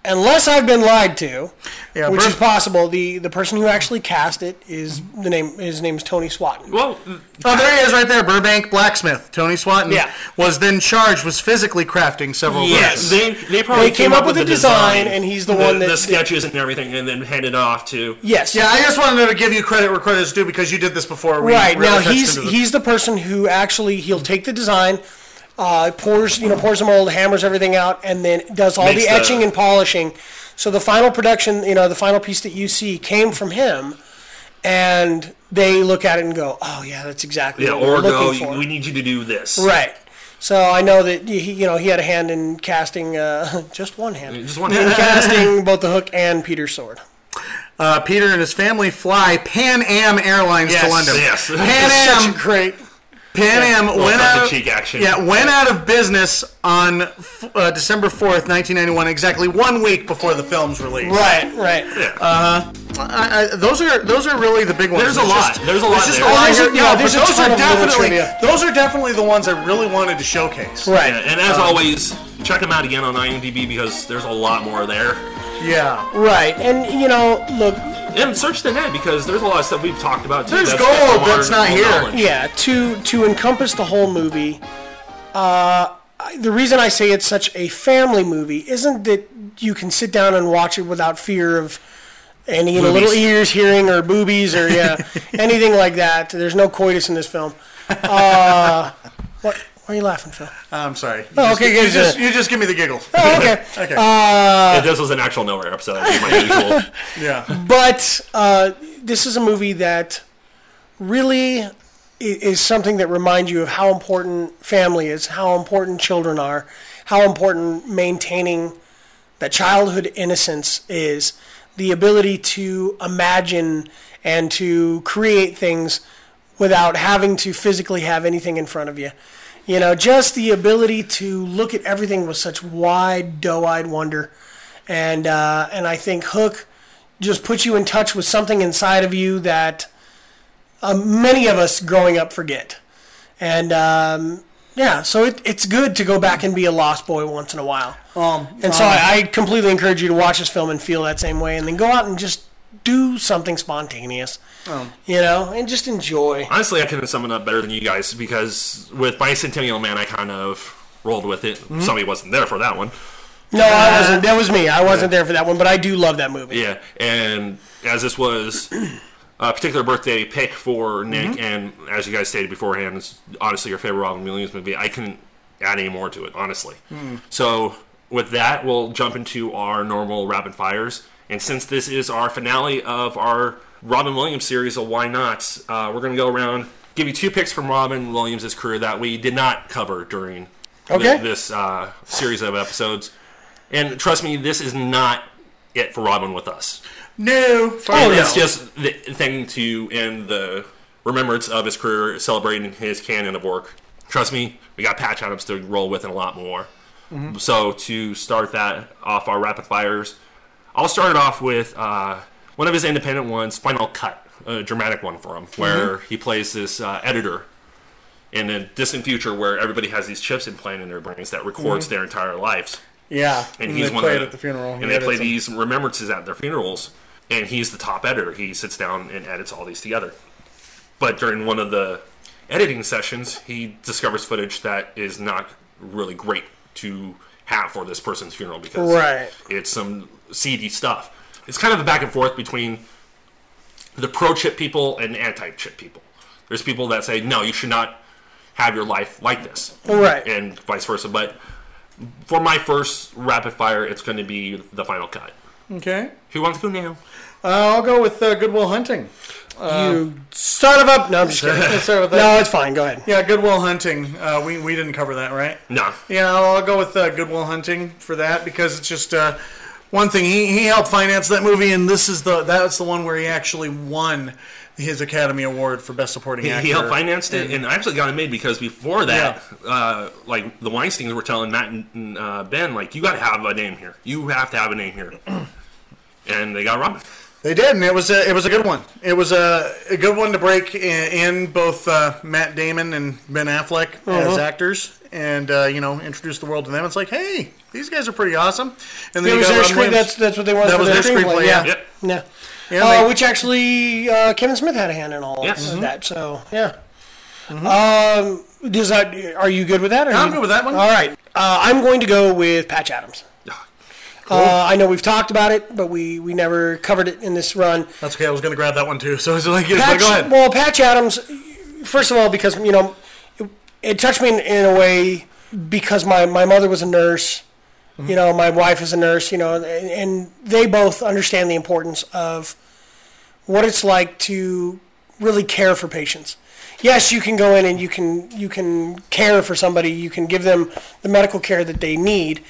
S1: unless I've been lied to,
S3: Yeah,
S1: which
S3: Bert-
S1: is possible. The the person who actually cast it is the name. His name is Tony Swatton.
S2: Well,
S3: Oh, there he is right there. Burbank blacksmith Tony Swatton
S1: Yeah.
S3: was then charged with physically crafting several verses.
S2: They, they probably
S1: They came up with a design, and he's the one that-
S2: the sketches and everything, and then handed it off to
S1: Yes.
S3: Yeah, I just wanted to give you credit where credit's due because you did this before. We
S1: right
S3: really
S1: now,
S3: touched
S1: he's
S3: into the-
S1: he's the person who actually he'll take the design, uh, pours you know pours them mold, hammers everything out, and then does all
S2: Makes
S1: the
S2: the-
S1: etching and polishing. So the final production, you know, the final piece that you see came from him, and they look at it and go, "Oh yeah, that's exactly
S2: yeah,
S1: what we're
S2: or go.
S1: looking for."
S2: "Oh, We need you to do this.
S1: Right. So I know that he, you know, he had a hand in casting, uh, [LAUGHS] just one hand,
S2: just one
S1: in
S2: hand.
S1: casting both the hook and Peter's sword.
S3: uh, Peter and his family fly Pan Am Airlines to
S1: Yes,
S3: London.
S1: yes.
S3: [LAUGHS] Pan Am
S1: Such a great.
S3: Pan
S1: Yeah.
S3: Am
S1: Well, it's
S3: went
S1: like the
S3: out. of-
S1: cheek action.
S3: Yeah, went out of business on f- uh, December fourth, nineteen ninety one, exactly one week before the film's release.
S1: Right, right. Yeah.
S3: Uh, I, I, those are those are really the big ones.
S2: There's a
S3: It's
S2: lot. There's a lot
S3: it's Just
S2: there.
S3: a
S2: Oh,
S3: lot
S2: there's a-
S3: here.
S2: yeah,
S3: No, but
S2: there's a
S3: those
S2: ton
S3: are
S2: of little
S3: definitely
S2: trivia.
S3: those are definitely the ones I really wanted to showcase. Um,
S2: Yeah, and as always, check them out again on IMDb because there's a lot more there.
S3: Yeah.
S1: Right, and you know, look,
S2: And search the net because there's a lot of stuff we've talked about too.
S1: There's
S2: gold
S1: Yeah, to to encompass the whole movie, uh, I- the reason I say it's such a family movie isn't that you can sit down and watch it without fear of any you know, little
S15: Boobies.
S1: ears hearing or boobies or [LAUGHS] yeah anything like that. There's no coitus in this film. Uh, what? Why are you laughing, Phil?
S3: I'm sorry. You
S1: Oh,
S3: just,
S1: okay,
S3: You
S1: good,
S3: just,
S1: good.
S3: you just give me the giggles.
S1: Oh, okay.
S3: [LAUGHS] okay.
S1: Uh,
S2: if this was an actual nowhere episode, that'd
S3: [LAUGHS]
S2: be my usual.
S3: yeah.
S1: but uh, this is a movie that really i- is something that reminds you of how important family is, how important children are, how important maintaining that childhood innocence is, the ability to imagine and to create things without having to physically have anything in front of you. You know, just the ability to look at everything with such wide, doe-eyed wonder, and uh, and I think Hook just puts you in touch with something inside of you that uh, many of us growing up forget. And um, yeah, so it, it's good to go back and be a lost boy once in a while.
S3: Um,
S1: And so I, I completely encourage you to watch this film and feel that same way, and then go out and just do something spontaneous,
S3: Um,
S1: you know, and just enjoy.
S2: Honestly, I couldn't sum it up better than you guys because with Bicentennial Man, I kind of rolled with it.
S3: Mm-hmm.
S2: Somebody wasn't there for that one.
S1: No, I wasn't. That was me. I wasn't there for that one, but I do love that movie.
S2: Yeah, and as this was a particular birthday pick for Nick,
S1: Mhm.
S2: and as you guys stated beforehand, it's honestly your favorite Robin Williams movie. I couldn't add any more to it, honestly.
S15: Mm.
S2: So with that, we'll jump into our normal rapid fires. And since this is our finale of our Robin Williams series of Why Not, uh, we're going to go around, give you two picks from Robin Williams' career that we did not cover during thi-
S1: Okay.
S2: this uh, series of episodes. And trust me, this is not it for Robin with us.
S3: No. fuck
S2: And
S3: no.
S2: Oh, It's just the thing to end the remembrance of his career, celebrating his canon of work. Trust me, we got Patch Adams to roll with and a lot more.
S15: Mhm.
S2: So to start that off, our rapid fires, I'll start it off with uh, one of his independent ones, Final Cut, a dramatic one for him, where he plays this uh, editor in a distant future where everybody has these chips implanted in their brains that records
S3: Mhm.
S2: their entire lives.
S3: Yeah,
S2: and,
S3: and
S2: he's
S3: they
S2: one
S3: play
S2: of
S3: it at the funeral. He
S2: And they play
S3: edits 'em.
S2: these remembrances at their funerals, and he's the top editor. He sits down and edits all these together. But during one of the editing sessions, he discovers footage that is not really great to have for this person's funeral because
S1: Right.
S2: it's some seedy stuff. It's kind of a back and forth between the pro chip people and anti chip people. There's people that say, no, you should not have your life like this.
S1: Right.
S2: And vice versa. But for my first rapid fire, it's going to be the final cut.
S3: Okay.
S2: Who wants who now?
S3: Uh, I'll go with uh, Goodwill Hunting. Uh,
S1: you son of a. No, I'm just kidding.
S3: Let's start with that.
S2: [LAUGHS]
S1: No, it's fine. Go ahead.
S3: Yeah, Goodwill Hunting. Uh, we we didn't cover that, right?
S2: No.
S3: Yeah, I'll, I'll go with uh, Goodwill Hunting for that because it's just uh, one thing. He, he helped finance that movie, and this is the that's the one where he actually won his Academy Award for Best Supporting
S2: He,
S3: Actor.
S2: he helped financed it, and I actually got it made because before that, uh, like the Weinstein's were telling Matt and uh, Ben, like you got to have a name here. You have to have a name here, and they got Robin.
S3: They did, and it was a, it was a good one. It was a, a good one to break in, in both uh, Matt Damon and Ben Affleck as
S1: Uh-huh.
S3: actors, and uh, you know introduce the world to them. It's like, hey, these guys are pretty awesome. And
S1: It
S3: you
S1: was
S3: got
S1: their
S3: Robin
S1: screen,
S3: Williams.
S1: that's, that's what they wanted
S3: That
S1: for
S3: was
S1: their,
S3: their
S1: screenplay,
S3: screenplay,
S1: yeah.
S3: yeah.
S1: Yeah.
S3: Yeah,
S1: Uh,
S3: they-
S1: which actually uh, Kevin Smith had a hand in all
S3: Yes. Mm-hmm.
S1: of that. So yeah. Um, does that? Are you good with that? or
S3: I'm
S1: you-
S3: good with that one. Ah,
S1: All right. Uh, I'm going to go with Patch Adams. Uh, I know we've talked about it, but we, we never covered it in this run.
S3: That's okay. I was going to grab that one too. [LAUGHS] So it's like, yeah,
S1: Patch,
S3: go ahead.
S1: Well, Patch Adams, first of all, because you know, it, it touched me in, in a way because my, my mother was a nurse. You know, my wife is a nurse. You know, and, and they both understand the importance of what it's like to really care for patients. Yes, you can go in and you can you can care for somebody. You can give them the medical care that they need,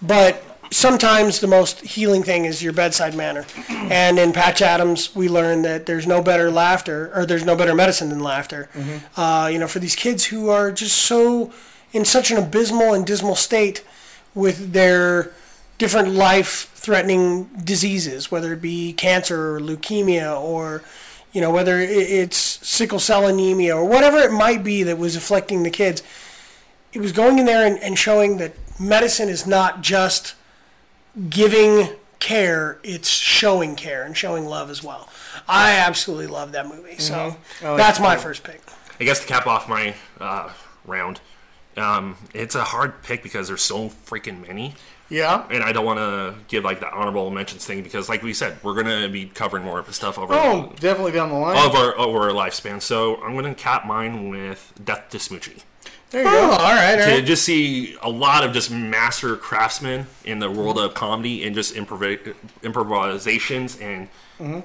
S1: but sometimes the most healing thing is your bedside manner. And in Patch Adams, we learned that there's no better laughter, or there's no better medicine than laughter. Uh, you know, for these kids who are just so in such an abysmal and dismal state with their different life-threatening diseases, whether it be cancer or leukemia or you know whether i- it's sickle cell anemia or whatever it might be that was afflicting the kids it was going in there and, and showing that medicine is not just giving care, it's showing care and showing love as well. I absolutely love that movie. So
S2: Mhm. I like
S1: that's
S2: that
S1: my
S2: one.
S1: first pick.
S2: I guess to cap off my uh, round, um, it's a hard pick because there's so freaking many.
S3: Yeah.
S2: And I don't want to give like the honorable mentions thing because, like we said, we're gonna be covering more of the stuff over
S3: Oh, definitely down the line.
S2: of our over our lifespan. So I'm gonna cap mine with Death to Smoochie.
S3: There you go. Oh, All right. All
S2: to
S3: right.
S2: just see a lot of just master craftsmen in the world of comedy and just improv- improvisations and
S3: Mhm.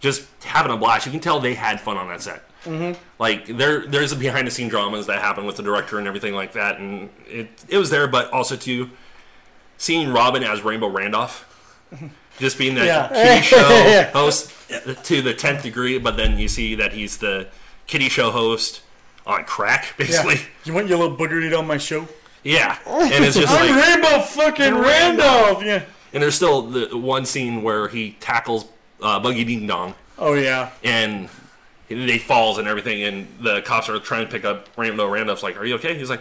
S2: just having a blast. You can tell they had fun on that set.
S3: Mhm.
S2: Like there, there's behind the scene dramas that happen with the director and everything like that, and it it was there, but also too seeing Robin as Rainbow
S3: [LAUGHS]
S2: Randolph, just being that
S1: Yeah.
S2: kitty show
S1: Yeah.
S2: host to the tenth degree, but then you see that he's the kitty show host on crack, basically.
S3: Yeah. You want your little booger to eat on my show?
S2: Yeah, and it's just
S3: I'm
S2: like,
S3: Rainbow fucking Randolph. Yeah.
S2: and there's still the one scene where he tackles uh, Buggy Ding Dong,
S3: Oh yeah.
S2: and they falls and everything, and the cops are trying to pick up Rainbow Randolph's like, "Are you okay?" He's like,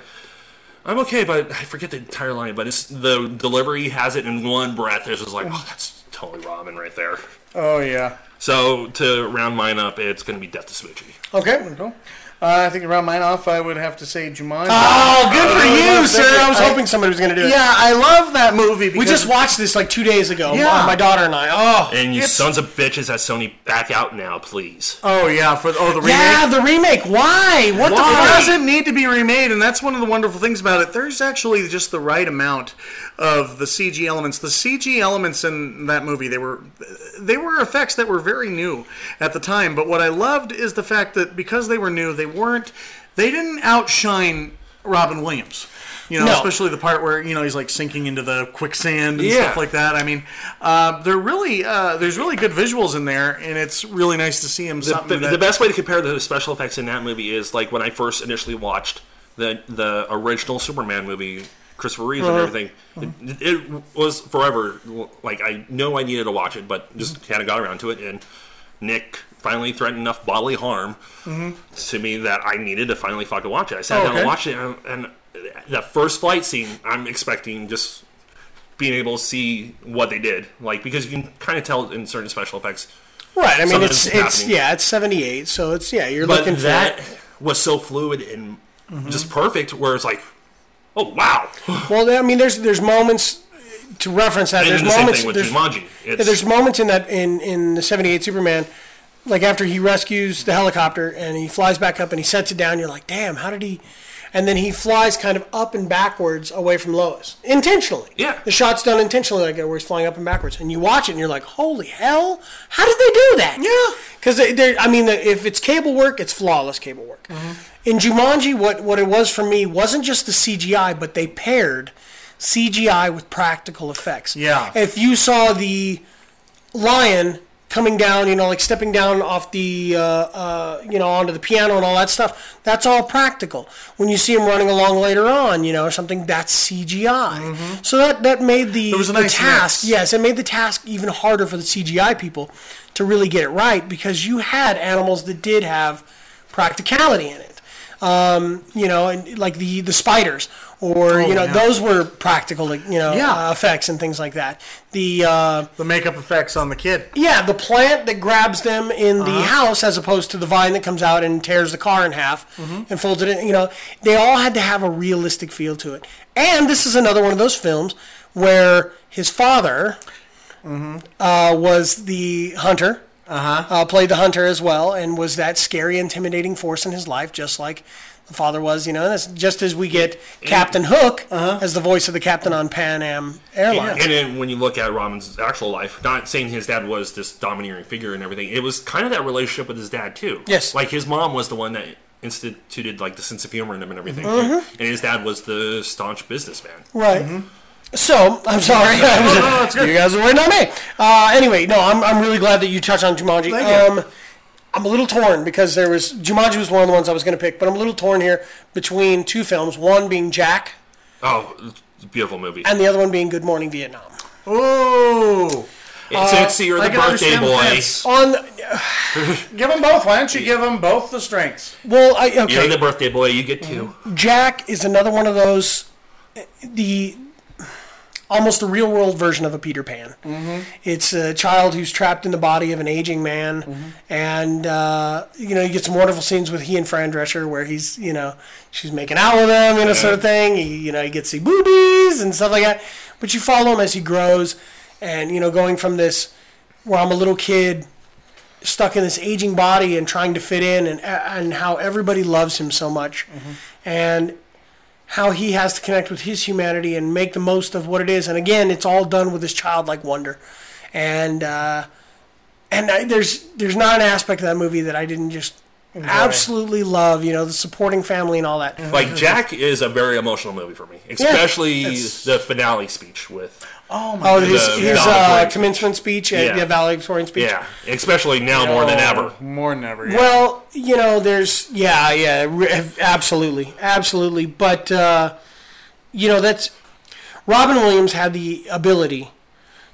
S2: "I'm okay," but I forget the entire line, but it's the delivery has it in one breath. It's just like, "Oh, that's totally Robin right there."
S3: Oh yeah.
S2: So to round mine up, it's gonna be Death to Smoochie.
S3: Okay. Cool. Uh, I think to round mine off, I would have to say Jumanji.
S1: Oh, good for
S3: I
S1: you,
S3: love
S1: sir.
S3: that-
S1: I was hoping somebody was going to do it.
S3: Yeah, I love that movie. Because
S1: We just watched this like two days ago.
S3: Yeah.
S1: My, my daughter and I. Oh,
S2: And you
S1: it's-
S2: sons of bitches at Sony, back out now, please.
S3: Oh yeah, for oh the remake.
S1: Yeah, the remake. Why? What the
S3: It
S1: fuck?
S3: doesn't need to be remade, and that's one of the wonderful things about it. There's actually just the right amount of the CG elements. The CG elements in that movie they were they were effects that were very new at the time. But what I loved is the fact that because they were new, they weren't they didn't outshine Robin Williams. You know,
S1: No.
S3: especially the part where you know he's like sinking into the quicksand and
S1: Yeah.
S3: stuff like that. I mean, uh, they're really uh, there's really good visuals in there, and it's really nice to see him.
S2: The, the,
S3: something that-
S2: the best way to compare the special effects in that movie is like when I first initially watched the the original Superman movie, Christopher Reeves
S3: Uh-huh.
S2: and everything. It, it was forever. Like I know I needed to watch it, but just
S3: Mm-hmm.
S2: kind of got around to it. And Nick finally threatened enough bodily harm
S3: Mhm.
S2: to me that I needed to finally fucking watch it. I sat
S3: Oh,
S2: down
S3: okay.
S2: and watched it, and, and the first flight scene, I'm expecting just being able to see what they did, like because you can kind of tell in certain special effects.
S1: Right. I mean, it's
S2: something's
S1: it's
S2: happening.
S1: yeah, it's seventy eight. So it's yeah, you're
S2: but
S1: looking for
S2: that
S1: it.
S2: was so fluid and just perfect, where it's like, oh wow,
S1: Well, I mean, there's there's moments uh, to reference that.
S2: And
S1: There's
S2: then the same
S1: moments.
S2: thing with
S1: there's,
S2: Jumanji.
S1: yeah,
S2: It's-
S1: there's moments in that in in the '78 Superman, like after he rescues the helicopter and he flies back up and he sets it down. You're like, damn, how did he? And then he flies kind of up and backwards away from Lois intentionally.
S2: Yeah.
S1: The shot's done intentionally, like where he's flying up and backwards. And you watch it and you're like, holy hell, how did they do that? Yeah. Because they, they're- I mean, if it's cable work, it's flawless cable work. In Jumanji, what, what it was for me wasn't just the CGI, but they paired CGI with practical effects.
S3: Yeah.
S1: If you saw the lion coming down, you know, like stepping down off the, uh, uh, you know, onto the piano and all that stuff, that's all practical. When you see him running along later on, you know, or something, that's CGI. So that, that made the,
S3: There Mm-hmm. was a
S1: the
S3: nice
S1: task, yes, it made the task even harder for the CGI people to really get it right because you had animals that did have practicality in it. Um, you know, and like the the spiders, or
S3: Oh,
S1: you know,
S3: yeah.
S1: those were practical, like, you know,
S3: Yeah.
S1: uh, effects and things like that. The uh,
S3: the makeup effects on the kid.
S1: Yeah, the plant that grabs them in the
S3: Uh-huh.
S1: house, as opposed to the vine that comes out and tears the car in half Mhm. and folded it. You know, they all had to have a realistic feel to it. And this is another one of those films where his father uh, was the hunter. Uh-huh. played the hunter as well, and was that scary, intimidating force in his life, just like the father was. You know, that's just as we get Captain Hook as the voice of the captain on Pan Am Airlines.
S2: And then when you look at Robin's actual life, not saying his dad was this domineering figure and everything, it was kind of that relationship with his dad too. Yes, like his mom was the one that instituted like the sense of humor in him and everything,
S1: Mhm.
S2: too.
S1: Mhm.
S2: and his dad was the staunch businessman.
S1: Right. So I'm sorry.
S2: Mm-hmm. [LAUGHS] No,
S1: I was-
S2: no,
S1: [LAUGHS]
S2: no, it's good.
S1: You guys are waiting on me. Uh, anyway, no, I'm, I'm really glad that you touched on Jumanji.
S3: Thank you.
S1: Um, I'm a little torn because there was Jumanji was one of the ones I was going to pick, but I'm a little torn here between two films. One being Jack,
S2: Oh, beautiful movie.
S1: and the other one being Good Morning Vietnam.
S3: Oh.
S2: It's- it's
S1: uh,
S2: your the birthday boy.
S1: On
S3: give them both. Why don't you give them both the strengths?
S1: well, I okay.
S2: You're the birthday boy. You get two.
S1: Jack is another one of those. The almost a real world version of a Peter Pan.
S3: Mm-hmm.
S1: It's a child who's trapped in the body of an aging man, and uh, you know you get some wonderful scenes with he and Fran Drescher where he's you know she's making out with him, you know, sort of thing. He, you know, he gets the boobies and stuff like that. But you follow him as he grows, and you know, going from this where I'm a little kid stuck in this aging body and trying to fit in, and and how everybody loves him so much, and how he has to connect with his humanity and make the most of what it is. And again, it's all done with this childlike wonder, and uh, and I, there's there's not an aspect of that movie that I didn't just absolutely love. You know, the supporting family and all that.
S2: Like Jack is a very emotional movie for me, especially the finale speech with.
S1: Oh my! Oh, his,
S2: The
S1: his uh,
S2: valedictorian
S1: commencement speech, and
S2: Yeah.
S1: yeah, valedictorian speech.
S2: Yeah, especially now more than ever.
S3: More than ever.
S1: Well, you know, there's yeah, yeah, re- absolutely, absolutely. But uh, you know, that's Robin Williams had the ability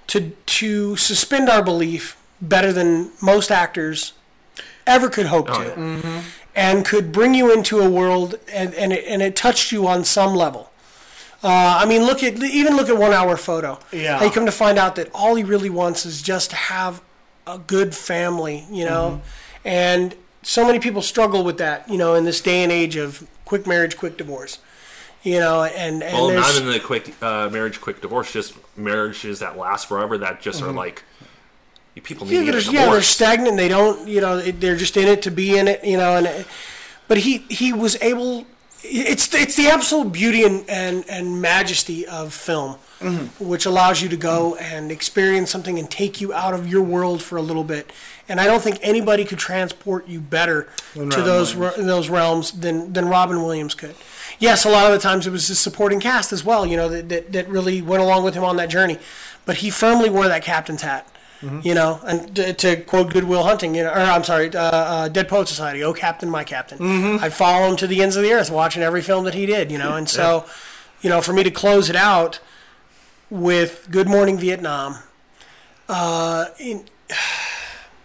S1: to to suspend our belief better than most actors ever could hope to, and could bring you into a world and and it, and it touched you on some level. Uh, I mean, look at even look at one hour photo.
S3: Yeah.
S1: they come to find out that all he really wants is just to have a good family, you know, and so many people struggle with that, you know, in this day and age of quick marriage, quick divorce, you know, and and
S2: well,
S1: there's
S2: not in the quick uh, marriage, quick divorce. Just marriages that last forever. That just are
S1: Mhm.
S2: like you people
S1: yeah,
S2: need to
S1: they're,
S2: get a
S1: yeah, they're
S2: divorce.
S1: stagnant. They don't, you know, it, they're just in it to be in it, you know. And it- but he he was able. It's it's the absolute beauty and and, and majesty of film,
S2: Mm-hmm.
S1: which allows you to go and experience something and take you out of your world for a little bit. And I don't think anybody could transport you better
S3: Than
S1: to
S3: Robin
S1: those re- those realms than than Robin Williams could. Yes, a lot of the times it was his supporting cast as well, you know, that, that, that really went along with him on that journey. But he firmly wore that captain's hat. Mm-hmm. You know, and to, to quote Goodwill Hunting, you know, or I'm sorry, uh, uh, Dead Poet Society. Oh, Captain, my Captain.
S3: Mhm.
S1: I'd follow him to the ends of the earth, watching every film that he did. You know, and so, you know, for me to close it out with Good Morning Vietnam, uh, in,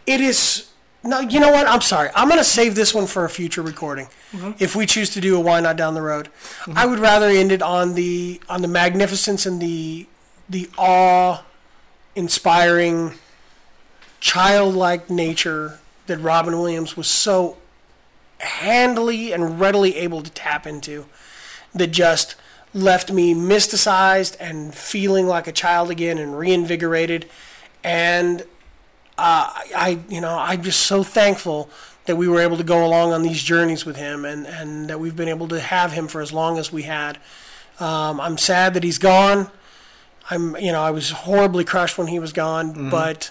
S1: it is. No, you know what? I'm sorry. I'm going to save this one for a future recording.
S3: Mhm.
S1: If we choose to do a why not down the road, I would rather end it on the on the magnificence and the the awe inspiring childlike nature that Robin Williams was so handily and readily able to tap into that just left me mysticized and feeling like a child again and reinvigorated and uh, I you know I'm just so thankful that we were able to go along on these journeys with him and and that we've been able to have him for as long as we had um, I'm sad that he's gone I'm you know I was horribly crushed when he was gone
S2: Mm-hmm.
S3: Mhm.
S1: but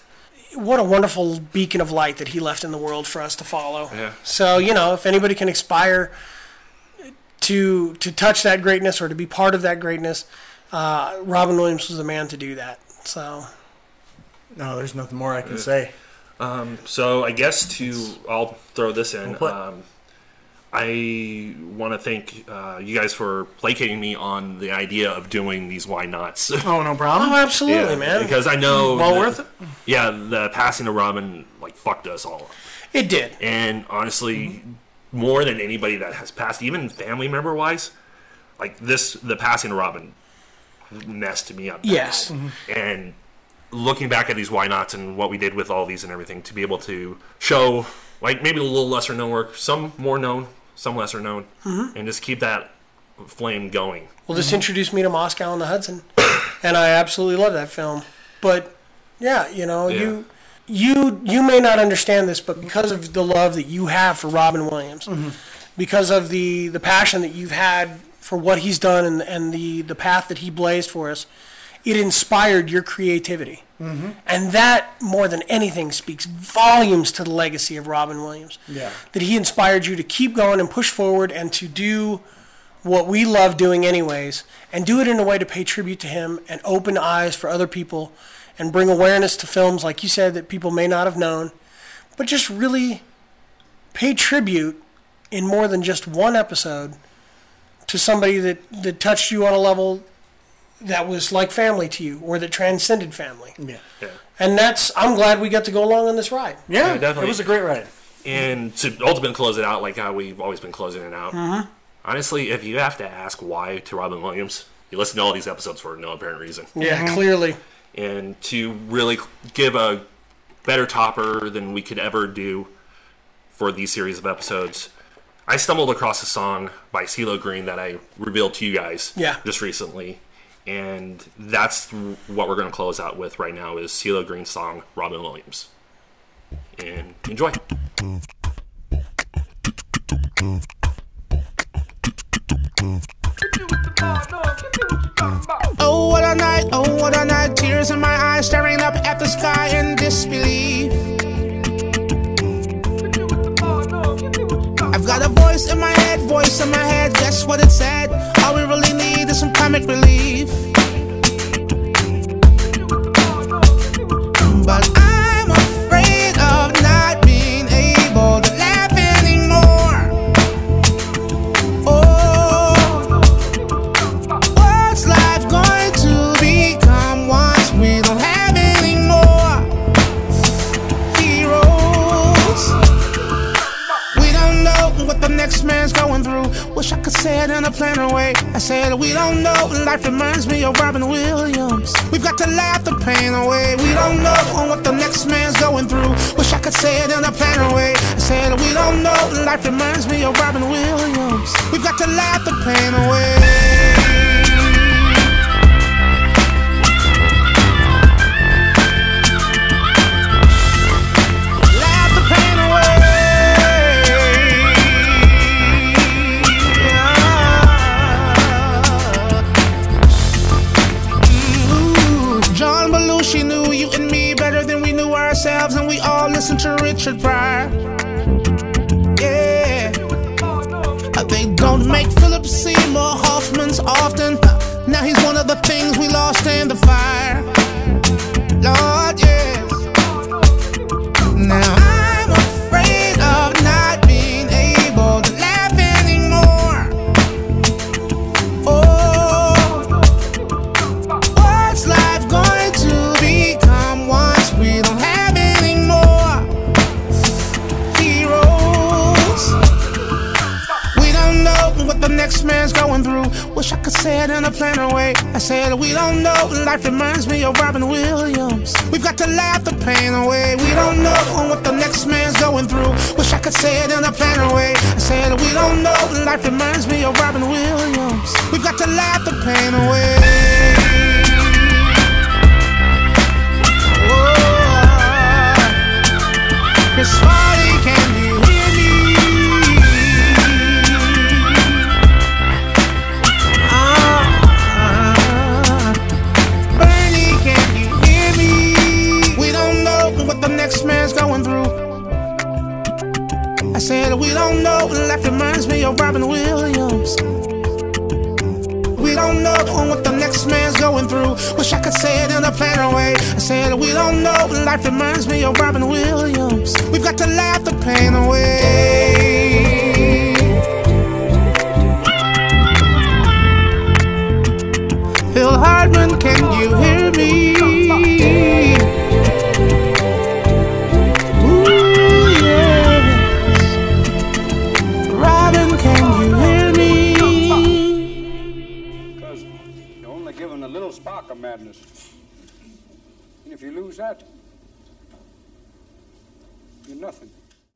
S1: what a wonderful beacon of light that he left in the world for us to follow
S3: Yeah.
S1: so you know if anybody can aspire to to touch that greatness or to be part of that greatness uh, Robin Williams was the man to do that so
S3: No, there's nothing more I can
S2: Yeah.
S3: say.
S2: Um, so I guess to I'll throw this in.
S3: What?
S2: Um, I want to thank uh, you guys for placating me on the idea of doing these why nots.
S3: Oh, no problem.
S1: Oh, absolutely,
S2: [LAUGHS] Yeah,
S1: man.
S2: Because I know
S1: Well
S2: the-
S1: worth it.
S2: Yeah, the passing of Robin like fucked us all up.
S1: It did.
S2: And honestly, more than anybody that has passed, even family member wise, like this the passing of Robin messed me up.
S1: Yes.
S2: And looking back at these why nots and what we did with all these and everything to be able to show like maybe a little lesser known work, some more known, some lesser known,
S1: Mhm.
S2: and just keep that flame going.
S1: Well, this introduced me to Moscow on the Hudson, [COUGHS] and I absolutely love that film. But yeah, you know,
S2: Yeah.
S1: you you you may not understand this, but because of the love that you have for Robin Williams, because of the the passion that you've had for what he's done and and the the path that he blazed for us, it inspired your creativity.
S3: Mm-hmm.
S1: And that, more than anything, speaks volumes to the legacy of Robin Williams.
S3: Yeah.
S1: that he inspired you to keep going and push forward and to do what we love doing anyways and do it in a way to pay tribute to him and open eyes for other people and bring awareness to films like you said that people may not have known but just really pay tribute in more than just one episode to somebody that, that touched you on a level that was like family to you or that transcended family
S3: Yeah.
S2: Yeah.
S1: and that's i'm glad we got to go along on this ride
S2: Yeah, Yeah, definitely. it was a
S3: great ride
S2: And to ultimately close it out like how we've always been closing it out.
S1: Mhm.
S2: Honestly, if you have to ask why to Robin Williams, You listen to all these episodes for no apparent reason.
S1: Yeah, clearly.
S2: And to really give a better topper than we could ever do for these series of episodes, I stumbled across a song by CeeLo Green that I revealed to you guys
S1: Yeah.
S2: just recently. And that's what we're going to close out with right now is CeeLo Green's song, Robin Williams. And enjoy.
S15: Oh, what a night, oh, what a night. Tears in my eyes, staring up at the sky in disbelief. I've got a voice in my head, voice in my head, guess what it said? All we really need is some comic relief. But I'm afraid of not being able to laugh anymore. Oh, What's life going to become once we don't have any more heroes? We don't know what the next man's going through. Wish I could say it in a plainer way. I said we don't know. Life reminds me of Robin Williams. We've got to laugh the pain away. We don't know what the next man's going through. Wish I could say it in a plainer way. I said we don't know. Life reminds me of Robin Williams. We've got to laugh the pain away. Laugh the pain away. Ooh, John Belushi knew you and me better than we knew ourselves, and we all listened to Richard Pryor. Yeah. Uh, They don't make Philip Seymour Hoffman's often. Now he's one of the things we lost in the fire. Lord, yeah. Now I'm afraid of not being able to laugh anymore. Oh, what's life going to become once we don't have any more heroes? We don't know what the next man's going through. Wish I could say it in a plainer way. I said we don't know. Life reminds me of Robin Williams. We've got to laugh the pain away. We don't know what the next man's going through. Wish I could say it in a plainer way. I said we don't know. Life reminds me of Robin Williams. We've got to laugh the pain away. Oh, Chris Farley, can you hear me? Ah, Bernie, can you hear me? We don't know what the next man's going through. I said we don't know. Life reminds me of Robin Williams. We don't know what the next man's going through. Wish I could say it in a plainer way. I said we don't know. Life reminds me of Robin Williams. We've got to laugh the pain away. Phil Hartman, can you hear me? Ooh, yes. Robin, can you hear me?
S16: Because you're only given a little spark of madness. And if you lose that, you're nothing.